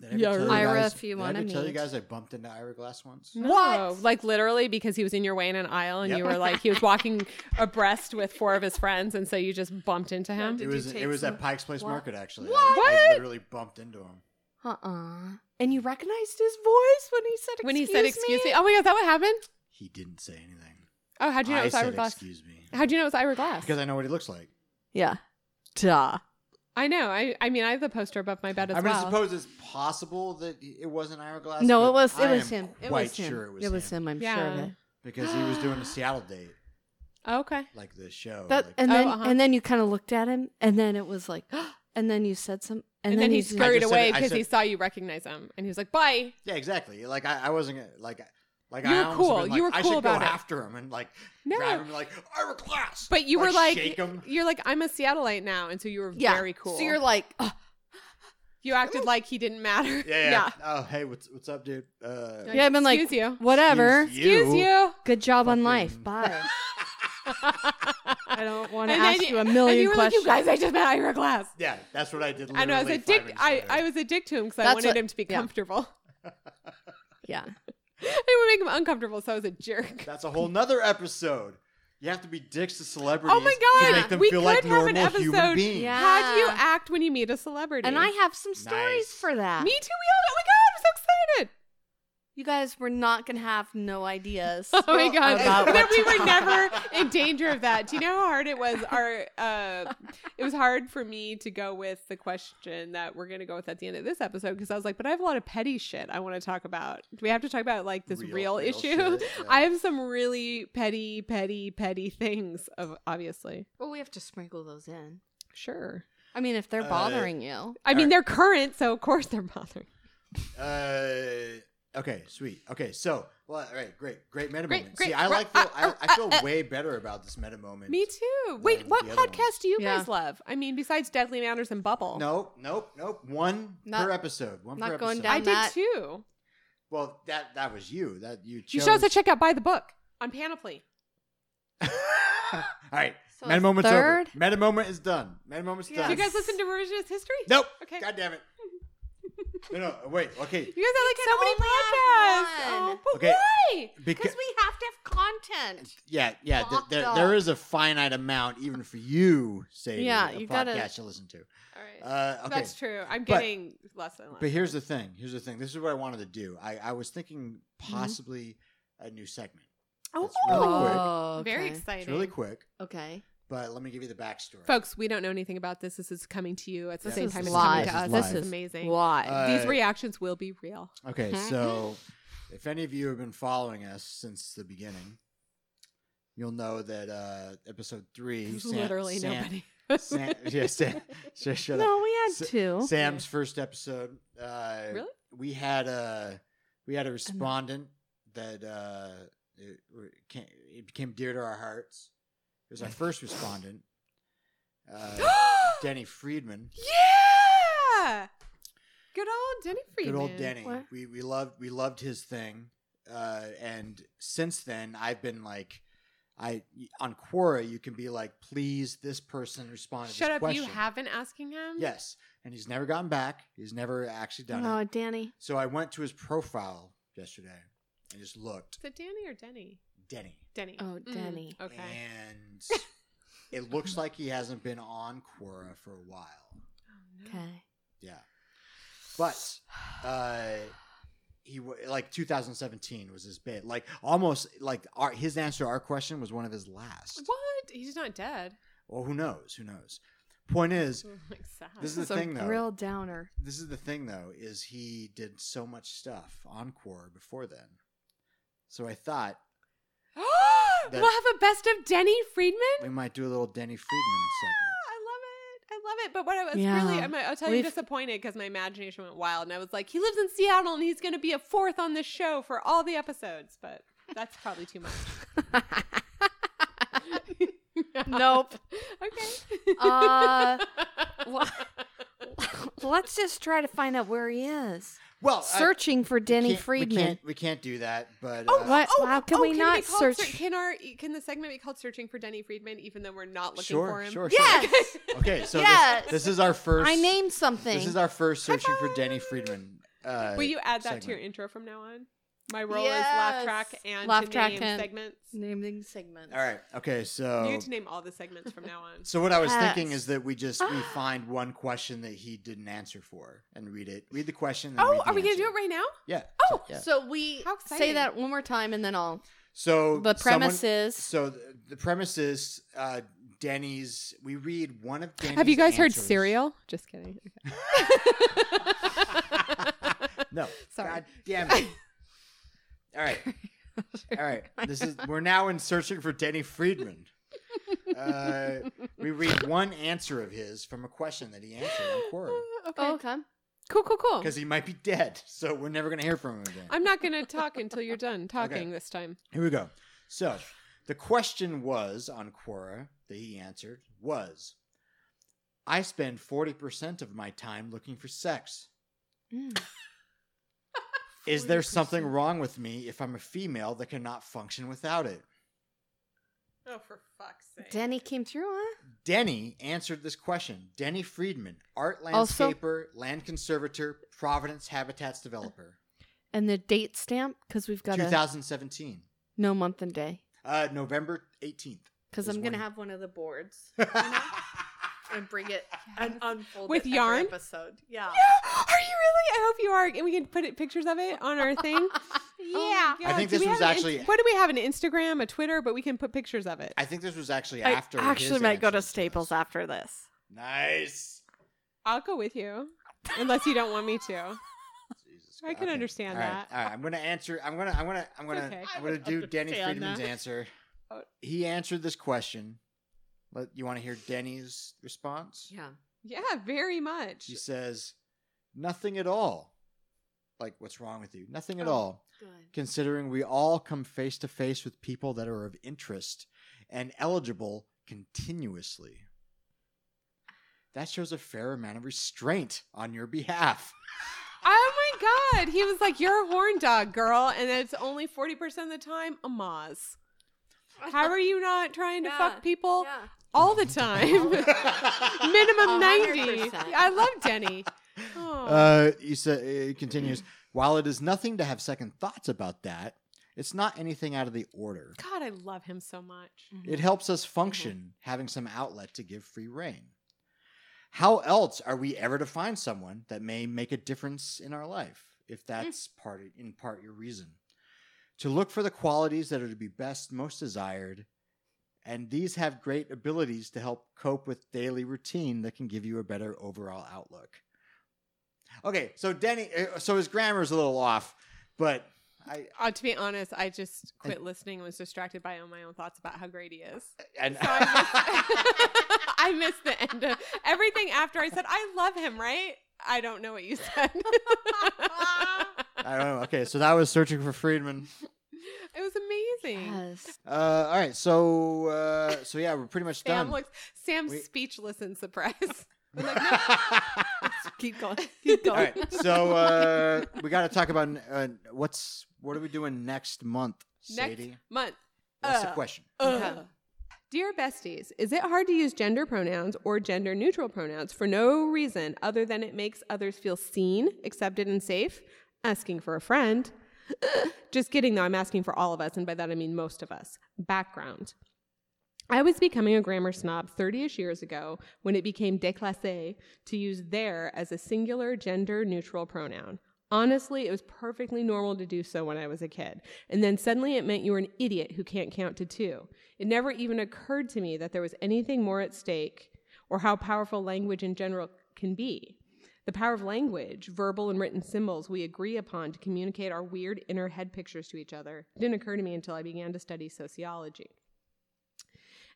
Speaker 2: did I ever
Speaker 3: Yeah,
Speaker 2: tell you
Speaker 4: Ira,
Speaker 2: guys-
Speaker 4: if you
Speaker 2: did I
Speaker 4: wanna
Speaker 2: ever tell you
Speaker 4: meet.
Speaker 2: guys I bumped into Ira Glass once.
Speaker 3: No, like literally because he was in your way in an aisle, and
Speaker 2: Yep.
Speaker 3: you were like he was walking abreast with four of his friends, and so you just bumped into him.
Speaker 2: It
Speaker 4: Did you
Speaker 2: was
Speaker 4: take
Speaker 2: it was
Speaker 4: some-
Speaker 2: at Pike's Place
Speaker 4: What?
Speaker 2: Market actually. I-
Speaker 3: What?
Speaker 2: I, literally bumped into him.
Speaker 4: Uh uh And you recognized his voice when he said, "Excuse
Speaker 3: when he said, "Excuse me. oh my god, is that what happened?
Speaker 2: He didn't say anything.
Speaker 3: Oh, how'd you know
Speaker 2: I
Speaker 3: it was
Speaker 2: said,
Speaker 3: Ira Glass?
Speaker 2: "Excuse me,"
Speaker 3: How'd you know it was Ira Glass?
Speaker 2: because I know what he looks like.
Speaker 4: Yeah. Duh.
Speaker 3: I know. I I mean, I have the poster above my bed as
Speaker 2: I mean, I
Speaker 3: well.
Speaker 2: suppose it's possible that it wasn't Ira Glass.
Speaker 4: No,
Speaker 2: but
Speaker 4: it was it
Speaker 2: I
Speaker 4: was
Speaker 2: am
Speaker 4: him. It
Speaker 2: quite
Speaker 4: was him.
Speaker 2: sure it was
Speaker 4: him. I'm sure of
Speaker 3: Yeah.
Speaker 4: it.
Speaker 2: because he was doing a Seattle date,
Speaker 3: okay.
Speaker 2: like the show.
Speaker 4: That
Speaker 2: like-
Speaker 4: and
Speaker 3: Oh,
Speaker 4: then
Speaker 3: uh-huh.
Speaker 4: and then you kind of looked at him, and then it was like, and then you said some, and,
Speaker 3: And, then, he
Speaker 4: just-
Speaker 2: I
Speaker 3: scurried
Speaker 2: just said
Speaker 3: away
Speaker 2: it- I
Speaker 3: because he
Speaker 2: said-
Speaker 3: saw you recognize him, and he was like, "Bye."
Speaker 2: yeah, exactly. Like I, I wasn't gonna- like like
Speaker 3: You
Speaker 2: I
Speaker 3: were
Speaker 2: almost
Speaker 3: cool.
Speaker 2: been
Speaker 3: You
Speaker 2: like,
Speaker 3: were
Speaker 2: I
Speaker 3: cool
Speaker 2: should
Speaker 3: about
Speaker 2: go
Speaker 3: it.
Speaker 2: after him and like
Speaker 3: No.
Speaker 2: grab him and like Ira Glass.
Speaker 3: But you were like,
Speaker 2: shake him.
Speaker 3: you're like, I'm a Seattleite now, and so you were
Speaker 4: yeah.
Speaker 3: very cool.
Speaker 4: So you're like, "Oh." "Ugh,
Speaker 3: you acted like he didn't matter.
Speaker 2: Yeah, yeah. Oh, hey, what's what's up, dude? Uh,
Speaker 4: Yeah, I've been like-
Speaker 3: excuse you,
Speaker 4: whatever.
Speaker 2: Excuse
Speaker 3: excuse you.
Speaker 4: Good job on life.
Speaker 2: Fucking-
Speaker 4: Bye. I don't want to
Speaker 3: And
Speaker 4: ask
Speaker 3: then-
Speaker 4: you a
Speaker 3: And
Speaker 4: million
Speaker 3: you were like,
Speaker 4: questions.
Speaker 3: you guys, I just met Ira Glass.
Speaker 2: yeah, that's what I did.
Speaker 3: I know. I was a
Speaker 2: literally five
Speaker 3: dick. I,
Speaker 2: minutes
Speaker 3: I
Speaker 2: later.
Speaker 3: was a dick to him because I
Speaker 4: That's
Speaker 3: wanted
Speaker 4: what-
Speaker 3: him to be
Speaker 4: yeah.
Speaker 3: comfortable.
Speaker 4: yeah.
Speaker 3: I would make him uncomfortable, so I was a jerk.
Speaker 2: That's a whole nother episode. You have to be dicks to celebrities.
Speaker 3: Oh my
Speaker 2: To
Speaker 3: god!
Speaker 2: make them
Speaker 3: we
Speaker 2: feel
Speaker 3: could
Speaker 2: like
Speaker 3: have an
Speaker 2: normal human
Speaker 3: episode.
Speaker 2: beings.
Speaker 4: Yeah.
Speaker 3: How do you act when you meet a celebrity?
Speaker 4: And I have some stories
Speaker 2: Nice.
Speaker 4: for that.
Speaker 3: me too. We all. Oh my god! I'm so excited.
Speaker 4: You guys were not gonna have no ideas.
Speaker 3: Oh my god!
Speaker 4: About
Speaker 3: that
Speaker 4: what
Speaker 3: we
Speaker 4: to
Speaker 3: were
Speaker 4: talk
Speaker 3: never in danger of that. Do you know how hard it was? Our uh, it was hard for me to go with the question that we're gonna go with at the end of this episode because I was like, but I have a lot of petty shit I want to talk about. Do we have to talk about like this real, issue?
Speaker 2: shit, yeah.
Speaker 3: I have some really petty, petty, petty things. Of obviously,
Speaker 4: Well, we have to sprinkle those in.
Speaker 3: sure.
Speaker 4: I mean, if they're
Speaker 2: Uh,
Speaker 4: bothering you,
Speaker 3: I mean, they're current, so of course they're bothering.
Speaker 2: Uh, okay, sweet. Okay, so well, all right, great, great meta
Speaker 3: Great,
Speaker 2: moment.
Speaker 3: great,
Speaker 2: See, I
Speaker 3: ra-
Speaker 2: like, feel, I,
Speaker 3: ah,
Speaker 2: I feel
Speaker 3: ah, ah.
Speaker 2: way better about this meta moment.
Speaker 3: Me too. Wait,
Speaker 2: than
Speaker 3: what
Speaker 2: the other
Speaker 3: podcast
Speaker 2: ones.
Speaker 3: do you
Speaker 4: Yeah.
Speaker 3: guys love? I mean, besides Deadly Manners and Bubble.
Speaker 2: Nope, nope, nope. One
Speaker 4: Not-
Speaker 2: per episode. One
Speaker 4: not
Speaker 2: per
Speaker 4: going
Speaker 2: episode.
Speaker 4: down
Speaker 3: I did
Speaker 4: that-
Speaker 3: too.
Speaker 2: Well, that that was you. That you chose.
Speaker 3: You should also check out Buy the Book on Panoply.
Speaker 2: all right,
Speaker 4: So
Speaker 2: meta
Speaker 4: a
Speaker 2: moment's
Speaker 4: third?
Speaker 2: over. Meta moment is done. Meta moment's
Speaker 4: Yeah.
Speaker 2: done.
Speaker 3: Do you guys listen to Revisionist History?
Speaker 2: Nope.
Speaker 3: Okay.
Speaker 2: God damn it. No, no. Wait. Okay.
Speaker 3: You guys have like so many
Speaker 4: only have
Speaker 3: podcasts. Oh,
Speaker 4: one.
Speaker 3: but
Speaker 2: Okay.
Speaker 3: why?
Speaker 2: Because
Speaker 4: because we have to have content.
Speaker 2: yeah, yeah. th-
Speaker 4: Locked
Speaker 2: there,
Speaker 4: up.
Speaker 2: there is a finite amount, even for you, Sadie.
Speaker 4: Yeah,
Speaker 2: a
Speaker 4: you
Speaker 2: podcast
Speaker 4: gotta-
Speaker 2: to listen to.
Speaker 3: All right.
Speaker 2: Uh, okay.
Speaker 3: That's true. I'm
Speaker 2: But-
Speaker 3: getting less and less.
Speaker 2: But here's the thing. Here's the thing. This is what I wanted to do. I, I was thinking possibly a new segment.
Speaker 3: oh,
Speaker 2: it's really quick.
Speaker 3: very
Speaker 4: Oh, okay.
Speaker 3: exciting.
Speaker 2: It's really quick,
Speaker 4: Okay.
Speaker 2: but let me give you the backstory.
Speaker 3: Folks, we don't know anything about this. This is coming to you at the
Speaker 2: Yeah,
Speaker 3: same
Speaker 2: this
Speaker 3: time
Speaker 2: is
Speaker 3: it's coming
Speaker 2: live.
Speaker 3: to
Speaker 2: This
Speaker 3: us.
Speaker 2: is
Speaker 3: This
Speaker 2: live.
Speaker 3: is amazing.
Speaker 4: Why?
Speaker 2: Uh,
Speaker 3: These reactions will be real.
Speaker 2: Okay,
Speaker 3: Mm-hmm.
Speaker 2: so if any of you have been following us since the beginning, you'll know that uh, episode three, Sam-
Speaker 3: Literally
Speaker 2: Sam-
Speaker 3: nobody.
Speaker 2: Sam, yeah, Sam, shut- shut up.
Speaker 4: no, we had
Speaker 2: So-
Speaker 4: two.
Speaker 2: Sam's first episode. Uh,
Speaker 3: Really?
Speaker 2: We had a we had a respondent that uh, it, it came, it became dear to our hearts. It was our first respondent, uh, Denny Friedman.
Speaker 3: yeah! Good old Denny Friedman.
Speaker 2: Good old Denny.
Speaker 4: What?
Speaker 2: We we loved we loved his thing, uh, and since then I've been like, I on Quora you can be like, please this person responded. to
Speaker 3: Shut
Speaker 2: this
Speaker 3: up.
Speaker 2: question.
Speaker 3: You have been asking him?
Speaker 2: yes, and he's never gotten back. He's never actually done
Speaker 4: oh,
Speaker 2: it.
Speaker 4: Danny.
Speaker 2: So I went to his profile yesterday and just looked
Speaker 3: Is it Danny or Denny?
Speaker 2: Denny,
Speaker 3: Denny.
Speaker 4: Oh,
Speaker 3: Mm,
Speaker 4: Denny.
Speaker 3: Okay.
Speaker 2: and it looks like he hasn't been on Quora for a while.
Speaker 4: Okay.
Speaker 2: Yeah, but uh, he wa- like 2017 was his bit. Like almost like our, his answer to our question was one of his last.
Speaker 3: What? He's not dead.
Speaker 2: Well, who knows? Who knows? Point is,
Speaker 3: Oh, like sad.
Speaker 2: This is the
Speaker 4: a
Speaker 2: thing, though.
Speaker 4: real downer.
Speaker 2: this is the thing though is he did so much stuff on Quora before then. So I thought
Speaker 3: we'll have a best of Denny Friedman. Ah,
Speaker 2: we might do a little Denny Friedman segment.
Speaker 3: I love it. I love it. But what I was
Speaker 4: Yeah.
Speaker 3: really, I'm, I'll tell you,
Speaker 4: We've-
Speaker 3: disappointed because my imagination went wild, and I was like, he lives in Seattle, and he's going to be a fourth on this show for all the episodes. But that's probably too much.
Speaker 4: Nope.
Speaker 3: okay.
Speaker 4: Uh, Let's just try to find out where he is.
Speaker 2: Well, Oh, I-
Speaker 4: Searching for Denny
Speaker 2: can't- We
Speaker 4: Friedman.
Speaker 2: can't, we can't do that, but
Speaker 3: Oh,
Speaker 2: uh,
Speaker 4: What? How can we
Speaker 3: it
Speaker 4: not
Speaker 3: be called
Speaker 4: search-
Speaker 3: Ser- can our can the segment be called "Searching for Denny Friedman"? Even though we're not looking
Speaker 2: Sure,
Speaker 3: for him.
Speaker 2: sure, sure.
Speaker 4: Yes.
Speaker 2: Okay, so
Speaker 4: Yes.
Speaker 2: this, this is our first.
Speaker 4: I named something.
Speaker 2: This is our first searching for Denny Friedman. Uh,
Speaker 3: Will you add that to your
Speaker 2: segment.
Speaker 3: intro from now on? My role is laugh track
Speaker 4: Yes.
Speaker 3: and
Speaker 4: Laugh
Speaker 3: to
Speaker 4: track
Speaker 3: name
Speaker 4: and-
Speaker 3: segments.
Speaker 4: naming segments.
Speaker 2: All right. Okay.
Speaker 3: You
Speaker 2: So.
Speaker 3: get to name all the segments from now on.
Speaker 2: So what I was
Speaker 4: Yes.
Speaker 2: thinking is that we just we find one question that he didn't answer for and read it. Read the question. then read
Speaker 3: Oh,
Speaker 2: the
Speaker 3: are we gonna
Speaker 2: answer.
Speaker 3: do it right now?
Speaker 2: Yeah.
Speaker 3: Oh,
Speaker 2: yeah.
Speaker 4: So we
Speaker 3: How
Speaker 4: say
Speaker 3: exciting.
Speaker 4: that one more time and then I'll.
Speaker 2: So
Speaker 4: The
Speaker 2: someone-
Speaker 4: premise is.
Speaker 2: So the, the premise is uh, Denny's. We read one of Denny's.
Speaker 3: Have you guys heard
Speaker 2: answers.
Speaker 3: Serial? Just kidding.
Speaker 2: No.
Speaker 3: Sorry.
Speaker 2: God damn it. All right. All right. This is we're now in searching for Denny Friedman. Uh, we read one answer of his from a question that he answered on Quora
Speaker 4: Oh,
Speaker 3: okay.
Speaker 4: okay.
Speaker 3: Cool, cool,
Speaker 4: Oh.
Speaker 3: cool.
Speaker 2: because he might be dead, so we're never gonna hear from him again.
Speaker 3: I'm not gonna talk until you're done talking this time.
Speaker 2: Here we go. So the question was on Quora that he answered was, "I spend forty percent of my time looking for sex.
Speaker 4: Mm.
Speaker 2: Is there something wrong with me if I'm a female that cannot function without it?"
Speaker 3: Oh, for fuck's sake.
Speaker 4: Denny came through, huh?
Speaker 2: Denny answered this question. Denny Friedman, art
Speaker 4: Also-
Speaker 2: landscaper, land conservator, Providence Habitats developer,
Speaker 4: And the date stamp because we've got a
Speaker 2: 2017,
Speaker 4: no month and day.
Speaker 2: uh, November 18th.
Speaker 4: Because
Speaker 2: This
Speaker 4: I'm going to
Speaker 2: morning.
Speaker 4: have one of the boards and bring it
Speaker 3: Yes.
Speaker 4: and unfold
Speaker 3: With
Speaker 4: it every
Speaker 3: yarn?
Speaker 4: episode. Yeah.
Speaker 3: Are you really? I hope you are. And we can put it, pictures of it on our thing. Oh
Speaker 4: Oh Yeah.
Speaker 2: I think
Speaker 3: Do
Speaker 2: this
Speaker 3: we
Speaker 2: was
Speaker 3: have an
Speaker 2: actually-
Speaker 3: Inst- what do we have? An Instagram, a Twitter, but we can put pictures of it.
Speaker 2: I think this was actually
Speaker 4: I
Speaker 2: after. his
Speaker 4: actually might go
Speaker 2: answer
Speaker 4: to
Speaker 2: this.
Speaker 4: Staples after this.
Speaker 2: Nice.
Speaker 3: I'll go with you, unless you don't want me to.
Speaker 2: Jesus
Speaker 3: I can understand
Speaker 2: All right,
Speaker 3: that.
Speaker 2: All right, I'm gonna answer. I'm gonna. I'm gonna. I'm gonna.
Speaker 3: okay.
Speaker 2: I'm
Speaker 4: I
Speaker 2: gonna
Speaker 4: would
Speaker 2: do Danny
Speaker 4: understand
Speaker 2: Friedman's
Speaker 4: that.
Speaker 2: answer.
Speaker 3: Oh.
Speaker 2: He answered this question. But you want to hear Danny's response?
Speaker 4: Yeah.
Speaker 3: Yeah, very much.
Speaker 2: She says, "Nothing at all. Like, what's wrong with you? Nothing at
Speaker 4: Oh.
Speaker 2: all.
Speaker 4: Good.
Speaker 2: Considering we all come face to face with people that are of interest and eligible continuously." That shows a fair amount of restraint on your behalf.
Speaker 3: Oh my god, he was like, "You're a horn dog, girl," and it's only forty percent of the time a Moz. How are you not trying to
Speaker 4: Yeah,
Speaker 3: fuck people
Speaker 4: Yeah.
Speaker 3: all the time? Minimum ninety.
Speaker 4: 100%.
Speaker 3: I love Denny. Oh.
Speaker 2: Uh, he sa- it continues. While it is nothing to have second thoughts about that, it's not anything out of the order.
Speaker 3: God, I love him so much.
Speaker 2: It helps us function, having some outlet to give free rein. How else are we ever to find someone that may make a difference in our life, if that's part in part your reason? To look for the qualities that are to be best, most desired, and these have great abilities to help cope with daily routine that can give you a better overall outlook. Okay, so Denny, uh, so his grammar is a little off, but I
Speaker 3: Uh, to be honest, I just quit listening and was distracted by my own thoughts about how great he is.
Speaker 2: and
Speaker 3: So I missed, I missed the end of everything after I said, I love him, right? I don't know what you said.
Speaker 2: I don't know. Okay, so that was searching for Friedman.
Speaker 3: it was amazing.
Speaker 4: Yes.
Speaker 2: Uh, all right, so uh, so yeah, we're pretty much
Speaker 3: Sam
Speaker 2: done.
Speaker 3: looks Sam's
Speaker 2: Wait.
Speaker 3: speechless and surprised. I'm like, no.
Speaker 2: all
Speaker 4: Keep going. Keep going.
Speaker 2: right, so uh, we got to talk about uh, what's what are we doing next month,
Speaker 3: Next
Speaker 2: Sadie?
Speaker 3: month.
Speaker 2: That's
Speaker 3: uh,
Speaker 2: the question.
Speaker 3: Ugh. Dear besties, is it hard to use gender pronouns or gender neutral pronouns for no reason other than it makes others feel seen, accepted, and safe? Asking for a friend. Just kidding, though, I'm asking for all of us, and by that I mean most of us. Background I was becoming a grammar snob 30 ish years ago when it became déclassé to use there as a singular gender neutral pronoun. Honestly, it was perfectly normal to do so when I was a kid. And then suddenly it meant you were an idiot who can't count to two. It never even occurred to me that there was anything more at stake or how powerful language in general can be. The power of language, verbal and written symbols we agree upon to communicate our weird inner head pictures to each other, didn't occur to me until I began to study sociology.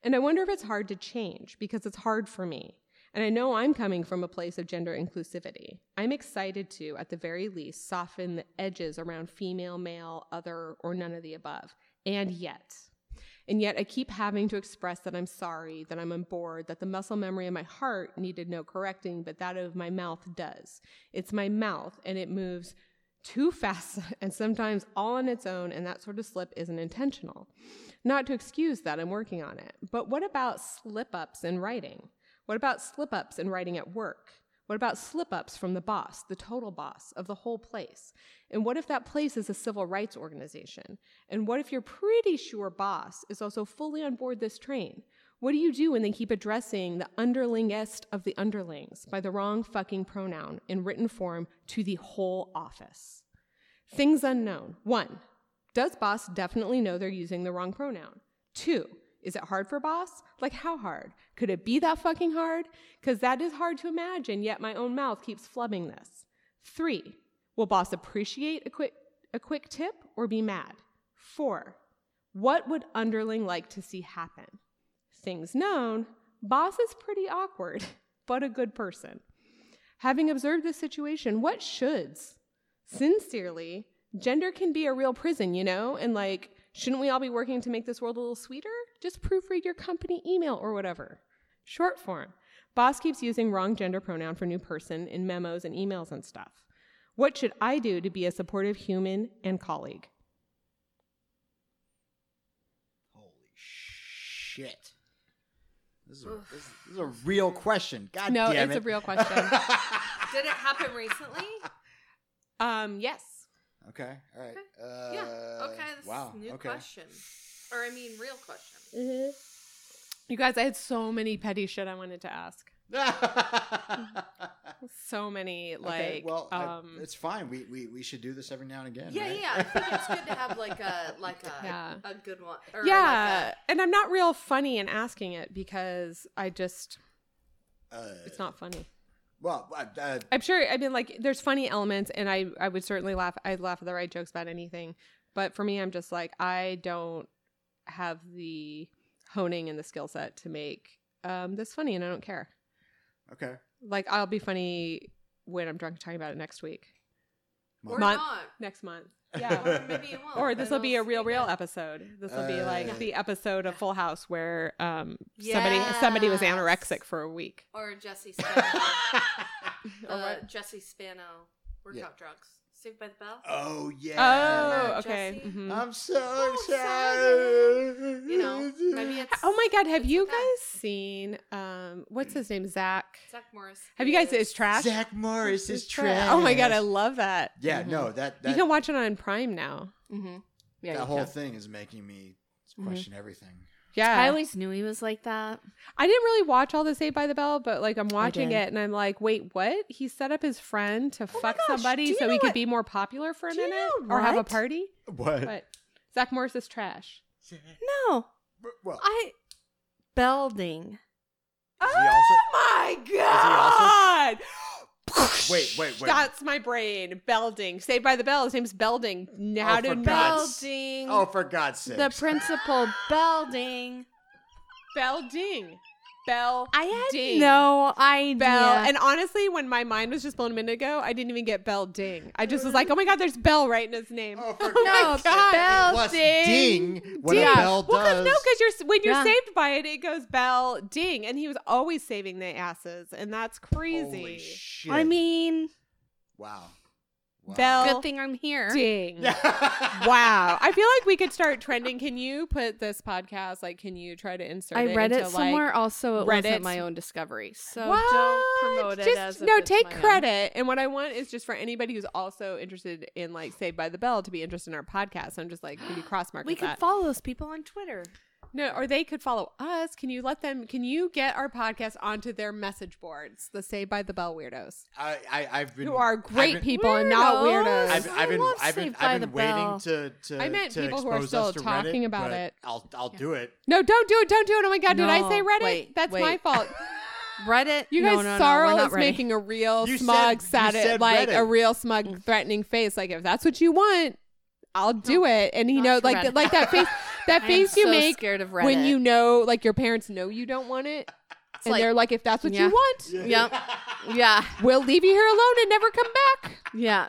Speaker 3: And I wonder if it's hard to change because it's hard for me. And I know I'm coming from a place of gender inclusivity. I'm excited to, at the very least, soften the edges around female, male, other, or none of the above. And yet, and yet I keep having to express that I'm sorry, that I'm on board, that the muscle memory in my heart needed no correcting, but that of my mouth does. It's my mouth and it moves too fast and sometimes all on its own, and that sort of slip isn't intentional. Not to excuse that, I'm working on it. But what about slip ups in writing? What about slip ups in writing at work? What about slip ups from the boss, the total boss of the whole place? And what if that place is a civil rights organization? And what if your pretty sure boss is also fully on board this train? What do you do when they keep addressing the underlingest of the underlings by the wrong fucking pronoun in written form to the whole office? Things unknown. One, does boss definitely know they're using the wrong pronoun? Two, is it hard for boss? Like, how hard? Could it be that fucking hard? Because that is hard to imagine, yet my own mouth keeps flubbing this. Three, will boss appreciate a quick, a quick tip or be mad? Four, what would underling like to see happen? Things known, boss is pretty awkward, but a good person. Having observed this situation, what shoulds? Sincerely, gender can be a real prison, you know? And like, shouldn't we all be working to make this world a little sweeter? Just proofread your company email or whatever. Short form. Boss keeps using wrong gender pronoun for new person in memos and emails and stuff. What should I do to be a supportive human and colleague?
Speaker 2: Holy shit! This is a, this, is- this is a real question. God
Speaker 3: no,
Speaker 2: damn
Speaker 3: it's
Speaker 2: it.
Speaker 3: a real question.
Speaker 4: Did it happen recently?
Speaker 3: um, yes.
Speaker 2: okay, all right. Uh,
Speaker 4: yeah. Okay. This
Speaker 2: wow.
Speaker 4: is new
Speaker 2: okay. Mm-hmm.
Speaker 4: question. Or I mean real question.
Speaker 3: You guys, I had so many petty shit I wanted to ask.
Speaker 2: like,
Speaker 3: So many like
Speaker 2: well, I-
Speaker 3: um
Speaker 2: it's fine. We, we we should do this every now and again.
Speaker 4: Yeah,
Speaker 2: right?
Speaker 4: yeah. I think it's good to have like a like a
Speaker 3: Yeah.
Speaker 4: a good one. Or
Speaker 3: yeah, and I'm not real funny in asking it because I just
Speaker 2: uh,
Speaker 3: it's not funny.
Speaker 2: Well, uh, uh,
Speaker 3: I'm sure. I mean, like, there's funny elements, and I I would certainly laugh. I laugh at the right jokes about anything, but for me, I'm just like I don't have the honing and the skill set to make um this funny, and I don't care.
Speaker 2: okay.
Speaker 3: Like, I'll be funny when I'm drunk talking about it next week,
Speaker 4: Like a, or
Speaker 3: Mon-
Speaker 4: not.
Speaker 3: next month.
Speaker 4: Or
Speaker 3: Yeah.
Speaker 4: Oh, maybe you won't.
Speaker 3: Or this will
Speaker 4: and
Speaker 3: be a
Speaker 4: it'll
Speaker 3: real,
Speaker 4: be
Speaker 3: real
Speaker 4: good.
Speaker 3: episode. This will be like
Speaker 2: Uh,
Speaker 3: the episode of Full House where um somebody somebody was
Speaker 4: Yes.
Speaker 3: anorexic for a week.
Speaker 4: Or Jesse Spano.
Speaker 3: Or
Speaker 4: uh,
Speaker 3: what?
Speaker 4: Jesse Spano. Workout
Speaker 2: Yeah.
Speaker 4: drugs. Saved by the Bell.
Speaker 2: oh yeah.
Speaker 3: Oh,
Speaker 4: Remember
Speaker 3: okay.
Speaker 4: Jesse?
Speaker 3: mhm.
Speaker 2: I'm so
Speaker 4: sorry.
Speaker 2: excited.
Speaker 4: You know, maybe it's.
Speaker 3: Oh my God, have
Speaker 4: It's
Speaker 3: you
Speaker 4: okay.
Speaker 3: guys seen um what's his name? Zach.
Speaker 4: Zach Morris.
Speaker 3: Have you guys
Speaker 4: is-
Speaker 3: it's trash?
Speaker 2: Zach Morris
Speaker 3: It's
Speaker 2: is trash.
Speaker 3: Oh my god, I love that.
Speaker 2: Yeah,
Speaker 4: Mhm.
Speaker 2: no, that
Speaker 3: you
Speaker 2: that,
Speaker 3: can watch it on Prime now.
Speaker 4: Mhm. Yeah,
Speaker 2: that
Speaker 4: you
Speaker 2: whole
Speaker 4: can.
Speaker 2: thing is making me
Speaker 3: Mm-hmm.
Speaker 4: Mhm.
Speaker 2: question everything.
Speaker 3: Yeah.
Speaker 4: I
Speaker 3: I,
Speaker 4: always knew he was like that.
Speaker 3: didn't really watch all the Saved by the Bell, but like I'm watching
Speaker 4: did.
Speaker 3: it and I'm like, wait, what? He set up his friend to
Speaker 1: Oh my
Speaker 3: fuck
Speaker 1: gosh, do
Speaker 3: somebody
Speaker 1: you
Speaker 3: so
Speaker 1: know
Speaker 3: he could
Speaker 1: what-
Speaker 3: be more popular for a
Speaker 1: do you
Speaker 3: minute
Speaker 1: know
Speaker 3: or have a
Speaker 1: what?
Speaker 3: party.
Speaker 2: What?
Speaker 3: But Zach Morris is trash.
Speaker 4: No,
Speaker 2: But- Well,
Speaker 4: I. Belding.
Speaker 2: Is he also-
Speaker 3: Oh my
Speaker 2: also- Wait, wait, wait.
Speaker 3: That's my brain. Belding. Saved by the Bell. His name's Belding. How
Speaker 2: Oh,
Speaker 3: did
Speaker 2: for God's-
Speaker 4: Belding.
Speaker 2: oh, for God's sake!
Speaker 4: the principal Belding.
Speaker 3: Belding. Bell.
Speaker 4: I had
Speaker 3: Ding.
Speaker 4: no idea.
Speaker 3: Bell. And honestly, when my mind was just blown a minute ago, I didn't even get Bell Ding. I just was like, oh my God, there's Bell right in his name.
Speaker 2: oh, for
Speaker 4: no,
Speaker 2: God's sake!
Speaker 4: Bell
Speaker 2: Plus
Speaker 4: ding.
Speaker 2: ding. What
Speaker 4: Yeah.
Speaker 2: a bell
Speaker 3: Well,
Speaker 2: does.
Speaker 3: cause, no, because you're when you're
Speaker 4: Yeah.
Speaker 3: saved by it, it goes Bell Ding, and he was always saving the asses, and that's crazy.
Speaker 2: Holy shit!
Speaker 4: I mean,
Speaker 2: wow. wow.
Speaker 3: Bell-
Speaker 4: good thing I'm here.
Speaker 3: Ding.
Speaker 2: wow.
Speaker 3: wow. I feel like we could start trending. Can you put this podcast? Like, can you try to insert?
Speaker 4: I read
Speaker 3: into,
Speaker 4: it somewhere. also, it
Speaker 3: Reddit's-
Speaker 4: wasn't my own discovery, so
Speaker 3: Like,
Speaker 4: don't
Speaker 3: What?
Speaker 4: promote it
Speaker 3: Just-
Speaker 4: as if
Speaker 3: no.
Speaker 4: it's
Speaker 3: Take
Speaker 4: my own.
Speaker 3: credit. And what I want is just for anybody who's also interested in like Saved by the Bell to be interested in our podcast. I'm just like, can you cross mark
Speaker 4: We
Speaker 3: with
Speaker 4: can
Speaker 3: that?
Speaker 4: follow those people on Twitter.
Speaker 3: no, or they could follow us. Can you let them? Can you get our podcast onto their message boards? The Saved by the Bell weirdos
Speaker 2: I, I I've been
Speaker 3: who are
Speaker 2: I've
Speaker 3: great
Speaker 2: been-
Speaker 3: people and not
Speaker 4: Weirdos.
Speaker 3: weirdos.
Speaker 2: I've, I've been,
Speaker 4: I love
Speaker 2: I've been,
Speaker 4: Saved by
Speaker 2: I've
Speaker 4: the
Speaker 2: been waiting
Speaker 4: Bell.
Speaker 2: to, to.
Speaker 3: I meant
Speaker 2: to
Speaker 3: people who are
Speaker 2: expose
Speaker 3: still
Speaker 2: us to Reddit,
Speaker 3: talking about
Speaker 2: but
Speaker 3: it.
Speaker 2: I'll, I'll do it.
Speaker 3: no, don't do it. Don't do it. Oh my god, did I say
Speaker 4: No,
Speaker 3: Reddit?
Speaker 4: wait,
Speaker 3: That's
Speaker 4: wait.
Speaker 3: my fault.
Speaker 4: Reddit.
Speaker 3: You
Speaker 4: no,
Speaker 3: guys,
Speaker 4: no, no, we're
Speaker 3: Sorrel
Speaker 4: not
Speaker 3: is
Speaker 4: ready.
Speaker 3: making a real
Speaker 2: You
Speaker 3: smug,
Speaker 2: said-
Speaker 3: sad,
Speaker 2: you said
Speaker 3: like a
Speaker 2: Reddit.
Speaker 3: real
Speaker 4: Mm.
Speaker 3: smug, threatening face. Like if that's what you want, I'll do it. And he
Speaker 4: not
Speaker 3: knows,
Speaker 4: for
Speaker 3: like,
Speaker 4: Reddit.
Speaker 3: like that face, that
Speaker 4: I'm
Speaker 3: face you
Speaker 4: so
Speaker 3: make
Speaker 4: scared of Reddit.
Speaker 3: when you know, like your parents know you don't want it, and
Speaker 4: like-
Speaker 3: they're like, if that's what
Speaker 4: Yeah.
Speaker 3: you want,
Speaker 4: Yep. Yeah.
Speaker 3: we'll leave you here alone and never come back.
Speaker 4: Yeah.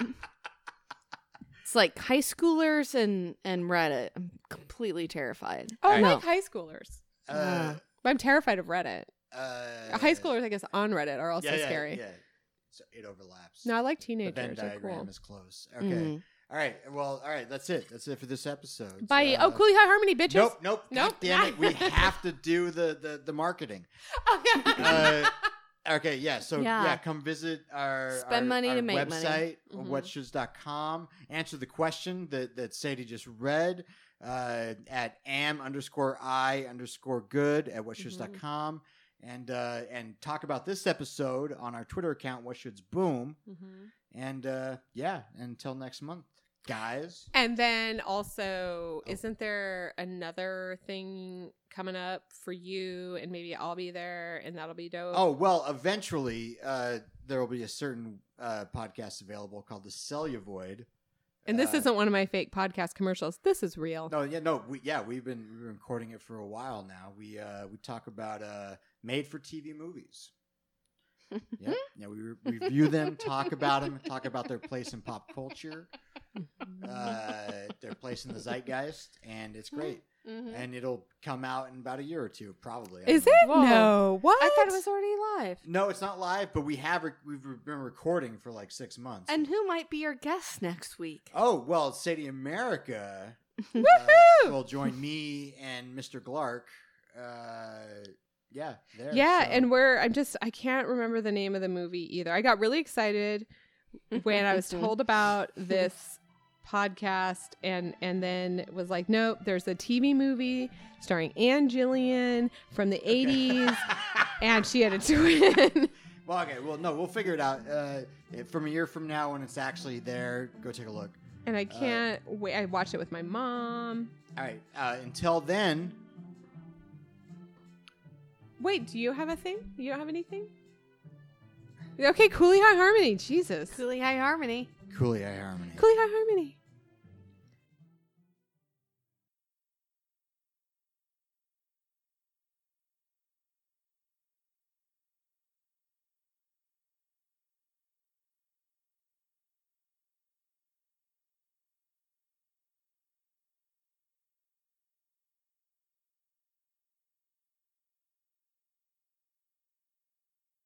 Speaker 4: It's like high schoolers and and Reddit. I'm completely terrified.
Speaker 3: Oh, I
Speaker 2: Right.
Speaker 3: like high schoolers.
Speaker 2: Uh,
Speaker 3: But I'm terrified of Reddit.
Speaker 2: uh,
Speaker 3: high schoolers, I guess, on Reddit are also
Speaker 2: yeah, yeah,
Speaker 3: scary.
Speaker 2: Yeah, so it overlaps.
Speaker 3: No, I like
Speaker 2: the Venn
Speaker 3: teenagers. They're
Speaker 2: diagram
Speaker 3: cool.
Speaker 2: is close. Okay.
Speaker 4: Mhm.
Speaker 2: All right. Well. All right. That's it. That's it for this episode.
Speaker 3: Bye.
Speaker 2: Uh,
Speaker 3: oh, Cooley High Harmony, bitches.
Speaker 2: Nope. Nope.
Speaker 3: Nope.
Speaker 2: God damn it. We have to do the the the marketing.
Speaker 3: Oh,
Speaker 2: Uh, okay, yeah. So yeah.
Speaker 4: Yeah.
Speaker 2: come visit our
Speaker 4: Spend
Speaker 2: our-
Speaker 4: money
Speaker 2: our
Speaker 4: to make money. Mm-hmm.
Speaker 2: website,
Speaker 3: Mhm.
Speaker 2: whatshoes.com. Answer the question that that Sadie just read uh, at am underscore i underscore good
Speaker 4: Mm-hmm.
Speaker 2: at whatshoes.com. And uh, and talk about this episode on our Twitter account, What Shoulds Boom.
Speaker 3: Mhm.
Speaker 2: And uh, yeah, until next month, guys.
Speaker 3: And then
Speaker 2: Oh.
Speaker 3: also, isn't there another thing coming up for you? And maybe I'll be there, and that'll be dope.
Speaker 2: Oh well, eventually uh, there will be a certain uh, podcast available called the Celluvoid.
Speaker 3: and this
Speaker 2: uh,
Speaker 3: isn't one of my fake podcast commercials. This is real.
Speaker 2: No, yeah, no, we, yeah, we've been we've been recording it for a while now. We uh, we talk about uh, made for TV movies. yeah, yeah, we re- review them, talk about them, talk about their place in pop culture, uh, their place in the zeitgeist, and it's great.
Speaker 4: Mhm.
Speaker 2: And it'll come out in about a year or two, probably. I
Speaker 3: is
Speaker 2: don't know.
Speaker 3: it?
Speaker 4: Whoa.
Speaker 3: No. What?
Speaker 4: I thought it was already live.
Speaker 2: No, it's not live, but we have re- we've re- been recording for like six months.
Speaker 4: And who might be your guest next week?
Speaker 2: Oh well, Sadie America uh,
Speaker 3: Woohoo!
Speaker 2: will join me and Mr. Glark. Uh, yeah, there.
Speaker 3: Yeah,
Speaker 2: so-
Speaker 3: and we're. I'm just. I can't remember the name of the movie either. I got really excited when I was told about this podcast and and then was like, nope, there's a TV movie starring Anne Gillian from the 80s and she had a twin.
Speaker 2: well, okay. Well, no, we'll figure it out. Uh, if- from a year from now, when it's actually there, go take a look.
Speaker 3: and I can't wait. I watched it with my mom.
Speaker 2: All right. Uh, until then,
Speaker 3: Wait, do you have a thing? You don't have anything? Okay, Coolie High Harmony. Jesus.
Speaker 4: Coolie High Harmony.
Speaker 2: Coolio Harmony.
Speaker 3: Coolie High Harmony.